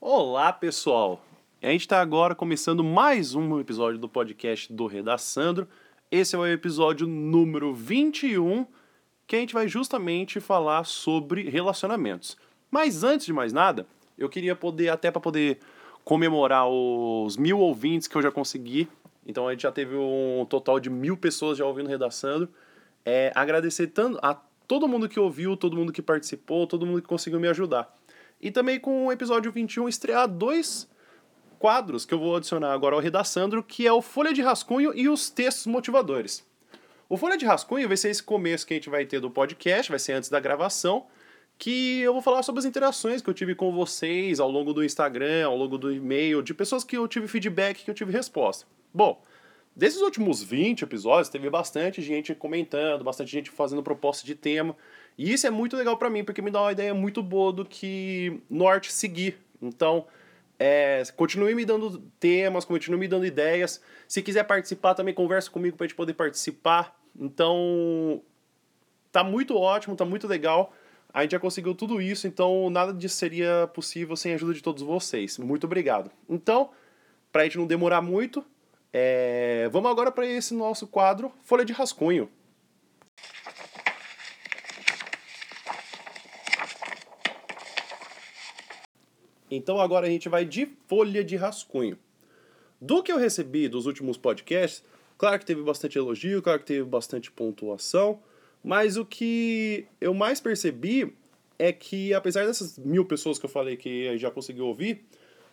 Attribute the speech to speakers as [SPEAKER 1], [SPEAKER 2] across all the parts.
[SPEAKER 1] Olá, pessoal! A gente está agora começando mais um episódio do podcast do Redaçandro. Esse é o episódio número 21, que a gente vai justamente falar sobre relacionamentos. Mas antes de mais nada, eu queria poder, até para poder comemorar os mil ouvintes que eu já consegui, então a gente já teve um total de mil pessoas já ouvindo Redaçandro, é, agradecer tanto a todo mundo que ouviu, todo mundo que participou, todo mundo que conseguiu me ajudar. E também com o episódio 21 estrear dois quadros que eu vou adicionar agora ao Redaçandro, que é o Folha de Rascunho e os textos motivadores. O Folha de Rascunho vai ser esse começo que a gente vai ter do podcast, vai ser antes da gravação, que eu vou falar sobre as interações que eu tive com vocês ao longo do Instagram, ao longo do e-mail, de pessoas que eu tive feedback, que eu tive resposta. Bom, desses últimos 20 episódios, teve bastante gente comentando, bastante gente fazendo proposta de tema, e isso é muito legal para mim, porque me dá uma ideia muito boa do que norte seguir. Então, é, continue me dando temas, continue me dando ideias. Se quiser participar, também conversa comigo para gente poder participar. Então, tá muito ótimo, tá muito legal. A gente já conseguiu tudo isso, então nada disso seria possível sem a ajuda de todos vocês. Muito obrigado. Então, para a gente não demorar muito, é, vamos agora para esse nosso quadro Folha de Rascunho. Então agora a gente vai de folha de rascunho. Do que eu recebi dos últimos podcasts, claro que teve bastante elogio, claro que teve bastante pontuação, mas o que eu mais percebi é que, apesar dessas mil pessoas que eu falei que já conseguiu ouvir,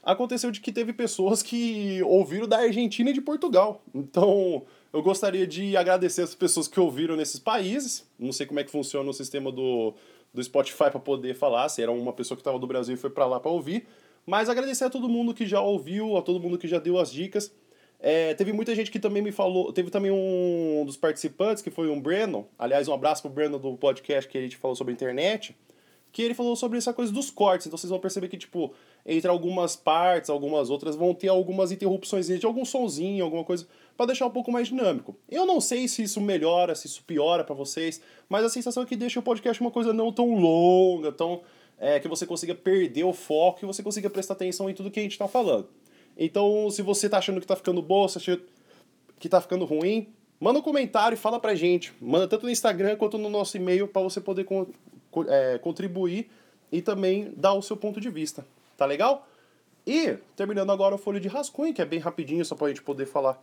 [SPEAKER 1] aconteceu de que teve pessoas que ouviram da Argentina e de Portugal. Então eu gostaria de agradecer as pessoas que ouviram nesses países. Não sei como é que funciona o sistema do, do Spotify para poder falar, se era uma pessoa que estava do Brasil e foi para lá para ouvir. Mas agradecer a todo mundo que já ouviu, a todo mundo que já deu as dicas. É, teve muita gente que também me falou, teve também um dos participantes que foi um Breno, aliás, um abraço pro Breno do podcast que a gente falou sobre internet, que ele falou sobre essa coisa dos cortes, então vocês vão perceber que, tipo, entre algumas partes, algumas outras, vão ter algumas interrupções de algum sonzinho, alguma coisa, para deixar um pouco mais dinâmico. Eu não sei se isso melhora, se isso piora para vocês, mas a sensação é que deixa o podcast uma coisa não tão longa, tão é, que você consiga perder o foco e você consiga prestar atenção em tudo que a gente tá falando. Então, se você tá achando que tá ficando bom, se achando que tá ficando ruim, manda um comentário e fala pra gente. Manda tanto no Instagram quanto no nosso e-mail para você poder con é, contribuir e também dar o seu ponto de vista. Tá legal? E terminando agora o folho de rascunho, que é bem rapidinho, só pra gente poder falar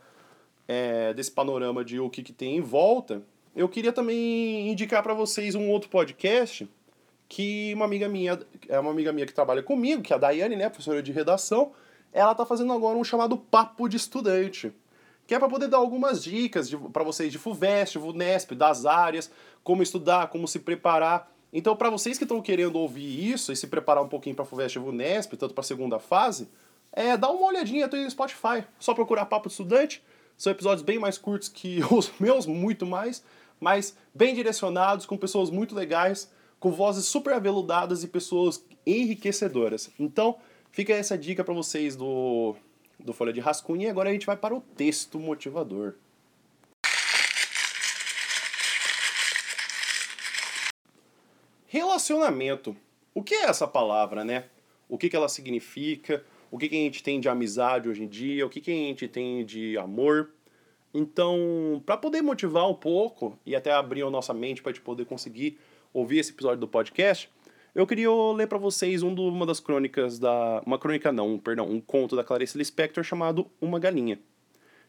[SPEAKER 1] é, desse panorama de o que, que tem em volta, eu queria também indicar para vocês um outro podcast que uma amiga minha, é uma amiga minha que trabalha comigo, que é a Daiane, né, professora de redação, ela tá fazendo agora um chamado Papo de Estudante, que é para poder dar algumas dicas para vocês de FUVEST, VUNESP, das áreas, como estudar, como se preparar. Então, para vocês que estão querendo ouvir isso e se preparar um pouquinho para FUVEST e VUNESP, tanto para a segunda fase, é, dá uma olhadinha, tem no Spotify, só procurar Papo de Estudante, são episódios bem mais curtos que os meus, muito mais, mas bem direcionados, com pessoas muito legais, com vozes super aveludadas e pessoas enriquecedoras. Então, fica essa dica para vocês do, do Folha de Rascunho. E agora a gente vai para o texto motivador. Relacionamento. O que é essa palavra, né? O que, que ela significa? o que, que, a gente tem de amizade hoje em dia, o que, que a gente tem de amor. Então, para poder motivar um pouco e até abrir a nossa mente para a gente poder conseguir ouvir esse episódio do podcast, eu queria ler para vocês um do, uma das crônicas da. Uma crônica, não, um, perdão, um conto da Clarice Lispector chamado Uma Galinha.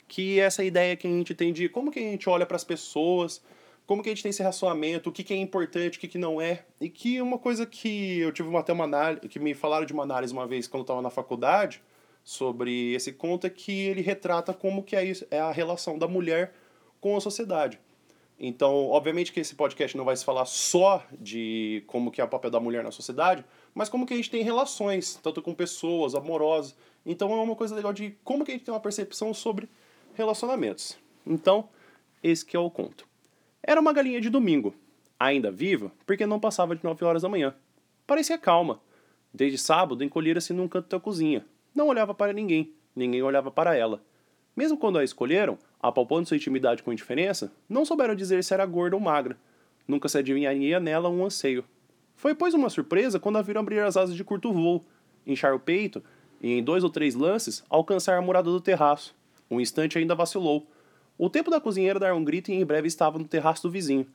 [SPEAKER 1] Que é essa ideia que a gente tem de como que a gente olha para as pessoas, como que a gente tem esse relacionamento, o que, que é importante, o que, que não é. E que uma coisa que eu tive uma, até uma análise, que me falaram de uma análise uma vez quando eu estava na faculdade, sobre esse conto, é que ele retrata como que é, isso, é a relação da mulher com a sociedade. Então, obviamente que esse podcast não vai se falar só de como que é o papel da mulher na sociedade, mas como que a gente tem relações, tanto com pessoas, amorosas. Então é uma coisa legal de como que a gente tem uma percepção sobre relacionamentos. Então, esse que é o conto. Era uma galinha de domingo, ainda viva porque não passava de 9 horas da manhã. Parecia calma. Desde sábado encolhera-se num canto da cozinha. Não olhava para ninguém, ninguém olhava para ela. Mesmo quando a escolheram, apalpando sua intimidade com indiferença, não souberam dizer se era gorda ou magra. Nunca se adivinharia nela um anseio. Foi, pois, uma surpresa quando a viram abrir as asas de curto voo. inchar o peito e, em dois ou três lances, alcançar a murada do terraço. Um instante ainda vacilou. O tempo da cozinheira dar um grito e em breve estava no terraço do vizinho,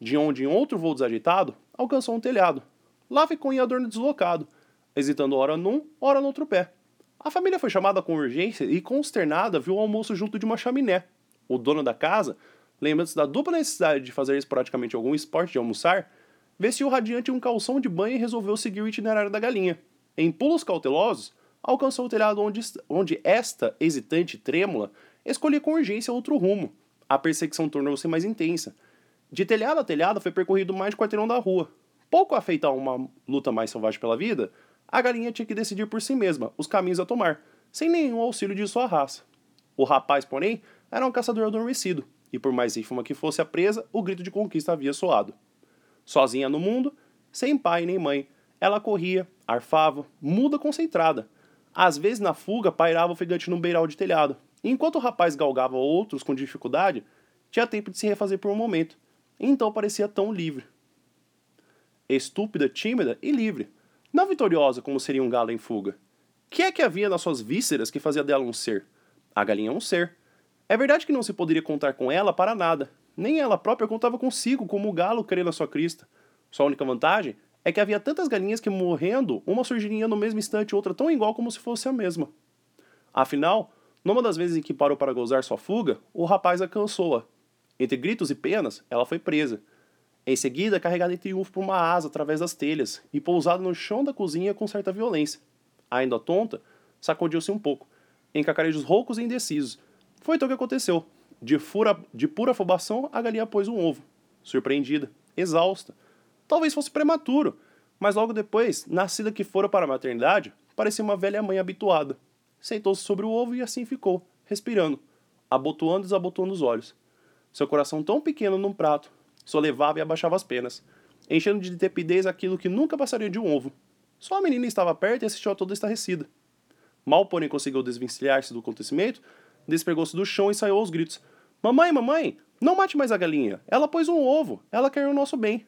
[SPEAKER 1] de onde, em outro voo desajeitado, alcançou um telhado. Lá ficou em adorno deslocado, hesitando ora num, ora no outro pé. A família foi chamada com urgência e, consternada, viu o almoço junto de uma chaminé. O dono da casa, lembrando-se da dupla necessidade de fazer esporadicamente algum esporte de almoçar, vestiu radiante um calção de banho e resolveu seguir o itinerário da galinha. Em pulos cautelosos, alcançou o telhado onde, onde esta, hesitante e trêmula, escolhia com urgência outro rumo. A perseguição tornou-se mais intensa. De telhado a telhado foi percorrido mais de quarteirão da rua. Pouco afeita a uma luta mais selvagem pela vida, a galinha tinha que decidir por si mesma os caminhos a tomar, sem nenhum auxílio de sua raça. O rapaz, porém, era um caçador adormecido, e por mais ínfima que fosse a presa, o grito de conquista havia soado. Sozinha no mundo, sem pai nem mãe, ela corria, arfava, muda concentrada. Às vezes, na fuga, pairava ofegante no beiral de telhado. E Enquanto o rapaz galgava outros com dificuldade, tinha tempo de se refazer por um momento. Então parecia tão livre. Estúpida, tímida e livre. Não vitoriosa como seria um galo em fuga. Que é que havia nas suas vísceras que fazia dela um ser? A galinha é um ser. É verdade que não se poderia contar com ela para nada. Nem ela própria contava consigo como o galo crê na sua crista. Sua única vantagem é que havia tantas galinhas que, morrendo, uma surgiria no mesmo instante outra tão igual como se fosse a mesma. Afinal, numa das vezes em que parou para gozar sua fuga, o rapaz alcançou-a. Entre gritos e penas, ela foi presa. Em seguida, carregada em triunfo por uma asa através das telhas e pousada no chão da cozinha com certa violência. Ainda tonta, sacudiu-se um pouco, em cacarejos roucos e indecisos. Foi então que aconteceu. De, fura, de pura afobação, a galinha pôs um ovo. Surpreendida, exausta. Talvez fosse prematuro, mas logo depois, nascida que fora para a maternidade, parecia uma velha mãe habituada. Sentou-se sobre o ovo e assim ficou, respirando, abotoando e desabotoando os olhos. Seu coração tão pequeno num prato, só levava e abaixava as penas, enchendo de tepidez aquilo que nunca passaria de um ovo. Só a menina estava perto e assistiu a toda estarrecida. Mal, porém, conseguiu desvencilhar-se do acontecimento, despegou-se do chão e saiu aos gritos. Mamãe, mamãe, não mate mais a galinha. Ela pôs um ovo. Ela quer o nosso bem.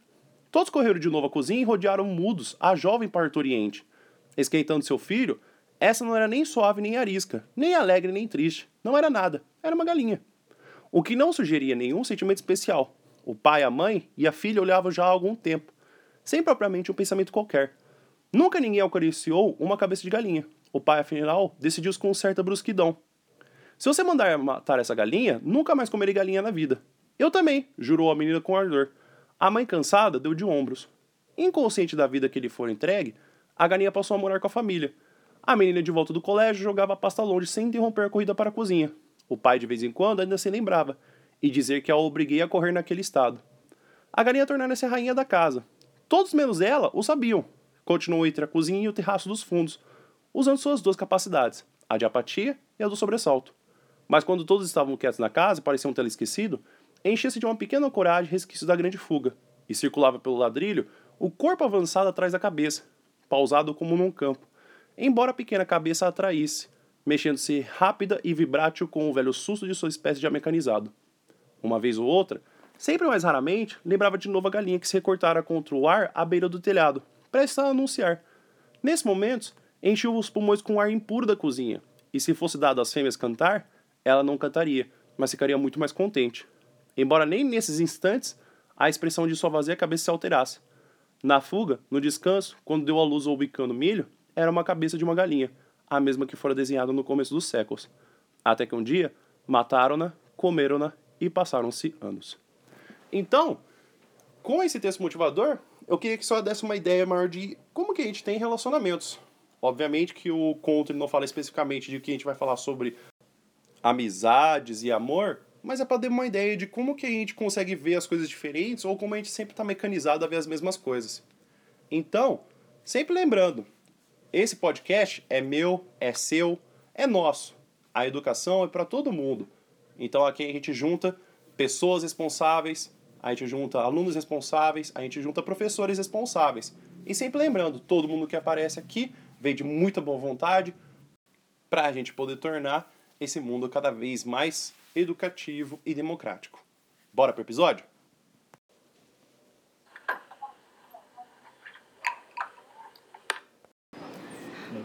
[SPEAKER 1] Todos correram de novo à cozinha e rodearam mudos a jovem parturiente. Esquentando seu filho, essa não era nem suave nem arisca, nem alegre nem triste. Não era nada. Era uma galinha. O que não sugeria nenhum sentimento especial. O pai, a mãe e a filha olhavam já há algum tempo, sem propriamente um pensamento qualquer. Nunca ninguém acariciou uma cabeça de galinha. O pai, afinal, decidiu-se com certa brusquidão. Se você mandar matar essa galinha, nunca mais comerei galinha na vida. Eu também, jurou a menina com ardor. A mãe cansada deu de ombros. Inconsciente da vida que lhe fora entregue, a galinha passou a morar com a família. A menina de volta do colégio jogava a pasta longe sem interromper a corrida para a cozinha. O pai de vez em quando ainda se lembrava e dizer que a obriguei a correr naquele estado. A galinha tornara-se a rainha da casa. Todos menos ela o sabiam. Continuou entre a cozinha e o terraço dos fundos, usando suas duas capacidades, a de apatia e a do sobressalto. Mas quando todos estavam quietos na casa e pareciam tê-la esquecido, enchia-se de uma pequena coragem resquício da grande fuga, e circulava pelo ladrilho, o corpo avançado atrás da cabeça, pausado como num campo, embora a pequena cabeça a atraísse, mexendo-se rápida e vibrátil com o velho susto de sua espécie já mecanizado. Uma vez ou outra, sempre mais raramente, lembrava de novo a galinha que se recortara contra o ar à beira do telhado, prestes a anunciar. Nesse momento, encheu os pulmões com o ar impuro da cozinha, e se fosse dado às fêmeas cantar, ela não cantaria, mas ficaria muito mais contente. Embora nem nesses instantes a expressão de sua vazia cabeça se alterasse. Na fuga, no descanso, quando deu à luz ao bicando milho, era uma cabeça de uma galinha, a mesma que fora desenhada no começo dos séculos. Até que um dia, mataram-na, comeram-na e passaram-se anos. Então, com esse texto motivador, eu queria que só desse uma ideia maior de como que a gente tem relacionamentos. Obviamente que o conto ele não fala especificamente de que a gente vai falar sobre amizades e amor, mas é para dar uma ideia de como que a gente consegue ver as coisas diferentes ou como a gente sempre está mecanizado a ver as mesmas coisas. Então, sempre lembrando, esse podcast é meu, é seu, é nosso. A educação é para todo mundo. Então aqui a gente junta pessoas responsáveis, a gente junta alunos responsáveis, a gente junta professores responsáveis. E sempre lembrando, todo mundo que aparece aqui vem de muita boa vontade para a gente poder tornar esse mundo cada vez mais educativo e democrático. Bora pro episódio?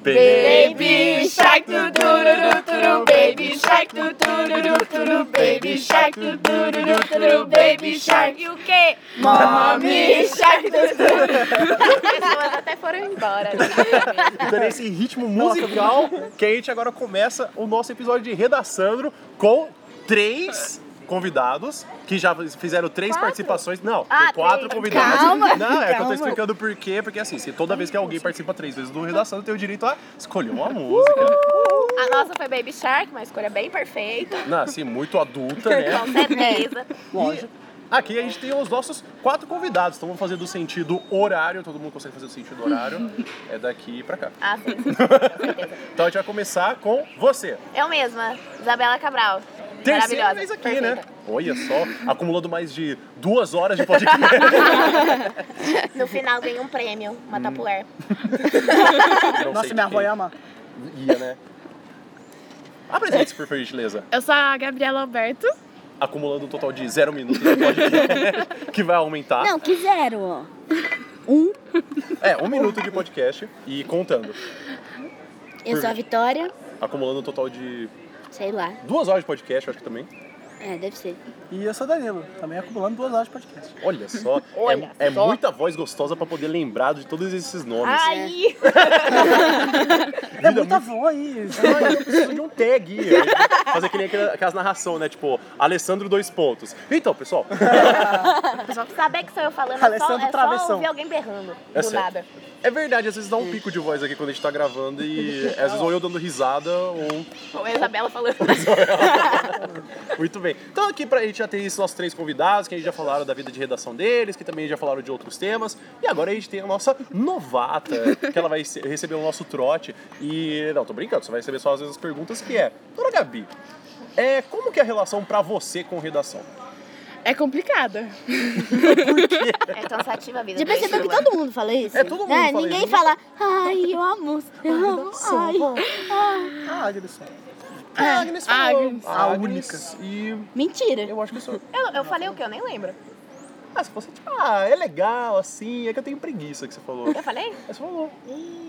[SPEAKER 2] Baby shark do do do do do do baby shark do do do do do do baby shark do do do do do do baby shark
[SPEAKER 3] E o quê?
[SPEAKER 2] mommy shark do do
[SPEAKER 3] As pessoas até foram embora.
[SPEAKER 1] Então, nesse ritmo musical que a gente agora começa o nosso episódio de Redaçandro com três convidados que já fizeram três participações. Não,
[SPEAKER 3] Ah,
[SPEAKER 1] tem quatro
[SPEAKER 3] três.
[SPEAKER 1] convidados.
[SPEAKER 4] Calma,
[SPEAKER 1] Não, é que eu tô
[SPEAKER 4] calma.
[SPEAKER 1] explicando por quê, porque assim, se toda vez que alguém participa três vezes do Redaçandro, tem o direito a escolher uma música.
[SPEAKER 3] A nossa foi Baby Shark, uma escolha bem perfeita.
[SPEAKER 1] Não, assim, muito adulta, né?
[SPEAKER 3] Com certeza.
[SPEAKER 1] Lógico. Aqui a gente tem os nossos quatro convidados. Então vamos fazer do sentido horário. Todo mundo consegue fazer do sentido horário. É daqui pra cá.
[SPEAKER 3] Ah, sim, sim, com certeza.
[SPEAKER 1] Então a gente vai começar com você.
[SPEAKER 3] Eu mesma, Isabela Cabral.
[SPEAKER 1] Terceira
[SPEAKER 3] Maravilhosa.
[SPEAKER 1] vez aqui,
[SPEAKER 3] perfeita.
[SPEAKER 1] né? Olha só, acumulando mais de duas horas de podcast.
[SPEAKER 3] No final ganhei um prêmio, uma
[SPEAKER 1] Hum.
[SPEAKER 3] tapuer.
[SPEAKER 1] Não
[SPEAKER 4] Nossa,
[SPEAKER 1] sei
[SPEAKER 4] minha
[SPEAKER 1] de quem.
[SPEAKER 4] avó
[SPEAKER 5] é
[SPEAKER 4] ia amar.
[SPEAKER 1] Ia, né? Apresente-se, por gentileza.
[SPEAKER 6] Eu sou a Gabriela Alberto.
[SPEAKER 1] Acumulando um total de zero minutos de podcast, que vai aumentar.
[SPEAKER 4] Não, que zero, ó.
[SPEAKER 1] É, um minuto de podcast e contando.
[SPEAKER 4] Eu sou a Vitória,
[SPEAKER 1] Acumulando um total de
[SPEAKER 4] sei lá.
[SPEAKER 1] duas horas de podcast, eu acho que também.
[SPEAKER 4] É, deve ser.
[SPEAKER 5] E eu sou Danilo, também acumulando duas horas de podcast.
[SPEAKER 1] Olha só,
[SPEAKER 3] Olha
[SPEAKER 1] é, é
[SPEAKER 3] só.
[SPEAKER 1] muita voz gostosa pra poder lembrar de todos esses nomes.
[SPEAKER 4] Ah,
[SPEAKER 3] Aí,
[SPEAKER 5] É muita voz! é
[SPEAKER 1] Não, eu preciso de um tag. aí. Fazer que nem aquela- aquelas narração, né? Tipo, Alessandro dois pontos. Então, pessoal,
[SPEAKER 3] saber que sou eu falando é só,
[SPEAKER 5] Alessandro
[SPEAKER 3] é só
[SPEAKER 5] Travessão.
[SPEAKER 3] ouvir alguém berrando.
[SPEAKER 1] É
[SPEAKER 3] do
[SPEAKER 1] sério.
[SPEAKER 3] nada.
[SPEAKER 1] é verdade, às vezes dá um pico de voz aqui quando a gente tá gravando e às vezes ou eu dando risada ou.
[SPEAKER 3] Ou a Isabela falando.
[SPEAKER 1] Muito bem. Então aqui pra gente já tem esses nossos três convidados, que a gente já falaram da vida de redação deles, que também já falaram de outros temas. E agora a gente tem a nossa novata, que ela vai se- receber o nosso trote. E. Não, tô brincando, você vai receber só às vezes as perguntas que é. Dona Gabi, é, como que é a relação pra você com redação?
[SPEAKER 6] É complicada.
[SPEAKER 3] É cansativa a vida.
[SPEAKER 4] Já
[SPEAKER 3] do
[SPEAKER 4] percebeu que
[SPEAKER 3] vestibular.
[SPEAKER 4] todo mundo fala isso?
[SPEAKER 1] É, todo mundo
[SPEAKER 4] né?
[SPEAKER 1] fala
[SPEAKER 4] Ninguém
[SPEAKER 1] isso.
[SPEAKER 4] fala, ai, eu amo, eu amo, ai.
[SPEAKER 5] Ah, Agneson.
[SPEAKER 1] A Ah, Agnes
[SPEAKER 6] a
[SPEAKER 1] falou.
[SPEAKER 6] É, Agnes.
[SPEAKER 1] A
[SPEAKER 5] A
[SPEAKER 1] Agnes. E
[SPEAKER 4] Mentira.
[SPEAKER 1] eu acho que sou.
[SPEAKER 3] Eu, eu falei o que? Eu nem lembro.
[SPEAKER 1] Ah, se fosse tipo, ah, é legal, assim, é que eu tenho preguiça que você falou.
[SPEAKER 3] Eu falei?
[SPEAKER 1] Aí você falou.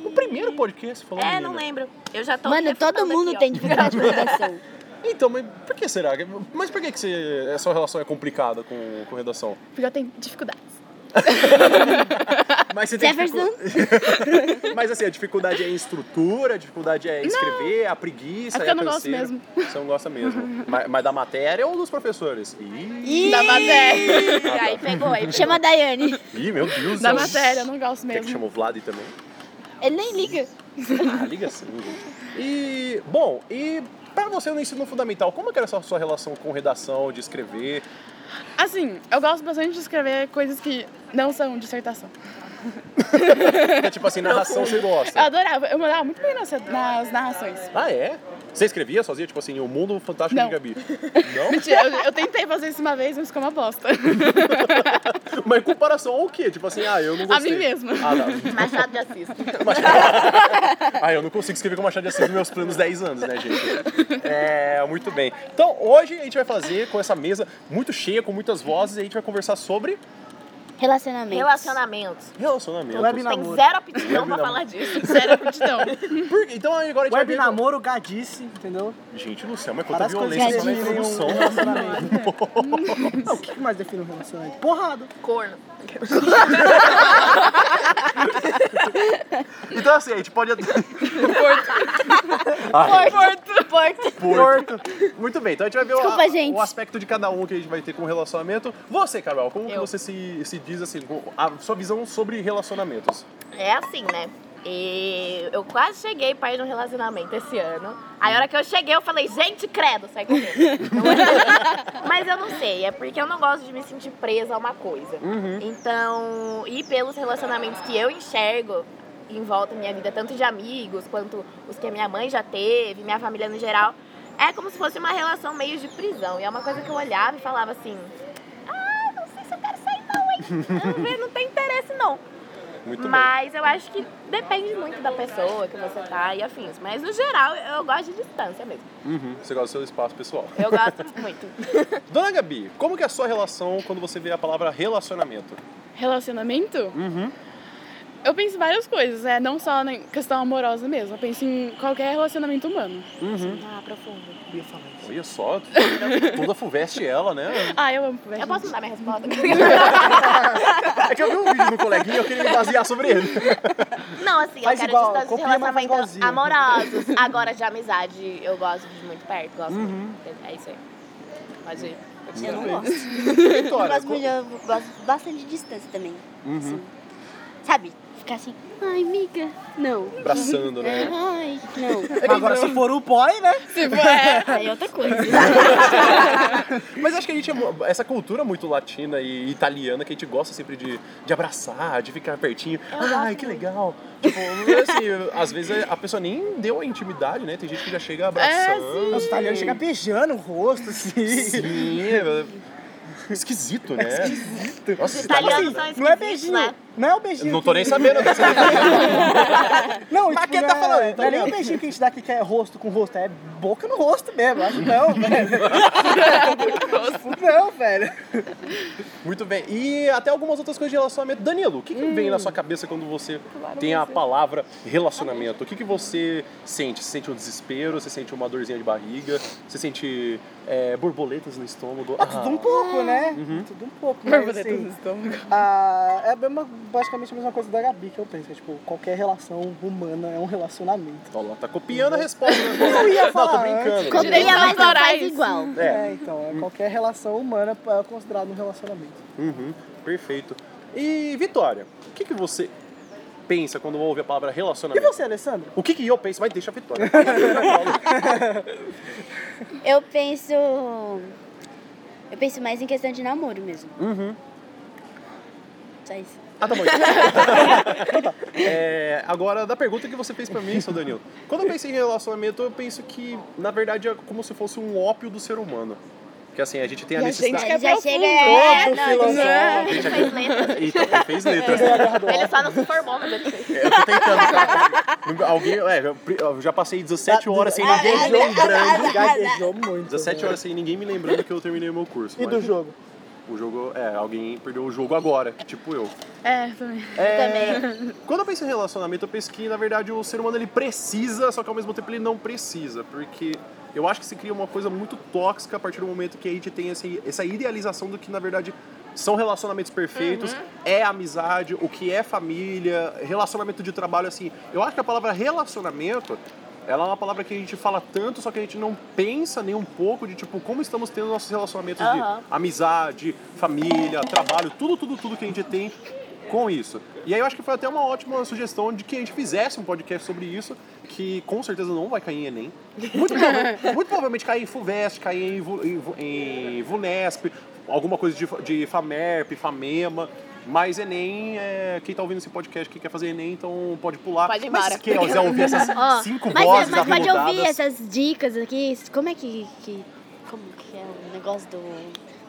[SPEAKER 1] No primeiro podcast você falou.
[SPEAKER 3] É,
[SPEAKER 1] menina.
[SPEAKER 3] não lembro. Eu já tô.
[SPEAKER 4] Mano, todo
[SPEAKER 3] refutando
[SPEAKER 4] mundo
[SPEAKER 3] aqui, ó.
[SPEAKER 4] tem dificuldade de redação.
[SPEAKER 1] Então, mas por que será? Mas por que, que você, a sua relação é complicada com, com redação?
[SPEAKER 6] Porque eu tenho dificuldades. é
[SPEAKER 1] Mas você
[SPEAKER 4] Jefferson.
[SPEAKER 1] dificu- Mas assim, a dificuldade é em estrutura, a dificuldade é em escrever, a preguiça.
[SPEAKER 6] É porque eu
[SPEAKER 1] a
[SPEAKER 6] não gosto
[SPEAKER 1] canseira.
[SPEAKER 6] mesmo.
[SPEAKER 1] Você não gosta mesmo. mas, mas da matéria ou dos professores? Ih,
[SPEAKER 4] Ih,
[SPEAKER 6] Da matéria.
[SPEAKER 3] Aí pegou, aí pegou.
[SPEAKER 4] Chama a Daiane.
[SPEAKER 1] Ih, meu Deus do
[SPEAKER 6] Da
[SPEAKER 1] céu.
[SPEAKER 6] matéria, eu não gosto
[SPEAKER 1] Quer que
[SPEAKER 6] mesmo.
[SPEAKER 1] chamou o Vlad também?
[SPEAKER 4] Ele nem liga.
[SPEAKER 1] Ah, liga sim, gente. E, bom, e pra você no ensino fundamental, como é que era essa sua relação com redação, de escrever?
[SPEAKER 6] Assim, eu gosto bastante de escrever coisas que não são dissertação.
[SPEAKER 1] Porque, tipo assim, narração você
[SPEAKER 6] Eu
[SPEAKER 1] gosta.
[SPEAKER 6] adorava, eu mandava muito bem nas, nas narrações.
[SPEAKER 1] Ah, é? Você escrevia sozinha, tipo assim, o mundo fantástico
[SPEAKER 6] Não.
[SPEAKER 1] de Gabi? Não?
[SPEAKER 6] Mentira, eu, eu tentei fazer isso uma vez, mas ficou uma bosta.
[SPEAKER 1] Mas em comparação ao quê? Tipo assim, ah, eu não
[SPEAKER 6] A
[SPEAKER 1] gostei.
[SPEAKER 6] mim mesma.
[SPEAKER 1] Ah, tá.
[SPEAKER 3] Machado de Assis.
[SPEAKER 1] Ah, eu não consigo escrever com Machado de Assis nos meus planos 10 anos, né, gente? É, muito bem. Então, hoje a gente vai fazer com essa mesa muito cheia, com muitas vozes, e a gente vai conversar sobre
[SPEAKER 4] Relacionamento.
[SPEAKER 3] Relacionamentos.
[SPEAKER 1] relacionamentos.
[SPEAKER 5] Web
[SPEAKER 3] Tem
[SPEAKER 5] namoro.
[SPEAKER 3] zero aptidão pra
[SPEAKER 1] Webinamor.
[SPEAKER 3] falar disso.
[SPEAKER 6] Sério, aptidão.
[SPEAKER 1] Por- Então, agora a gente vai
[SPEAKER 5] Web
[SPEAKER 1] ver-
[SPEAKER 5] namoro, gadice, entendeu?
[SPEAKER 1] Gente do céu, mas quanta
[SPEAKER 5] Várias coisas
[SPEAKER 1] violência
[SPEAKER 5] que
[SPEAKER 1] só na introdução.
[SPEAKER 5] definem um relacionamento. Não, o que mais define um relacionamento? Porrada.
[SPEAKER 3] Corno.
[SPEAKER 1] Então assim, a gente pode...
[SPEAKER 3] Porto. Porto.
[SPEAKER 1] Porto. Muito bem, então a gente vai ver
[SPEAKER 4] Desculpa,
[SPEAKER 1] o,
[SPEAKER 4] gente.
[SPEAKER 1] o aspecto de cada um que a gente vai ter com relacionamento. Você, Carol, como que
[SPEAKER 3] Eu.
[SPEAKER 1] você se, se diz assim, com a sua visão sobre relacionamentos?
[SPEAKER 3] É assim, né? E eu quase cheguei pra ir num relacionamento esse ano. Aí a hora que eu cheguei, eu falei, gente, credo, sai correndo. Não é? Mas eu não sei, é porque eu não gosto de me sentir presa a uma coisa. Então, e pelos relacionamentos que eu enxergo em volta da minha vida, tanto de amigos quanto os que a minha mãe já teve, minha família no geral, é como se fosse uma relação meio de prisão. E é uma coisa que eu olhava e falava assim: ah, não sei se eu quero sair, não, hein? Não, não tem interesse, não.
[SPEAKER 1] Muito
[SPEAKER 3] Mas eu acho que depende muito da pessoa que você tá e afins. Mas no geral, eu gosto de distância mesmo.
[SPEAKER 1] bem. Uhum, Você gosta do seu espaço pessoal.
[SPEAKER 3] Eu gosto muito.
[SPEAKER 1] Dona Gabi, como que é a sua relação quando você vê a palavra relacionamento?
[SPEAKER 3] Uhum.
[SPEAKER 6] Relacionamento? Eu penso em várias coisas, é não só na questão amorosa mesmo. Eu penso em qualquer relacionamento humano.
[SPEAKER 3] Ah, profundo.
[SPEAKER 5] Eu ia falar isso.
[SPEAKER 1] Olha só, toda fuveste ela, né?
[SPEAKER 6] Ah, eu amo conversa.
[SPEAKER 3] Eu posso mudar minha resposta?
[SPEAKER 1] É que eu vi um vídeo do coleguinha, eu queria me basear sobre ele.
[SPEAKER 3] Não, assim, eu
[SPEAKER 5] Faz
[SPEAKER 3] quero
[SPEAKER 5] igual,
[SPEAKER 3] distância de
[SPEAKER 5] copia, mas faz
[SPEAKER 3] relacionamentos
[SPEAKER 5] igualzinho.
[SPEAKER 3] amorosos. Agora, de amizade, eu gosto de muito perto. Gosto
[SPEAKER 5] Uhum.
[SPEAKER 3] muito. É isso aí. Pode ir.
[SPEAKER 4] Eu não gosto. Eu
[SPEAKER 1] Vitória, Uhum.
[SPEAKER 4] gosto, muito, eu gosto bastante de distância também. assim. Sabe? Ficar assim, ai, amiga. Não.
[SPEAKER 1] abraçando, né?
[SPEAKER 4] Ai, não.
[SPEAKER 5] Agora, se for o boy, né?
[SPEAKER 4] Aí é outra coisa.
[SPEAKER 1] Mas acho que a gente é mo- essa cultura muito latina e italiana que a gente gosta sempre de, de abraçar, de ficar pertinho. Ai, que legal. Tipo, assim, às vezes a pessoa nem deu a intimidade, né? Tem gente que já chega abraçando.
[SPEAKER 5] Os italianos chegam beijando o rosto, assim.
[SPEAKER 1] Sim, é esquisito, né? esquisito. Nossa,
[SPEAKER 3] Os
[SPEAKER 1] italiano- tá
[SPEAKER 3] italianos são
[SPEAKER 5] Não é
[SPEAKER 3] esquisitos,
[SPEAKER 5] beijinho.
[SPEAKER 3] né?
[SPEAKER 5] Não é o beijinho.
[SPEAKER 1] Não
[SPEAKER 5] que-
[SPEAKER 1] tô nem sabendo dessa
[SPEAKER 5] Não,
[SPEAKER 1] Mas
[SPEAKER 5] tipo,
[SPEAKER 1] quem
[SPEAKER 5] não
[SPEAKER 1] tá
[SPEAKER 5] é-
[SPEAKER 1] falando, tá
[SPEAKER 5] Não é nem o
[SPEAKER 1] ligado?
[SPEAKER 5] beijinho que a gente dá aqui que é rosto com rosto, é boca no rosto mesmo. Acho que não, velho. não, velho.
[SPEAKER 1] Muito bem. E até algumas outras coisas de relacionamento. Danilo, o que, que
[SPEAKER 5] Hum.
[SPEAKER 1] vem na sua cabeça quando você tem a palavra relacionamento? O que, que você sente? Você sente um desespero? Você sente uma dorzinha de barriga? Você sente é, borboletas no estômago?
[SPEAKER 5] Ah, tudo um pouco, né? Tudo um pouco. mas,
[SPEAKER 6] Borboletas
[SPEAKER 5] assim,
[SPEAKER 6] no estômago.
[SPEAKER 5] Ah, é a mesma- basicamente a mesma coisa da Gabi que eu penso. É, tipo, qualquer relação humana é um relacionamento.
[SPEAKER 1] Ó, lá, tá copiando a resposta. Né?
[SPEAKER 5] Eu ia
[SPEAKER 1] Não, tô
[SPEAKER 5] falar
[SPEAKER 1] brincando.
[SPEAKER 6] antes.
[SPEAKER 4] Copia, mas não faz
[SPEAKER 6] autorais.
[SPEAKER 4] igual.
[SPEAKER 1] É,
[SPEAKER 5] É, então, é, qualquer relação humana é considerada um relacionamento.
[SPEAKER 1] uhum, perfeito. E, Vitória, o que, que você pensa quando ouve a palavra
[SPEAKER 5] E
[SPEAKER 1] relacionamento?
[SPEAKER 5] você, Alessandra?
[SPEAKER 1] O que, que eu penso? Mas deixa a Vitória.
[SPEAKER 4] Eu penso. Eu penso mais em questão de namoro mesmo.
[SPEAKER 1] Uhum.
[SPEAKER 4] Só isso.
[SPEAKER 1] Ah, tá bom. Então tá. É, agora, da pergunta que você fez pra mim, seu Danilo. Quando eu penso em relacionamento, eu penso que, na verdade, é como se fosse um ópio do ser humano. Que assim, a gente tem a
[SPEAKER 6] E a
[SPEAKER 1] necessidade.
[SPEAKER 6] gente
[SPEAKER 4] Aí já
[SPEAKER 6] profundo.
[SPEAKER 4] chega. é,
[SPEAKER 1] Todo
[SPEAKER 4] não,
[SPEAKER 1] filósofo.
[SPEAKER 6] né?
[SPEAKER 3] Ele fez letras.
[SPEAKER 1] Eita, ele fez letras.
[SPEAKER 3] Ele só não se formou, mas ele fez.
[SPEAKER 1] Eu tô tentando, cara. Alguém, é, eu pri- eu já passei 17 horas sem
[SPEAKER 5] É,
[SPEAKER 1] ninguém me lembrando.
[SPEAKER 5] Gaguejou muito.
[SPEAKER 1] 17
[SPEAKER 5] velho.
[SPEAKER 1] horas sem ninguém me lembrando que eu terminei o meu curso.
[SPEAKER 5] E do
[SPEAKER 1] mas
[SPEAKER 5] jogo?
[SPEAKER 1] O jogo, é, alguém perdeu o jogo agora, que tipo eu.
[SPEAKER 6] É, também.
[SPEAKER 1] É, Quando eu penso em relacionamento, eu penso que, na verdade, o ser humano ele precisa, só que ao mesmo tempo ele não precisa. Porque eu acho que se cria uma coisa muito tóxica a partir do momento que a gente tem esse- essa idealização do que, na verdade, são relacionamentos perfeitos, é amizade, o que é família, relacionamento de trabalho, assim. Eu acho que a palavra relacionamento. Ela é uma palavra que a gente fala tanto, só que a gente não pensa nem um pouco de, tipo, como estamos tendo nossos relacionamentos de
[SPEAKER 3] Aham.
[SPEAKER 1] amizade, família, trabalho, tudo, tudo, tudo que a gente tem com isso. E aí eu acho que foi até uma ótima sugestão de que a gente fizesse um podcast sobre isso, que com certeza não vai cair em Enem. Muito, prova- muito provavelmente cair em FUVEST, cair em, Vu- em, Vu- em VUNESP, alguma coisa de, fa- de FAMERP, FAMEMA. Mas Enem, é, quem tá ouvindo esse podcast que quer fazer Enem, então pode pular.
[SPEAKER 3] Pode ir
[SPEAKER 1] Mas
[SPEAKER 3] embora.
[SPEAKER 1] quem quiser ouvir essas
[SPEAKER 4] Ó,
[SPEAKER 1] cinco
[SPEAKER 4] mas,
[SPEAKER 1] vozes
[SPEAKER 4] mas pode
[SPEAKER 1] arreludadas-
[SPEAKER 4] ouvir essas dicas aqui. Como é que, que. Como que é o negócio do.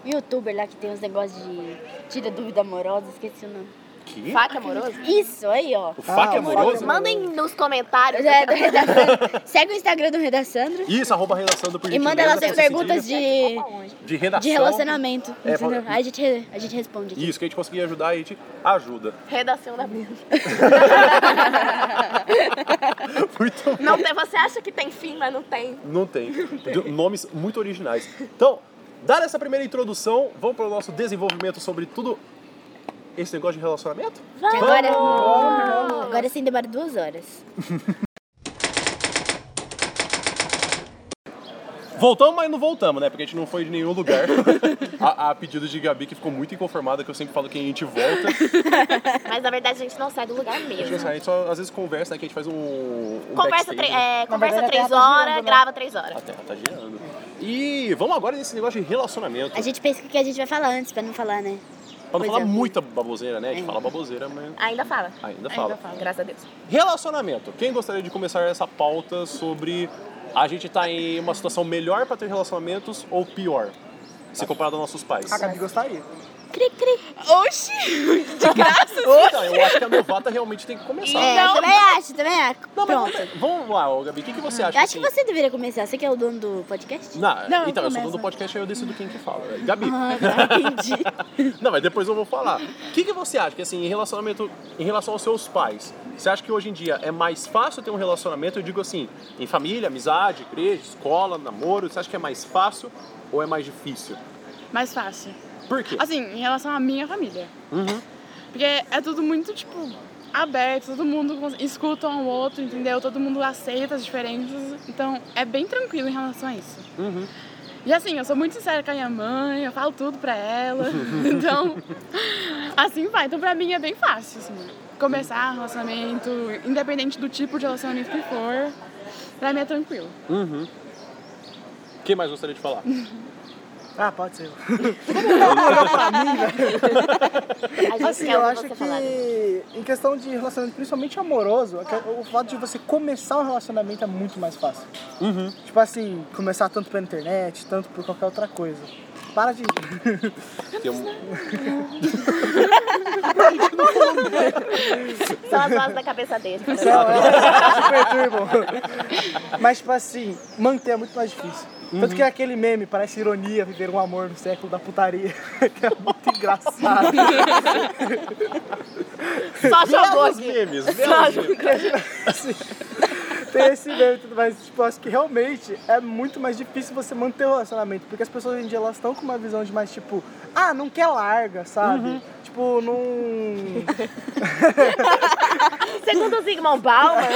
[SPEAKER 4] Youtuber lá que tem uns negócios de tira dúvida amorosa, esqueci o nome.
[SPEAKER 1] Que?
[SPEAKER 3] Faca amorosa.
[SPEAKER 4] Isso, aí, ó.
[SPEAKER 1] O faca
[SPEAKER 5] Ah,
[SPEAKER 1] é amoroso?
[SPEAKER 3] Mandem nos comentários.
[SPEAKER 4] É, do Reda Sandro. Segue o Instagram do Reda Sandro
[SPEAKER 1] Isso, arroba redação por
[SPEAKER 4] e manda lá
[SPEAKER 1] gentileza, com
[SPEAKER 4] suas
[SPEAKER 1] cedilha,
[SPEAKER 4] perguntas de,
[SPEAKER 1] de redação.
[SPEAKER 4] de relacionamento.
[SPEAKER 1] É,
[SPEAKER 4] entendeu?
[SPEAKER 1] pode-
[SPEAKER 4] Aí a gente, re- a gente responde aqui.
[SPEAKER 1] Isso, que a gente conseguir ajudar, a gente ajuda.
[SPEAKER 3] Redação da mesa.
[SPEAKER 1] Muito
[SPEAKER 3] Não tem, você acha que tem fim, mas não tem.
[SPEAKER 1] Não tem. De- Nomes muito originais. Então, dada essa primeira introdução, vamos para o nosso desenvolvimento sobre tudo esse negócio de relacionamento?
[SPEAKER 4] Que agora, agora sem demora duas horas.
[SPEAKER 1] Voltamos, mas não voltamos, né? Porque a gente não foi de nenhum lugar. a, a pedido de Gabi, que ficou muito inconformada, que eu sempre falo que a gente volta.
[SPEAKER 3] Mas na verdade a gente não sai do lugar
[SPEAKER 1] A gente,
[SPEAKER 3] mesmo.
[SPEAKER 1] a gente só às vezes conversa, né? Que a gente faz um. um
[SPEAKER 3] Conversa,
[SPEAKER 1] backstage,
[SPEAKER 3] tre-
[SPEAKER 1] né?
[SPEAKER 3] é, conversa
[SPEAKER 5] verdade, a
[SPEAKER 3] três
[SPEAKER 5] terra tá girando,
[SPEAKER 3] horas,
[SPEAKER 5] né?
[SPEAKER 3] grava três
[SPEAKER 4] é.
[SPEAKER 3] horas.
[SPEAKER 1] A terra tá girando. E vamos agora nesse negócio de relacionamento.
[SPEAKER 4] A gente pensa o que a gente vai falar antes pra não falar, né?
[SPEAKER 1] Pra não
[SPEAKER 4] Pois
[SPEAKER 1] falar
[SPEAKER 4] é.
[SPEAKER 1] muita baboseira, né? A gente fala baboseira, mas
[SPEAKER 3] Ainda fala.
[SPEAKER 1] ainda fala. Assim,
[SPEAKER 3] Graças a Deus.
[SPEAKER 1] Relacionamento. Quem gostaria de começar essa pauta sobre a gente tá em uma situação melhor pra ter relacionamentos ou pior? Se comparado aos nossos pais.
[SPEAKER 5] A Gabi gostaria.
[SPEAKER 4] Cri, cri.
[SPEAKER 7] Oxi! De graça?
[SPEAKER 1] Então, eu acho que a novata realmente tem que começar.
[SPEAKER 4] É, também acho, também acho.
[SPEAKER 1] Não, mas
[SPEAKER 4] Pronto.
[SPEAKER 1] vamos- vamos lá, ô, Gabi, o que, que você acha?
[SPEAKER 4] Eu acho que
[SPEAKER 1] assim?
[SPEAKER 4] você deveria começar. Você que é o dono do podcast?
[SPEAKER 1] Não, então,
[SPEAKER 6] Não,
[SPEAKER 1] eu sou
[SPEAKER 6] começa.
[SPEAKER 1] dono do podcast, aí eu decido quem que fala. né? Gabi,
[SPEAKER 4] Ah, tá, entendi.
[SPEAKER 1] não, mas depois eu vou falar. O que, que você acha que, assim, em, relacionamento, em relação aos seus pais, você acha que hoje em dia é mais fácil ter um relacionamento, eu digo assim, em família, amizade, igreja, escola, namoro, você acha que é mais fácil ou é mais difícil?
[SPEAKER 6] Mais fácil.
[SPEAKER 1] Por quê?
[SPEAKER 6] Assim, em relação à minha família. Porque é tudo muito, tipo, aberto, todo mundo cons- escuta um ao outro, entendeu? Todo mundo aceita as diferenças. Então, é bem tranquilo em relação a isso. E assim, eu sou muito sincera com a minha mãe, eu falo tudo pra ela. então, assim vai. Então, pra mim é bem fácil, assim, começar relacionamento, independente do tipo de relacionamento que for. Pra mim é tranquilo.
[SPEAKER 1] O que mais gostaria de falar?
[SPEAKER 5] Ah, pode ser.
[SPEAKER 3] A gente
[SPEAKER 5] Assim,
[SPEAKER 3] quer
[SPEAKER 5] eu
[SPEAKER 3] ouvir
[SPEAKER 5] acho
[SPEAKER 3] você
[SPEAKER 5] que
[SPEAKER 3] falar. né?
[SPEAKER 5] em questão de relacionamento, principalmente amoroso, é que o fato de você começar um relacionamento é muito mais fácil. Tipo assim, começar tanto pela internet, tanto por qualquer outra coisa. Para de. Tipo,
[SPEAKER 1] Tem um-
[SPEAKER 3] São as vozes da cabeça dele.
[SPEAKER 5] Não, é, se perturbam. Mas, tipo assim, manter é muito mais difícil. Tanto que é aquele meme, parece ironia viver um amor no século da putaria. Que é muito engraçado.
[SPEAKER 3] Só jogou
[SPEAKER 1] Belos
[SPEAKER 3] aqui.
[SPEAKER 1] memes, belos memes.
[SPEAKER 5] Tem esse meme e tudo mais, tipo, acho que realmente é muito mais difícil você manter o relacionamento, porque as pessoas hoje em dia elas estão com uma visão de mais tipo, ah, não quer larga, sabe? Tipo, não.
[SPEAKER 3] Segundo o Zygmunt é Bauman, né?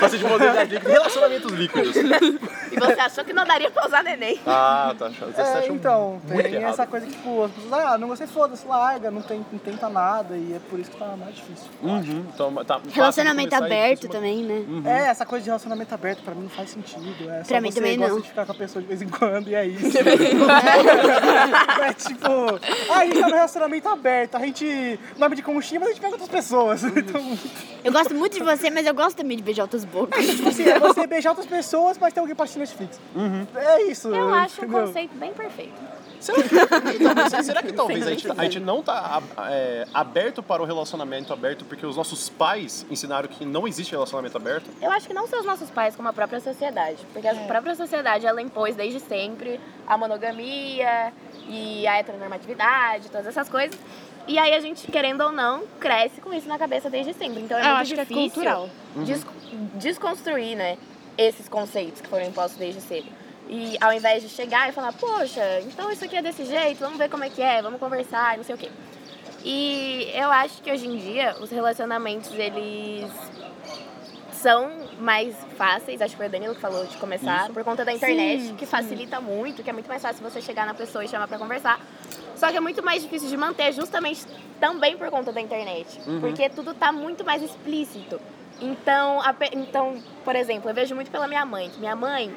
[SPEAKER 1] Vocês vão dizer, Gabi, relacionamentos líquidos.
[SPEAKER 3] e você achou que não daria pra usar neném.
[SPEAKER 1] Ah, tá achando. Vocês
[SPEAKER 5] É,
[SPEAKER 1] acham
[SPEAKER 5] então,
[SPEAKER 1] muito
[SPEAKER 5] tem
[SPEAKER 1] errado.
[SPEAKER 5] essa coisa que, tipo, as pessoas, ah, não gostei, foda-se, larga, não, tem, não tenta nada, e é por isso que tá mais difícil.
[SPEAKER 1] Uhum, então, tá fácil de
[SPEAKER 4] Relacionamento
[SPEAKER 1] começar e
[SPEAKER 4] aberto
[SPEAKER 1] difícil de-
[SPEAKER 4] também, né?
[SPEAKER 5] É, essa coisa de relacionamento aberto pra mim não faz sentido. É só
[SPEAKER 4] Pra mim
[SPEAKER 5] você
[SPEAKER 4] também
[SPEAKER 5] gosta
[SPEAKER 4] não.
[SPEAKER 5] de ficar com a pessoa de vez em quando e é isso. é tipo, ah, a gente tá num relacionamento aberto, a gente nome de conchinha, mas a gente pega outras pessoas. Então,
[SPEAKER 4] Eu gosto muito de você, mas eu gosto também de beijar outras bocas.
[SPEAKER 5] tipo assim, é você beijar outras pessoas, mas tem alguém pra assistir Netflix. É isso.
[SPEAKER 3] Eu acho um
[SPEAKER 5] entendeu?
[SPEAKER 3] conceito bem perfeito.
[SPEAKER 1] tá Mas será que talvez a gente, a gente não tá a- é, aberto para o relacionamento aberto porque os nossos pais ensinaram que não existe relacionamento aberto?
[SPEAKER 3] Eu acho que não só os nossos pais, como a própria sociedade. Porque
[SPEAKER 6] É.
[SPEAKER 3] a própria sociedade, ela impôs desde sempre a monogamia e a heteronormatividade, todas essas coisas. E aí a gente, querendo ou não, cresce com isso na cabeça desde sempre. Então é
[SPEAKER 6] Eu
[SPEAKER 3] muito
[SPEAKER 6] acho que é
[SPEAKER 3] difícil
[SPEAKER 6] cultural.
[SPEAKER 3] des- desconstruir, né, esses conceitos que foram impostos desde cedo. E ao invés de chegar e falar, poxa, então isso aqui é desse jeito, vamos ver como é que é, vamos conversar, e não sei o quê. E eu acho que hoje em dia os relacionamentos, eles são mais fáceis, acho que foi o Danilo que falou de começar, por conta da internet, que facilita muito, que é muito mais fácil você chegar na pessoa e chamar pra conversar. Só que é muito mais difícil de manter justamente também por conta da internet, porque tudo tá muito mais explícito. Então, a pe- então, por exemplo, eu vejo muito pela minha mãe, que minha mãe,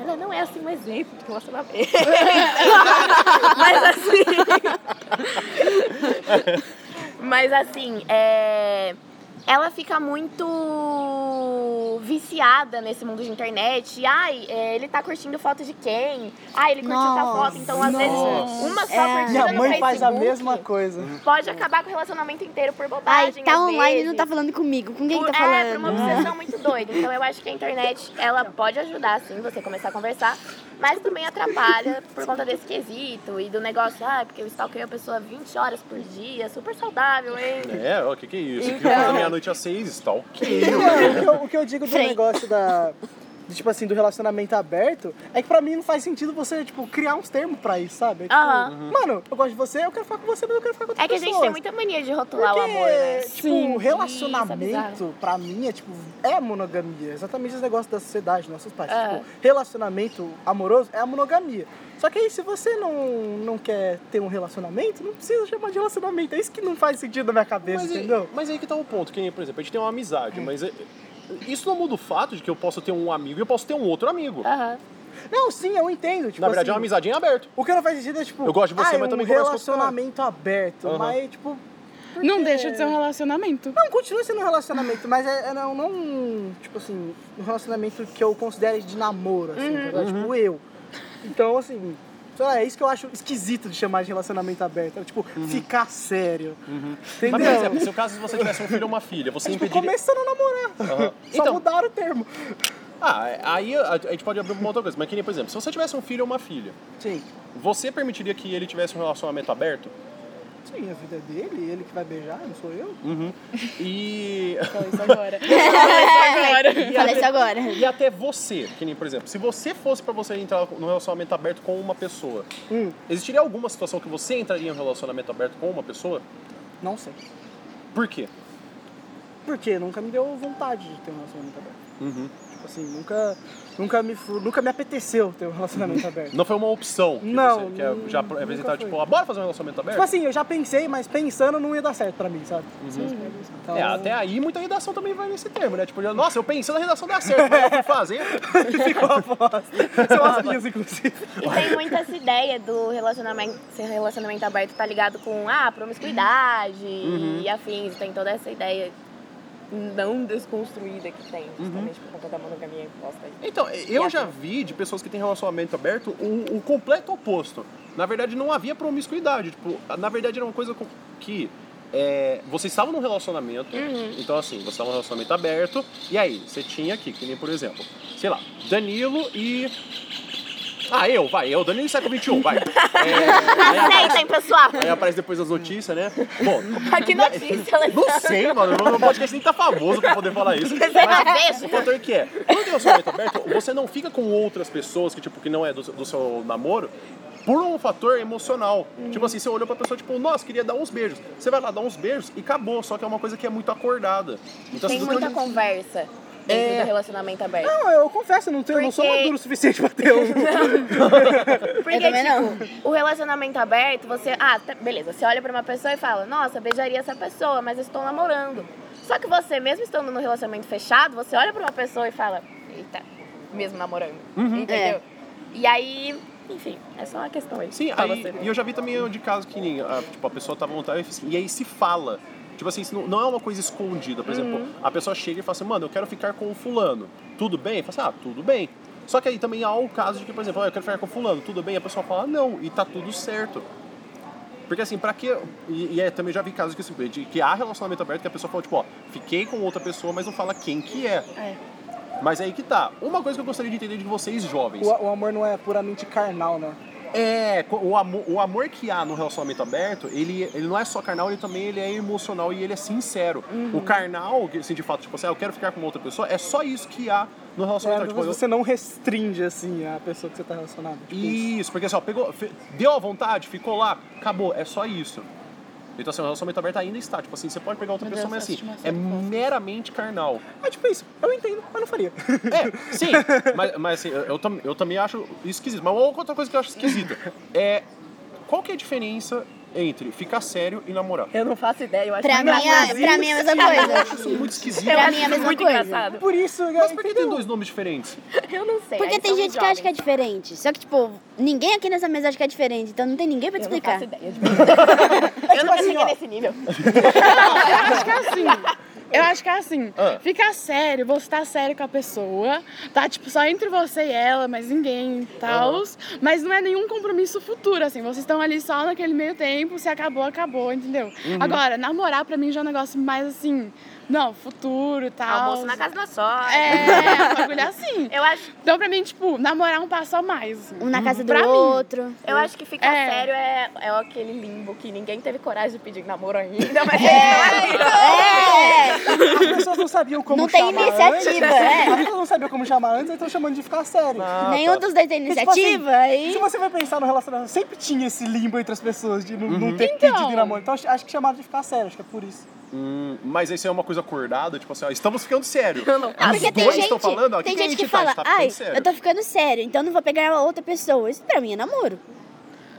[SPEAKER 3] ela não é assim um exemplo de relacionamento. Mas assim, mas assim, é... ela fica muito viciada nesse mundo de internet. Ai, é, ele tá curtindo foto de quem? Ai, ele curtiu tal
[SPEAKER 4] Nossa.
[SPEAKER 3] foto. Então, às vezes, uma só
[SPEAKER 4] É.
[SPEAKER 3] curtida
[SPEAKER 5] Minha
[SPEAKER 3] no
[SPEAKER 5] mãe faz a
[SPEAKER 3] Facebook
[SPEAKER 5] mesma coisa.
[SPEAKER 3] Pode acabar com o relacionamento inteiro por
[SPEAKER 4] Ai,
[SPEAKER 3] bobagem.
[SPEAKER 4] tá
[SPEAKER 3] às
[SPEAKER 4] online e não
[SPEAKER 3] vezes.
[SPEAKER 4] tá falando comigo. Com quem que
[SPEAKER 3] Por-
[SPEAKER 4] tá
[SPEAKER 3] É, por uma
[SPEAKER 4] falando?
[SPEAKER 3] obsessão muito doida. Então eu acho que a internet, ela pode ajudar, sim, você começar a conversar, mas também atrapalha por conta desse quesito e do negócio, ah, porque eu stalkeio a pessoa 20 horas por dia, super saudável, hein?
[SPEAKER 1] É, ó, que que é isso?
[SPEAKER 5] Então.
[SPEAKER 1] Que eu faço meia-noite às seis tá e tal. é.
[SPEAKER 5] Não, o que eu- o que eu digo do
[SPEAKER 4] Frei.
[SPEAKER 5] negócio da. do, tipo assim, do relacionamento aberto, é que pra mim não faz sentido você, tipo, criar uns termos pra isso, sabe? É, tipo,
[SPEAKER 3] Aham.
[SPEAKER 1] Uhum.
[SPEAKER 5] Mano, eu gosto de você, eu quero ficar com você, mas eu quero ficar com outras
[SPEAKER 3] É que a gente
[SPEAKER 5] pessoas.
[SPEAKER 3] tem muita mania de rotular
[SPEAKER 5] Porque,
[SPEAKER 3] o amor, né?
[SPEAKER 5] tipo,
[SPEAKER 3] isso
[SPEAKER 5] relacionamento, pra mim, é tipo, é monogamia. Exatamente esse negócio da sociedade, nossos pais.
[SPEAKER 3] É.
[SPEAKER 5] Tipo, relacionamento amoroso é a monogamia. Só que aí, se você não, não quer ter um relacionamento, não precisa chamar de relacionamento. É isso que não faz sentido na minha cabeça,
[SPEAKER 1] Mas,
[SPEAKER 5] entendeu?
[SPEAKER 1] é, mas aí que tá o ponto, que, por exemplo, a gente tem uma amizade, mas é- isso não muda o fato de que eu posso ter um amigo e eu posso ter um outro amigo.
[SPEAKER 3] Aham.
[SPEAKER 5] Não, sim, eu entendo. Ah, Tipo,
[SPEAKER 1] Na verdade, é uma
[SPEAKER 5] assim,
[SPEAKER 1] amizade em aberto.
[SPEAKER 5] O que não faz sentido é tipo.
[SPEAKER 1] Eu gosto de você,
[SPEAKER 5] ai,
[SPEAKER 1] mas também
[SPEAKER 5] um
[SPEAKER 1] converso com outro cara.
[SPEAKER 5] relacionamento aberto.
[SPEAKER 1] Aham.
[SPEAKER 5] Mas, tipo.
[SPEAKER 6] Não deixa de ser um relacionamento.
[SPEAKER 5] Não, continua sendo um relacionamento, mas é, é não, não. Tipo assim, um relacionamento que eu considere de namoro, assim, tá ligado? tipo eu. Então, assim. Sei lá, é isso que eu acho esquisito de chamar de relacionamento aberto. É, tipo, ficar sério.
[SPEAKER 1] Uhum. Mas, por
[SPEAKER 5] Entendeu?
[SPEAKER 1] exemplo, se o caso se você tivesse um filho ou uma filha, você
[SPEAKER 5] É, tipo,
[SPEAKER 1] impediria.
[SPEAKER 5] começando a namorar. Só
[SPEAKER 1] Então-
[SPEAKER 5] mudaram o termo.
[SPEAKER 1] Ah, é- aí a, a gente pode abrir pra uma outra coisa. Mas que nem, por exemplo, se você tivesse um filho ou uma filha,
[SPEAKER 5] Sim.
[SPEAKER 1] você permitiria que ele tivesse um relacionamento aberto?
[SPEAKER 5] Sim, a vida é dele, ele que vai beijar, não sou eu.
[SPEAKER 1] E.
[SPEAKER 6] Fala isso agora. Fala isso agora.
[SPEAKER 4] Fala isso agora.
[SPEAKER 1] E até você, que nem, por exemplo, se você fosse pra você entrar num relacionamento aberto com uma pessoa,
[SPEAKER 5] Hum.
[SPEAKER 1] existiria alguma situação que você entraria em um relacionamento aberto com uma pessoa?
[SPEAKER 5] Não sei.
[SPEAKER 1] Por quê?
[SPEAKER 5] Porque nunca me deu vontade de ter um relacionamento aberto.
[SPEAKER 1] Uhum.
[SPEAKER 5] Tipo assim, nunca, nunca, me, fu- nunca me apeteceu ter um relacionamento aberto.
[SPEAKER 1] Não foi uma opção que
[SPEAKER 5] Não,
[SPEAKER 1] você que é- já
[SPEAKER 5] nunca
[SPEAKER 1] apresentar,
[SPEAKER 5] foi.
[SPEAKER 1] tipo, ah, bora fazer um relacionamento aberto?
[SPEAKER 5] Tipo assim, eu já pensei, mas pensando não ia dar certo pra mim, sabe? Então,
[SPEAKER 1] É, até aí muita redação também vai nesse termo, né? Tipo, nossa, eu pensei na redação dá certo, mas eu fui fazer.
[SPEAKER 5] ficou a bosta. São as minhas, inclusive.
[SPEAKER 3] E tem muito essa ideia do relacionamento, ser relacionamento aberto tá ligado com ah, promiscuidade
[SPEAKER 5] Uhum.
[SPEAKER 3] e afins. Tem toda essa ideia não desconstruída que tem,
[SPEAKER 5] Uhum.
[SPEAKER 3] justamente por conta da monogamia imposta.
[SPEAKER 1] Então, eu já vi de pessoas que têm relacionamento aberto o, o completo oposto. Na verdade, não havia promiscuidade. Tipo, na verdade, era uma coisa com- que. É, você estava num relacionamento, então assim, você estava num relacionamento aberto, e aí, você tinha aqui, que nem por exemplo, sei lá, Danilo e. Ah, eu, vai, eu, Danilo e século XXI, vai. É, aí,
[SPEAKER 3] Aceitem, pessoal!
[SPEAKER 1] aí aparece depois as notícias, né? Bom,
[SPEAKER 3] Que notícia, Alessandra!
[SPEAKER 1] Não sei, mano. Meu podcast nem tá famoso pra poder falar isso.
[SPEAKER 3] Você não
[SPEAKER 1] Mas
[SPEAKER 3] vê?
[SPEAKER 1] o fator que é, quando tem o relacionamento aberto, você não fica com outras pessoas que, tipo, que não é do, do seu namoro por um fator emocional.
[SPEAKER 3] Hum.
[SPEAKER 1] Tipo assim, você olhou pra pessoa, tipo, nossa, queria dar uns beijos. Você vai lá dar uns beijos e acabou. Só que é uma coisa que é muito acordada. Então,
[SPEAKER 3] Tem
[SPEAKER 1] assim,
[SPEAKER 3] muita conversa dentro
[SPEAKER 1] É.
[SPEAKER 3] do relacionamento aberto.
[SPEAKER 5] Não, eu confesso, eu não, tenho, eu não sou
[SPEAKER 3] Porque-
[SPEAKER 5] maduro o suficiente pra ter um.
[SPEAKER 3] Porque,
[SPEAKER 4] Eu também
[SPEAKER 3] tipo, o relacionamento aberto, você. Ah, tá- beleza, você olha pra uma pessoa e fala, nossa, beijaria essa pessoa, mas eu estou namorando. Só que você, mesmo estando num relacionamento fechado, você olha pra uma pessoa e fala, eita, mesmo namorando. Entendeu?
[SPEAKER 4] É.
[SPEAKER 3] E aí, enfim, é só uma questão aí.
[SPEAKER 1] Sim,
[SPEAKER 3] pra
[SPEAKER 1] aí,
[SPEAKER 3] você.
[SPEAKER 1] e eu já vi também um de casos que nem, ah, tipo, a pessoa tá montada e fala assim, e aí se fala. Tipo assim, isso não, não é uma coisa escondida. Por exemplo,
[SPEAKER 3] Uhum.
[SPEAKER 1] a pessoa chega e fala assim, mano, eu quero ficar com o fulano. Tudo bem? Fala assim, ah, tudo bem. Só que aí também há o caso de que, por exemplo, ah, eu quero ficar com o fulano, tudo bem? A pessoa fala, não, e tá tudo certo. Porque assim, pra que. E, e é, também já vi casos que, assim, de que há relacionamento aberto que a pessoa fala, tipo, ó, fiquei com outra pessoa, mas não fala quem que é. Mas aí que tá. Uma coisa que eu gostaria de entender de vocês jovens.
[SPEAKER 5] O, o amor não é puramente carnal, né?
[SPEAKER 1] É, co- o amor, o amor que há no relacionamento aberto, ele, ele não é só carnal, ele também ele é emocional e ele é sincero.
[SPEAKER 6] Uhum.
[SPEAKER 1] O carnal, que, assim, de fato, tipo assim, ah, eu quero ficar com uma outra pessoa, é só isso que há no
[SPEAKER 5] É,
[SPEAKER 1] relacionamento
[SPEAKER 5] mas
[SPEAKER 1] aberto. Tipo, eu-
[SPEAKER 5] você não restringe, assim, a pessoa que você tá relacionado. Tipo,
[SPEAKER 1] Isso, porque assim, ó, pegou, fe- deu à vontade, ficou lá, acabou, é só isso. Então assim, o relacionamento aberto ainda está, tipo assim, você pode pegar outra
[SPEAKER 6] Meu
[SPEAKER 1] pessoa, mas
[SPEAKER 6] Deus,
[SPEAKER 1] assim,
[SPEAKER 6] assisti uma
[SPEAKER 1] é
[SPEAKER 6] série bosta.
[SPEAKER 1] meramente carnal.
[SPEAKER 5] É tipo isso, eu entendo, mas não faria.
[SPEAKER 1] É, sim, mas, mas assim, eu, eu, tam- eu também acho esquisito. Mas uma outra coisa que eu acho esquisita é qual que é a diferença entre ficar sério e namorar?
[SPEAKER 3] Eu não faço ideia, eu acho
[SPEAKER 4] Pra mim, é,
[SPEAKER 3] engraçado.
[SPEAKER 4] pra mim é a mesma coisa.
[SPEAKER 1] Isso é muito esquisito.
[SPEAKER 4] pra
[SPEAKER 3] Eu acho
[SPEAKER 4] mim é a
[SPEAKER 3] isso
[SPEAKER 4] mesma
[SPEAKER 3] muito
[SPEAKER 4] coisa.
[SPEAKER 3] engraçado.
[SPEAKER 5] Por isso,
[SPEAKER 1] Mas por que tem dois nomes diferentes?
[SPEAKER 3] Eu não sei.
[SPEAKER 4] Porque
[SPEAKER 3] aí
[SPEAKER 4] tem
[SPEAKER 3] são
[SPEAKER 4] gente que acha que é
[SPEAKER 3] jovens.
[SPEAKER 4] diferente. Só que, tipo, ninguém aqui nessa mesa acha que é diferente. Então não tem ninguém pra te
[SPEAKER 3] Eu não faço
[SPEAKER 4] explicar.
[SPEAKER 3] ideia. eu nunca
[SPEAKER 5] assim,
[SPEAKER 3] cheguei
[SPEAKER 5] ó.
[SPEAKER 3] nesse nível.
[SPEAKER 6] Eu acho que é assim. Eu acho que é assim.
[SPEAKER 1] Ah.
[SPEAKER 6] Fica sério, você tá sério com a pessoa, tá tipo só entre você e ela, mas ninguém e tal. Mas não é nenhum compromisso futuro, assim. Vocês estão ali só naquele meio tempo, se acabou, acabou, entendeu? Agora, namorar pra mim já é um negócio mais assim. Não, futuro e tal.
[SPEAKER 3] Almoço na casa da sogra.
[SPEAKER 6] É, um bagulho assim.
[SPEAKER 3] Eu acho,
[SPEAKER 6] Então, pra mim, tipo, namorar é um passo a mais. assim.
[SPEAKER 3] Uhum.
[SPEAKER 4] Um na casa do
[SPEAKER 6] Pra mim.
[SPEAKER 4] outro.
[SPEAKER 3] eu acho que ficar
[SPEAKER 6] É.
[SPEAKER 3] sério é, é aquele limbo que ninguém teve coragem de pedir namoro ainda, mas é.
[SPEAKER 4] É!
[SPEAKER 5] As pessoas não sabiam como
[SPEAKER 4] Não tem
[SPEAKER 5] chamar
[SPEAKER 4] iniciativa,
[SPEAKER 5] antes.
[SPEAKER 4] é.
[SPEAKER 5] As pessoas não sabiam como chamar antes, aí estão chamando de ficar sério.
[SPEAKER 3] Ah, tá.
[SPEAKER 4] Nenhum dos dois tem
[SPEAKER 5] Porque, tipo assim,
[SPEAKER 4] iniciativa aí.
[SPEAKER 5] Se você vai pensar no relacionamento, sempre tinha esse limbo entre as pessoas de não,
[SPEAKER 1] Uhum.
[SPEAKER 5] não ter
[SPEAKER 6] Então.
[SPEAKER 5] pedido em namoro. Então acho acho que chamaram de ficar sério, acho que é por isso.
[SPEAKER 1] Hum, mas isso é uma coisa acordada, tipo assim, ó, estamos ficando sério. Os
[SPEAKER 4] Ah, Porque tem
[SPEAKER 1] dois
[SPEAKER 4] gente,
[SPEAKER 1] estão falando, ó, o
[SPEAKER 4] tem
[SPEAKER 1] que,
[SPEAKER 4] gente
[SPEAKER 1] que, a
[SPEAKER 4] que
[SPEAKER 1] gente tá? A gente tá
[SPEAKER 4] fala,
[SPEAKER 1] ficando
[SPEAKER 4] ai,
[SPEAKER 1] sério.
[SPEAKER 4] eu tô ficando sério, então não vou pegar uma outra pessoa. Isso pra mim é namoro.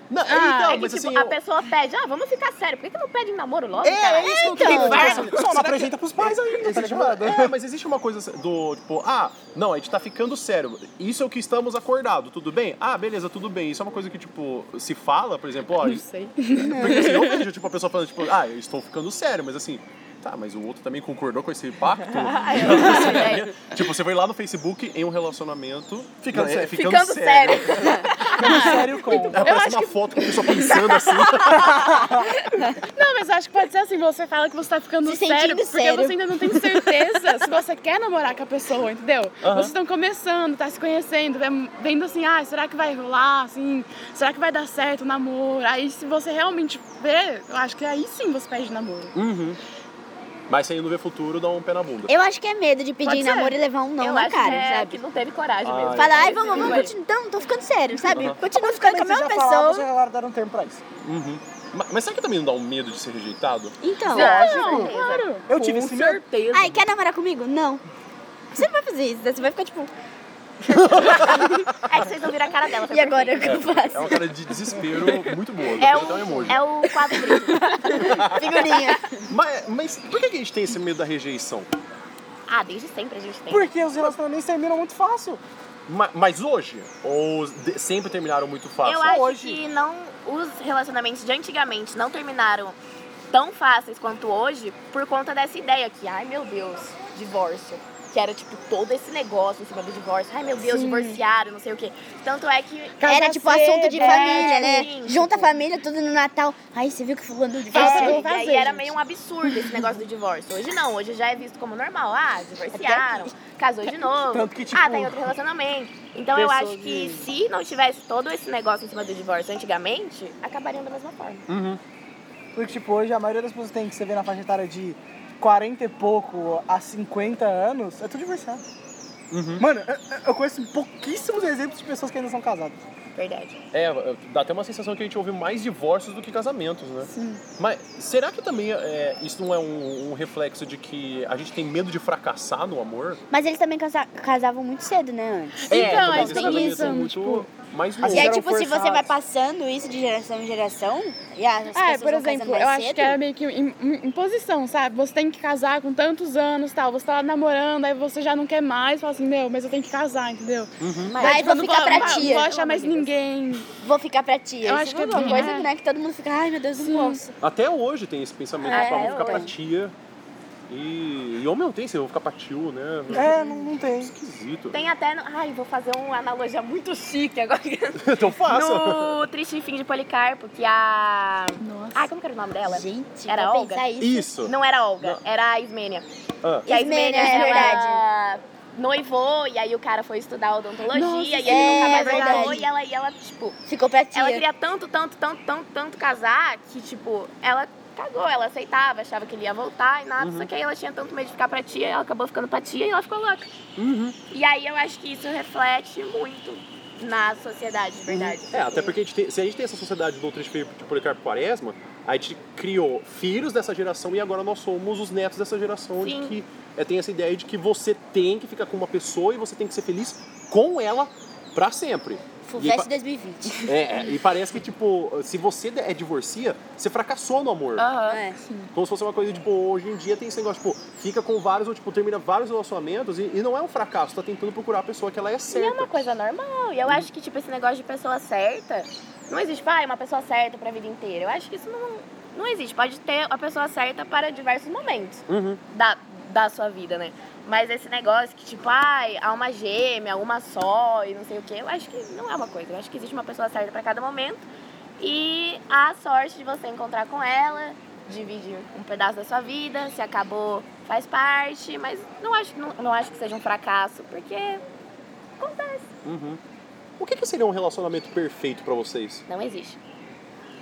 [SPEAKER 1] Não,
[SPEAKER 3] É
[SPEAKER 4] Ah,
[SPEAKER 1] então,
[SPEAKER 3] que,
[SPEAKER 1] mas
[SPEAKER 3] tipo,
[SPEAKER 1] assim,
[SPEAKER 3] a
[SPEAKER 1] eu-
[SPEAKER 3] pessoa pede, ah, vamos ficar sério, por que, que não pede namoro logo?
[SPEAKER 1] É,
[SPEAKER 3] cara?
[SPEAKER 1] é isso que eu
[SPEAKER 4] Então.
[SPEAKER 1] queria
[SPEAKER 4] Que
[SPEAKER 1] falar.
[SPEAKER 5] Só não apresenta pros pais ainda, tá
[SPEAKER 1] Existe uma-
[SPEAKER 5] ligado?
[SPEAKER 1] é, mas existe uma coisa do tipo, ah, não, a gente tá ficando sério. Isso é o que estamos acordados, tudo bem? Ah, beleza, tudo bem. Isso é uma coisa que, tipo, se fala, por exemplo, ó.
[SPEAKER 6] Não sei.
[SPEAKER 1] Porque assim, eu vejo, tipo, a pessoa falando, tipo, ah, eu estou ficando sério, mas assim, Tá, mas o outro também concordou com esse pacto?
[SPEAKER 3] É.
[SPEAKER 1] tipo, você foi lá no Facebook em um relacionamento.
[SPEAKER 5] Ficando
[SPEAKER 1] né,
[SPEAKER 5] sério.
[SPEAKER 1] Ficando,
[SPEAKER 3] Ficando sério.
[SPEAKER 5] Sério
[SPEAKER 4] Então,
[SPEAKER 5] como?
[SPEAKER 1] É, parece uma foto com a pessoa pensando assim.
[SPEAKER 6] Não, mas eu acho que pode ser assim, você fala que você tá ficando
[SPEAKER 4] Se
[SPEAKER 6] sério,
[SPEAKER 4] sentindo
[SPEAKER 6] porque
[SPEAKER 4] sério.
[SPEAKER 6] você ainda não tem certeza se você quer namorar com a pessoa, entendeu? Vocês estão começando, tá se conhecendo, vem- vendo assim, ah, será que vai rolar, assim, será que vai dar certo o namoro? Aí se você realmente vê, eu acho que aí sim você pede namoro.
[SPEAKER 4] Hum.
[SPEAKER 1] Uhum. Mas se ainda não vê futuro, dá um pé na bunda.
[SPEAKER 4] Eu acho que é medo de
[SPEAKER 6] Pode
[SPEAKER 4] pedir em
[SPEAKER 6] ser.
[SPEAKER 4] namoro e levar um não
[SPEAKER 3] eu
[SPEAKER 4] na
[SPEAKER 3] acho
[SPEAKER 4] cara,
[SPEAKER 3] que, é,
[SPEAKER 4] sabe?
[SPEAKER 3] que não teve coragem mesmo.
[SPEAKER 4] Fala, ai, vamos,
[SPEAKER 3] Esse
[SPEAKER 4] vamos
[SPEAKER 3] vai.
[SPEAKER 4] continuar. Então, tô ficando sério, sabe?
[SPEAKER 1] Aham.
[SPEAKER 4] Continua ficando com a
[SPEAKER 5] Você
[SPEAKER 4] mesma
[SPEAKER 5] já falava, você
[SPEAKER 4] pessoa.
[SPEAKER 5] já lá deram um termo pra isso.
[SPEAKER 1] Uhum. Mas, mas será que também não dá um medo de ser rejeitado?
[SPEAKER 4] Então.
[SPEAKER 3] Não, claro.
[SPEAKER 5] Eu tive
[SPEAKER 3] Com
[SPEAKER 5] esse medo.
[SPEAKER 3] certeza.
[SPEAKER 4] Ai, quer namorar comigo? Não. Você não vai fazer isso, né? você vai ficar tipo,
[SPEAKER 3] É que vocês não viram a cara dela. foi
[SPEAKER 4] e agora o
[SPEAKER 3] perfeito.
[SPEAKER 4] que eu faço?
[SPEAKER 1] É uma cara de desespero muito boa.
[SPEAKER 3] É
[SPEAKER 1] depois até um emoji.
[SPEAKER 3] o, é o quadrinho.
[SPEAKER 4] Figurinha.
[SPEAKER 1] Mas, mas por que que a gente tem esse medo da rejeição?
[SPEAKER 3] Ah, desde sempre a gente tem.
[SPEAKER 5] Porque os relacionamentos terminam muito fácil.
[SPEAKER 1] Ma- Mas hoje? Ou de- sempre terminaram muito fácil?
[SPEAKER 3] Eu acho
[SPEAKER 5] hoje.
[SPEAKER 3] que não, os relacionamentos de antigamente não terminaram tão fáceis quanto hoje por conta dessa ideia que, ai meu Deus, divórcio. Que era tipo todo esse negócio em cima do divórcio. Ai meu Deus, divorciaram, não sei o quê. Tanto é que.
[SPEAKER 4] Era tipo assunto de
[SPEAKER 3] cedo,
[SPEAKER 4] família,
[SPEAKER 3] é,
[SPEAKER 4] né?
[SPEAKER 3] sim,
[SPEAKER 4] Junta a
[SPEAKER 3] tipo-
[SPEAKER 4] família, tudo no Natal. Aí você viu que fulano de
[SPEAKER 6] Nossa,
[SPEAKER 3] É,
[SPEAKER 6] eu
[SPEAKER 4] fazer.
[SPEAKER 6] vou
[SPEAKER 3] e aí
[SPEAKER 6] fazer,
[SPEAKER 3] era
[SPEAKER 6] gente.
[SPEAKER 3] meio um absurdo esse negócio do divórcio. Hoje não, hoje já é visto como normal. Ah, divorciaram, casou de novo.
[SPEAKER 5] Tanto que, tipo,
[SPEAKER 3] ah, tá em outro relacionamento. Então eu
[SPEAKER 5] pessoas
[SPEAKER 3] acho que se não tivesse todo esse negócio em cima do divórcio antigamente, acabariam da mesma forma.
[SPEAKER 5] Hum. Porque, tipo, hoje a maioria das pessoas tem que você vê na faixa etária de 40 e pouco a 50 anos, é tudo divorciado.
[SPEAKER 1] Uhum.
[SPEAKER 5] Mano, eu- eu conheço pouquíssimos exemplos de pessoas que ainda são casadas.
[SPEAKER 3] Verdade.
[SPEAKER 1] É, dá até uma sensação que a gente ouve mais divórcios do que casamentos, né? Sim. Mas será que também é, isso não é um, um reflexo de que a gente tem medo de fracassar no amor?
[SPEAKER 4] Mas eles também casa- casavam muito cedo, né, antes.
[SPEAKER 6] Então,
[SPEAKER 1] é,
[SPEAKER 6] aí
[SPEAKER 1] talvez
[SPEAKER 6] tem
[SPEAKER 1] também
[SPEAKER 6] isso,
[SPEAKER 1] seja muito
[SPEAKER 6] tipo-
[SPEAKER 1] mais
[SPEAKER 5] Assim,
[SPEAKER 4] E aí,
[SPEAKER 5] eram
[SPEAKER 4] tipo, se você
[SPEAKER 5] forçados.
[SPEAKER 4] vai passando isso de geração em geração, e as pessoas
[SPEAKER 6] É, por
[SPEAKER 4] vão casando
[SPEAKER 6] exemplo,
[SPEAKER 4] mais
[SPEAKER 6] eu acho
[SPEAKER 4] cedo,
[SPEAKER 6] que era meio que im- im- imposição, sabe? Você tem que casar com tantos anos tal, você tá lá namorando, aí você já não quer mais, fala assim, meu, mas eu tenho que casar, entendeu?
[SPEAKER 4] Aí
[SPEAKER 6] tipo, eu
[SPEAKER 4] vou
[SPEAKER 6] não
[SPEAKER 4] ficar
[SPEAKER 6] não
[SPEAKER 4] pra
[SPEAKER 6] vou-
[SPEAKER 4] tia.
[SPEAKER 6] Não vou achar mais ninguém.
[SPEAKER 4] Vou ficar pra tia.
[SPEAKER 6] Eu
[SPEAKER 4] Isso
[SPEAKER 6] acho que
[SPEAKER 4] é
[SPEAKER 6] é
[SPEAKER 4] uma
[SPEAKER 6] bem,
[SPEAKER 4] coisa,
[SPEAKER 6] é.
[SPEAKER 4] né, que todo mundo fica, ai meu Deus, não posso.
[SPEAKER 1] Até hoje tem esse pensamento,
[SPEAKER 4] Ah,
[SPEAKER 1] tipo, ah,
[SPEAKER 4] é,
[SPEAKER 1] vou ficar pra
[SPEAKER 4] hoje.
[SPEAKER 1] tia. E, e homem não tem, se eu vou ficar pra tio, né?
[SPEAKER 5] É, não, não tem.
[SPEAKER 1] Esquisito.
[SPEAKER 3] Tem até. no- Ai, vou fazer uma analogia muito chique agora.
[SPEAKER 1] Então faça.
[SPEAKER 3] No Triste Fim de Policarpo, que a.
[SPEAKER 6] Nossa.
[SPEAKER 3] Ai, como que era o nome dela?
[SPEAKER 4] Gente,
[SPEAKER 3] Era
[SPEAKER 4] vou
[SPEAKER 3] Olga?
[SPEAKER 4] pensar isso.
[SPEAKER 1] Isso.
[SPEAKER 3] Não era a Olga, era a Ismênia.
[SPEAKER 1] Ah.
[SPEAKER 3] E a
[SPEAKER 4] Ismênia,
[SPEAKER 3] Ismênia,
[SPEAKER 4] é
[SPEAKER 3] ela noivou, e aí o cara foi estudar odontologia
[SPEAKER 6] Nossa,
[SPEAKER 3] e ele
[SPEAKER 4] é
[SPEAKER 3] nunca mais
[SPEAKER 4] verdade.
[SPEAKER 3] voltou. E ela, e ela, tipo,
[SPEAKER 4] Ficou pra tia.
[SPEAKER 3] ela queria tanto, tanto, tanto, tanto, tanto casar que, tipo, ela cagou, ela aceitava, achava que ele ia voltar e nada.
[SPEAKER 1] Uhum.
[SPEAKER 3] Só que aí ela tinha tanto medo de ficar pra tia, ela acabou ficando pra tia e ela ficou louca.
[SPEAKER 1] Uhum.
[SPEAKER 3] E aí eu acho que isso reflete muito na sociedade, de verdade.
[SPEAKER 1] É, até porque a gente tem- se a gente tem essa sociedade do Triste de Policarpo Quaresma, a gente criou filhos dessa geração e agora nós somos os netos dessa geração de
[SPEAKER 3] Sim.
[SPEAKER 1] que é, tem essa ideia de que você tem que ficar com uma pessoa e você tem que ser feliz com ela pra sempre. E
[SPEAKER 4] Fulvestre
[SPEAKER 1] pa-
[SPEAKER 4] 2020.
[SPEAKER 1] É, é, e parece que, tipo, se você é divorcia, você fracassou no amor.
[SPEAKER 3] Aham.
[SPEAKER 4] É.
[SPEAKER 1] Como se fosse uma coisa, tipo, hoje em dia tem esse negócio, tipo, fica com vários, ou tipo, termina vários relacionamentos e, e não é um fracasso, tá tentando procurar a pessoa que ela é
[SPEAKER 3] E é
[SPEAKER 1] certa.
[SPEAKER 3] uma coisa normal. E eu acho que, tipo, esse negócio de pessoa certa, não existe, tipo, ah, é uma pessoa certa pra vida inteira. Eu acho que isso não, não existe. Pode ter a pessoa certa para diversos momentos
[SPEAKER 1] Uhum.
[SPEAKER 3] da, da sua vida, né? Mas esse negócio que, tipo, ai, há uma gêmea, uma só e não sei o quê, eu acho que não é uma coisa. Eu acho que existe uma pessoa certa pra cada momento. E há a sorte de você encontrar com ela, dividir um pedaço da sua vida, se acabou, faz parte, mas não acho, não, não acho que seja um fracasso, porque
[SPEAKER 1] Uhum. O que, que seria um relacionamento perfeito pra vocês?
[SPEAKER 3] não existe.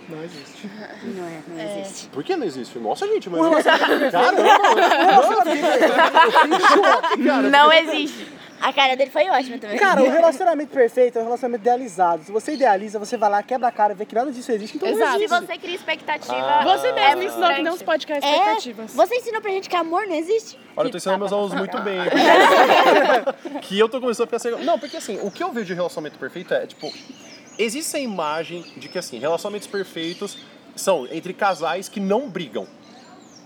[SPEAKER 5] Não existe.
[SPEAKER 4] Não é, não existe.
[SPEAKER 1] Por que não existe? Nossa, gente, mas. Caramba! Não, tá cara.
[SPEAKER 3] Não existe.
[SPEAKER 4] A cara dele foi ótima também.
[SPEAKER 5] Cara, o relacionamento perfeito é um relacionamento idealizado. Se você idealiza, você vai lá, quebra a cara, vê que nada disso existe, então
[SPEAKER 6] Exato.
[SPEAKER 5] não
[SPEAKER 3] Se
[SPEAKER 5] existe.
[SPEAKER 3] você cria expectativa.
[SPEAKER 1] Ah.
[SPEAKER 6] Você mesmo
[SPEAKER 3] é
[SPEAKER 6] ensinou que não se
[SPEAKER 3] frustrante.
[SPEAKER 6] pode criar
[SPEAKER 4] É,
[SPEAKER 6] expectativas.
[SPEAKER 4] Você ensinou pra gente que amor não existe?
[SPEAKER 1] Olha, eu tô ensinando meus alunos muito bem. que eu tô começando a ficar sem. Não, porque assim, o que eu vejo de relacionamento perfeito é, tipo, existe a imagem de que, assim, relacionamentos perfeitos são entre casais que não brigam.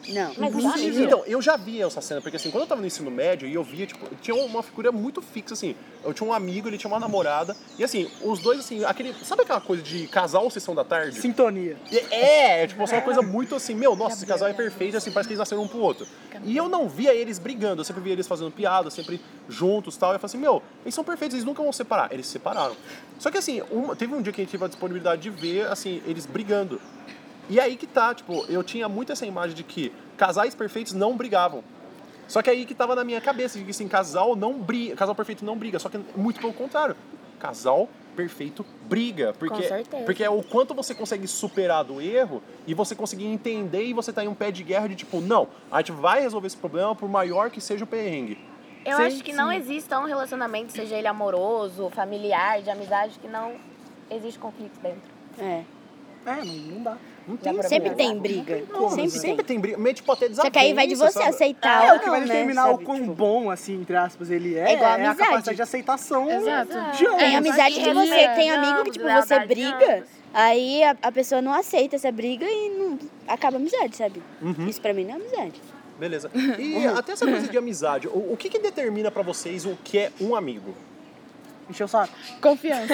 [SPEAKER 4] Não.
[SPEAKER 3] Mas
[SPEAKER 1] Mentira. Então, eu já via essa cena, porque assim, quando eu tava no ensino médio e eu via, tipo, tinha uma figura muito fixa, assim. Eu tinha um amigo, ele tinha uma namorada, e assim, os dois, assim, aquele. Sabe aquela coisa de casal sessão da tarde?
[SPEAKER 5] Sintonia.
[SPEAKER 1] E- É, é, tipo, é uma coisa muito assim, meu, nossa, esse casal é perfeito, assim, parece que eles nasceram um pro outro. E eu não via eles brigando, eu sempre via eles fazendo piada, sempre juntos e tal. E eu falei assim, meu, eles são perfeitos, eles nunca vão se separar. Eles se separaram. Só que assim, uma- teve um dia que a gente teve a disponibilidade de ver, assim, eles brigando. E aí que tá, tipo, eu tinha muito essa imagem de que casais perfeitos não brigavam. Só que aí que tava na minha cabeça, de que assim, casal não briga, casal perfeito não briga, só que muito pelo contrário. Casal perfeito briga, porque
[SPEAKER 3] certeza.
[SPEAKER 1] porque é o quanto você consegue superar do erro e você conseguir entender e você tá em um pé de guerra de tipo, não, a gente vai resolver esse problema por maior que seja o perrengue.
[SPEAKER 3] Eu
[SPEAKER 6] Sim,
[SPEAKER 3] acho que não existe um relacionamento, seja ele amoroso, familiar, de amizade, que não existe conflito dentro.
[SPEAKER 4] É.
[SPEAKER 5] É, não, não dá.
[SPEAKER 1] Não tem
[SPEAKER 3] pra
[SPEAKER 4] Sempre
[SPEAKER 3] Não,
[SPEAKER 4] tem briga.
[SPEAKER 1] como,
[SPEAKER 4] sempre
[SPEAKER 1] sempre,
[SPEAKER 4] tem.
[SPEAKER 1] tem briga, meio tipo até
[SPEAKER 4] Só
[SPEAKER 1] desavença.
[SPEAKER 4] que aí vai de você
[SPEAKER 1] sabe?
[SPEAKER 4] aceitar
[SPEAKER 5] assim? É
[SPEAKER 4] ou
[SPEAKER 5] o que vai
[SPEAKER 4] não, né?
[SPEAKER 5] determinar
[SPEAKER 4] sabe?
[SPEAKER 5] o quão
[SPEAKER 4] Tipo,
[SPEAKER 5] bom, assim, entre aspas, ele é.
[SPEAKER 4] É igual a
[SPEAKER 5] a
[SPEAKER 4] amizade.
[SPEAKER 5] capacidade de aceitação.
[SPEAKER 6] Exato.
[SPEAKER 5] De ambos.
[SPEAKER 4] Tem
[SPEAKER 6] É,
[SPEAKER 4] amizade
[SPEAKER 6] só
[SPEAKER 4] que
[SPEAKER 6] que
[SPEAKER 4] você
[SPEAKER 6] religião,
[SPEAKER 4] tem amigo que tipo, você
[SPEAKER 3] lealdade
[SPEAKER 4] briga,
[SPEAKER 3] ambos.
[SPEAKER 4] aí a, a pessoa não aceita essa briga e não acaba a amizade, sabe? Isso pra mim não é amizade.
[SPEAKER 1] Beleza. E até essa coisa de amizade, o, o que que determina pra vocês o que é um amigo?
[SPEAKER 5] Encheu o saco.
[SPEAKER 6] Confiança.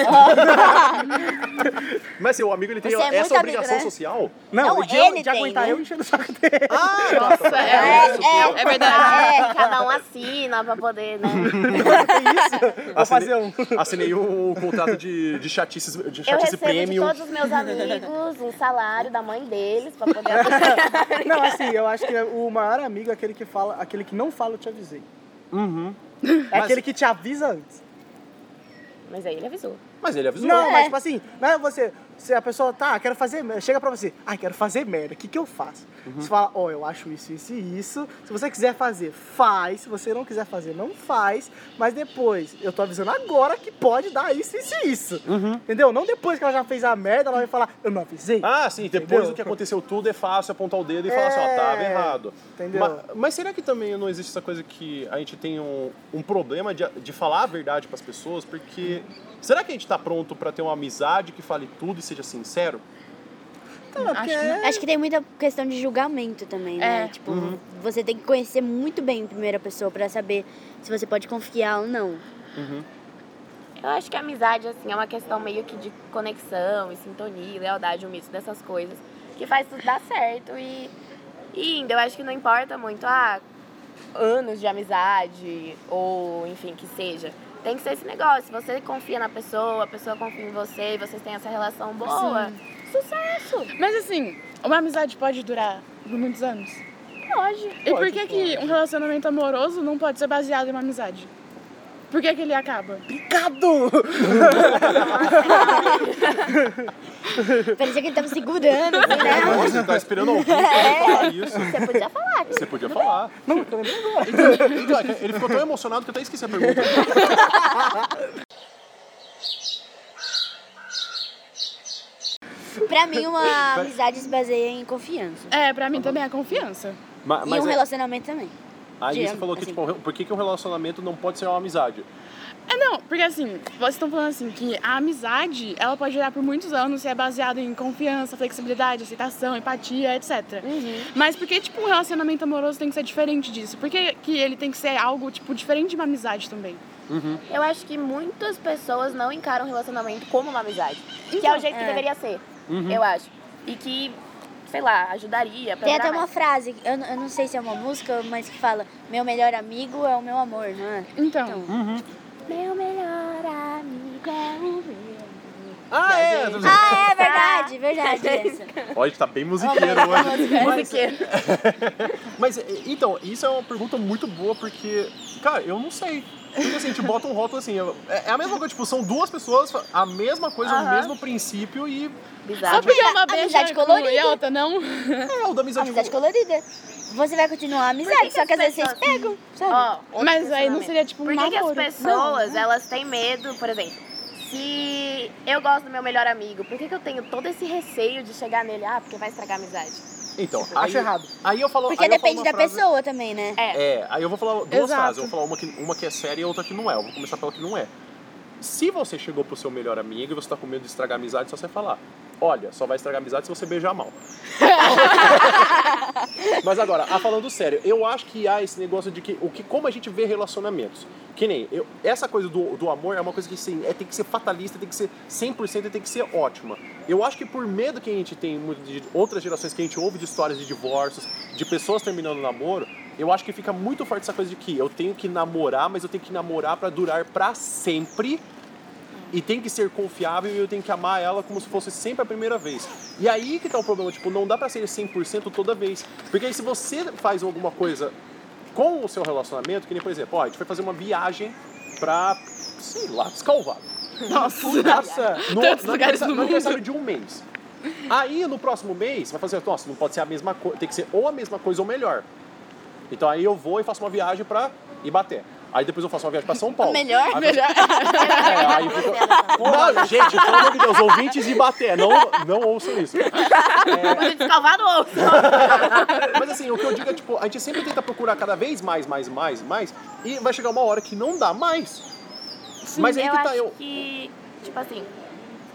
[SPEAKER 1] Mas assim, o amigo ele tem
[SPEAKER 4] Você é muito
[SPEAKER 1] essa
[SPEAKER 4] amigo,
[SPEAKER 1] obrigação
[SPEAKER 4] né?
[SPEAKER 1] social?
[SPEAKER 5] Não,
[SPEAKER 4] Não,
[SPEAKER 5] de,
[SPEAKER 4] ele
[SPEAKER 5] de
[SPEAKER 4] tem,
[SPEAKER 5] aguentar
[SPEAKER 4] né?
[SPEAKER 5] eu enchendo o saco dele.
[SPEAKER 1] Ah, nossa,
[SPEAKER 6] É, é,
[SPEAKER 4] é,
[SPEAKER 6] é verdade.
[SPEAKER 3] Ah, Cada um assina pra poder, né?
[SPEAKER 4] é.
[SPEAKER 5] Vou fazer um.
[SPEAKER 1] Assinei um contrato de, de chatices, de
[SPEAKER 3] Eu
[SPEAKER 1] chatice
[SPEAKER 3] recebo de
[SPEAKER 1] premium.
[SPEAKER 3] todos os meus amigos um salário da mãe deles pra poder aposentar.
[SPEAKER 5] Não, assim, eu acho que o maior amigo é aquele que fala, aquele que não fala, eu te avisei. É aquele que te avisa antes.
[SPEAKER 3] Mas aí ele avisou.
[SPEAKER 1] Mas ele avisou.
[SPEAKER 5] Não, mas tipo assim, não é você. Se a pessoa tá, quero fazer merda, chega pra você, ai, quero fazer merda, o que, que eu faço? Você fala, ó, eu acho isso, isso e isso. Se você quiser fazer, faz. Se você não quiser fazer, não faz. Mas depois, eu tô avisando agora que pode dar isso, isso e isso. Entendeu? Não depois que ela já fez a merda, ela vai falar, eu não avisei.
[SPEAKER 1] Ah, sim, depois
[SPEAKER 5] Entendeu?
[SPEAKER 1] do que aconteceu tudo é fácil apontar o dedo e falar assim, ó,
[SPEAKER 5] É,
[SPEAKER 1] tava errado.
[SPEAKER 5] entendeu?
[SPEAKER 1] Ma- Mas, será que também não existe essa coisa que a gente tem um, um problema de, de falar a verdade pras pessoas? Porque será que a gente tá pronto pra ter uma amizade que fale tudo e seja sincero?
[SPEAKER 5] Não, é
[SPEAKER 6] acho
[SPEAKER 5] porque
[SPEAKER 6] que não.
[SPEAKER 4] Acho que tem muita questão de julgamento também, né?
[SPEAKER 6] É.
[SPEAKER 4] Tipo, você tem que conhecer muito bem a primeira pessoa pra saber se você pode confiar ou não.
[SPEAKER 3] Eu acho que a amizade, assim, é uma questão meio que de conexão e sintonia, e lealdade, um misto dessas coisas, que faz tudo dar certo. E, e ainda, eu acho que não importa muito, ah, anos de amizade, ou enfim, que seja. Tem que ser esse negócio, você confia na pessoa, a pessoa confia em você, e vocês têm essa relação boa. Sucesso!
[SPEAKER 6] Mas assim, uma amizade pode durar por muitos anos.
[SPEAKER 3] Pode.
[SPEAKER 6] E por que, que um relacionamento amoroso não pode ser baseado em uma amizade? Por que, que ele acaba?
[SPEAKER 5] Picado!
[SPEAKER 4] Parecia que ele tava segurando, assim, né?
[SPEAKER 1] Você tá esperando alguém pra falar isso.
[SPEAKER 3] É, Você podia falar.
[SPEAKER 1] Você podia falar.
[SPEAKER 5] Não, tô lembrando agora.
[SPEAKER 1] Então, é que ele ficou tão emocionado que eu até esqueci a pergunta.
[SPEAKER 4] Pra mim, uma amizade se baseia em confiança.
[SPEAKER 6] É, pra mim também é a confiança.
[SPEAKER 1] Ma-
[SPEAKER 4] e um
[SPEAKER 1] é-
[SPEAKER 4] relacionamento também.
[SPEAKER 1] aí você
[SPEAKER 4] Diego,
[SPEAKER 1] falou que,
[SPEAKER 4] assim.
[SPEAKER 1] tipo, por que, que um relacionamento não pode ser uma amizade?
[SPEAKER 6] É não, porque assim, vocês estão falando assim que a amizade, ela pode durar por muitos anos e é baseada em confiança, flexibilidade, aceitação, empatia, etc.
[SPEAKER 3] Uhum.
[SPEAKER 6] Mas por que, tipo, um relacionamento amoroso tem que ser diferente disso? Por que, que ele tem que ser algo, tipo, diferente de uma amizade também?
[SPEAKER 3] Eu acho que muitas pessoas não encaram o relacionamento como uma amizade. que é o jeito que
[SPEAKER 4] é.
[SPEAKER 3] deveria ser, eu acho. E que, sei lá, ajudaria pra
[SPEAKER 4] Tem
[SPEAKER 3] virar
[SPEAKER 4] até uma
[SPEAKER 3] mais.
[SPEAKER 4] frase, eu, não- eu não sei se é uma música, mas que fala: Meu melhor amigo é o meu amor, não é?
[SPEAKER 6] Então,
[SPEAKER 4] Meu melhor amigo é o meu.
[SPEAKER 1] Ah, é!
[SPEAKER 4] Ah, é verdade, verdade. essa.
[SPEAKER 1] Ó, a gente tá bem musiqueiro hoje. Mas-
[SPEAKER 3] Porque
[SPEAKER 1] Mas, então, isso é uma pergunta muito boa, porque, cara, eu não sei. Porque assim, a gente bota um rótulo assim, é é a mesma coisa, tipo, são duas pessoas, a mesma coisa, o
[SPEAKER 3] Aham.
[SPEAKER 1] mesmo princípio e.
[SPEAKER 6] só
[SPEAKER 3] Bizarro.
[SPEAKER 6] porque uma beija
[SPEAKER 4] amizade
[SPEAKER 6] é crua e a outra não.
[SPEAKER 1] É, o da amizade.
[SPEAKER 4] Amizade
[SPEAKER 1] tipo,
[SPEAKER 4] colorida. Você vai continuar a amizade,
[SPEAKER 3] que
[SPEAKER 4] só que,
[SPEAKER 3] as
[SPEAKER 4] às vezes um, vocês
[SPEAKER 3] pessoas-
[SPEAKER 4] pegam, sabe?
[SPEAKER 3] Ó, outro
[SPEAKER 6] Mas aí não
[SPEAKER 3] questionamento.
[SPEAKER 6] seria, tipo, um
[SPEAKER 3] Por que, que as
[SPEAKER 6] namoro.
[SPEAKER 3] pessoas, elas têm medo, por exemplo, se eu gosto do meu melhor amigo, por que, que eu tenho todo esse receio de chegar nele? Ah, porque vai estragar a amizade.
[SPEAKER 1] então, aí,
[SPEAKER 5] Acho errado.
[SPEAKER 1] Aí eu falo.
[SPEAKER 4] Porque
[SPEAKER 1] aí eu falo
[SPEAKER 4] depende
[SPEAKER 1] uma
[SPEAKER 4] da
[SPEAKER 1] frase-
[SPEAKER 4] pessoa também, né?
[SPEAKER 1] É, aí eu vou falar duas
[SPEAKER 6] Exato.
[SPEAKER 1] frases. Eu vou falar uma que, uma que é séria e outra que não é. Eu vou começar pela que não é. Se você chegou pro seu melhor amigo e você tá com medo de estragar a amizade, é só você falar. Olha, só vai estragar a amizade se você beijar mal. Mas agora, ah, falando sério, eu acho que há esse negócio de que, o que como a gente vê relacionamentos. Que nem, eu- essa coisa do, do amor é uma coisa que sim, é, tem que ser fatalista, tem que ser 100% e tem que ser ótima. Eu acho que por medo que a gente tem, muito de outras gerações que a gente ouve de histórias de divórcios, de pessoas terminando o namoro, eu acho que fica muito forte essa coisa de que eu tenho que namorar, mas eu tenho que namorar pra durar pra sempre e tem que ser confiável e eu tenho que amar ela como se fosse sempre a primeira vez. E aí que tá o problema, tipo, não dá pra ser 100% toda vez. Porque aí se você faz alguma coisa com o seu relacionamento, que nem, por exemplo, ó, a gente foi fazer uma viagem pra, sei lá, Piscalvado. Nossa, no,
[SPEAKER 6] Tantos
[SPEAKER 1] no
[SPEAKER 6] lugares
[SPEAKER 1] aniversário-
[SPEAKER 6] do
[SPEAKER 1] no
[SPEAKER 6] mundo.
[SPEAKER 1] aniversário de um mês. Aí no próximo mês, vai fazer, nossa, não pode ser a mesma coisa, tem que ser ou a mesma coisa ou melhor. Então aí eu vou e faço uma viagem pra Ibaté. Aí depois eu faço uma viagem pra São Paulo.
[SPEAKER 4] Melhor?
[SPEAKER 1] Aí eu faço- é, aí fica... Não, gente, pelo amor de Deus, ouvintes de bater, não, não ouçam isso. é.
[SPEAKER 3] Quando descalvar, não ouço.
[SPEAKER 1] Mas assim, o que eu digo é, tipo, a gente sempre tenta procurar cada vez mais, mais, mais, mais, e vai chegar uma hora que não dá mais. Mas aí
[SPEAKER 3] eu
[SPEAKER 1] que tá,
[SPEAKER 3] acho
[SPEAKER 1] eu...
[SPEAKER 3] que, tipo assim,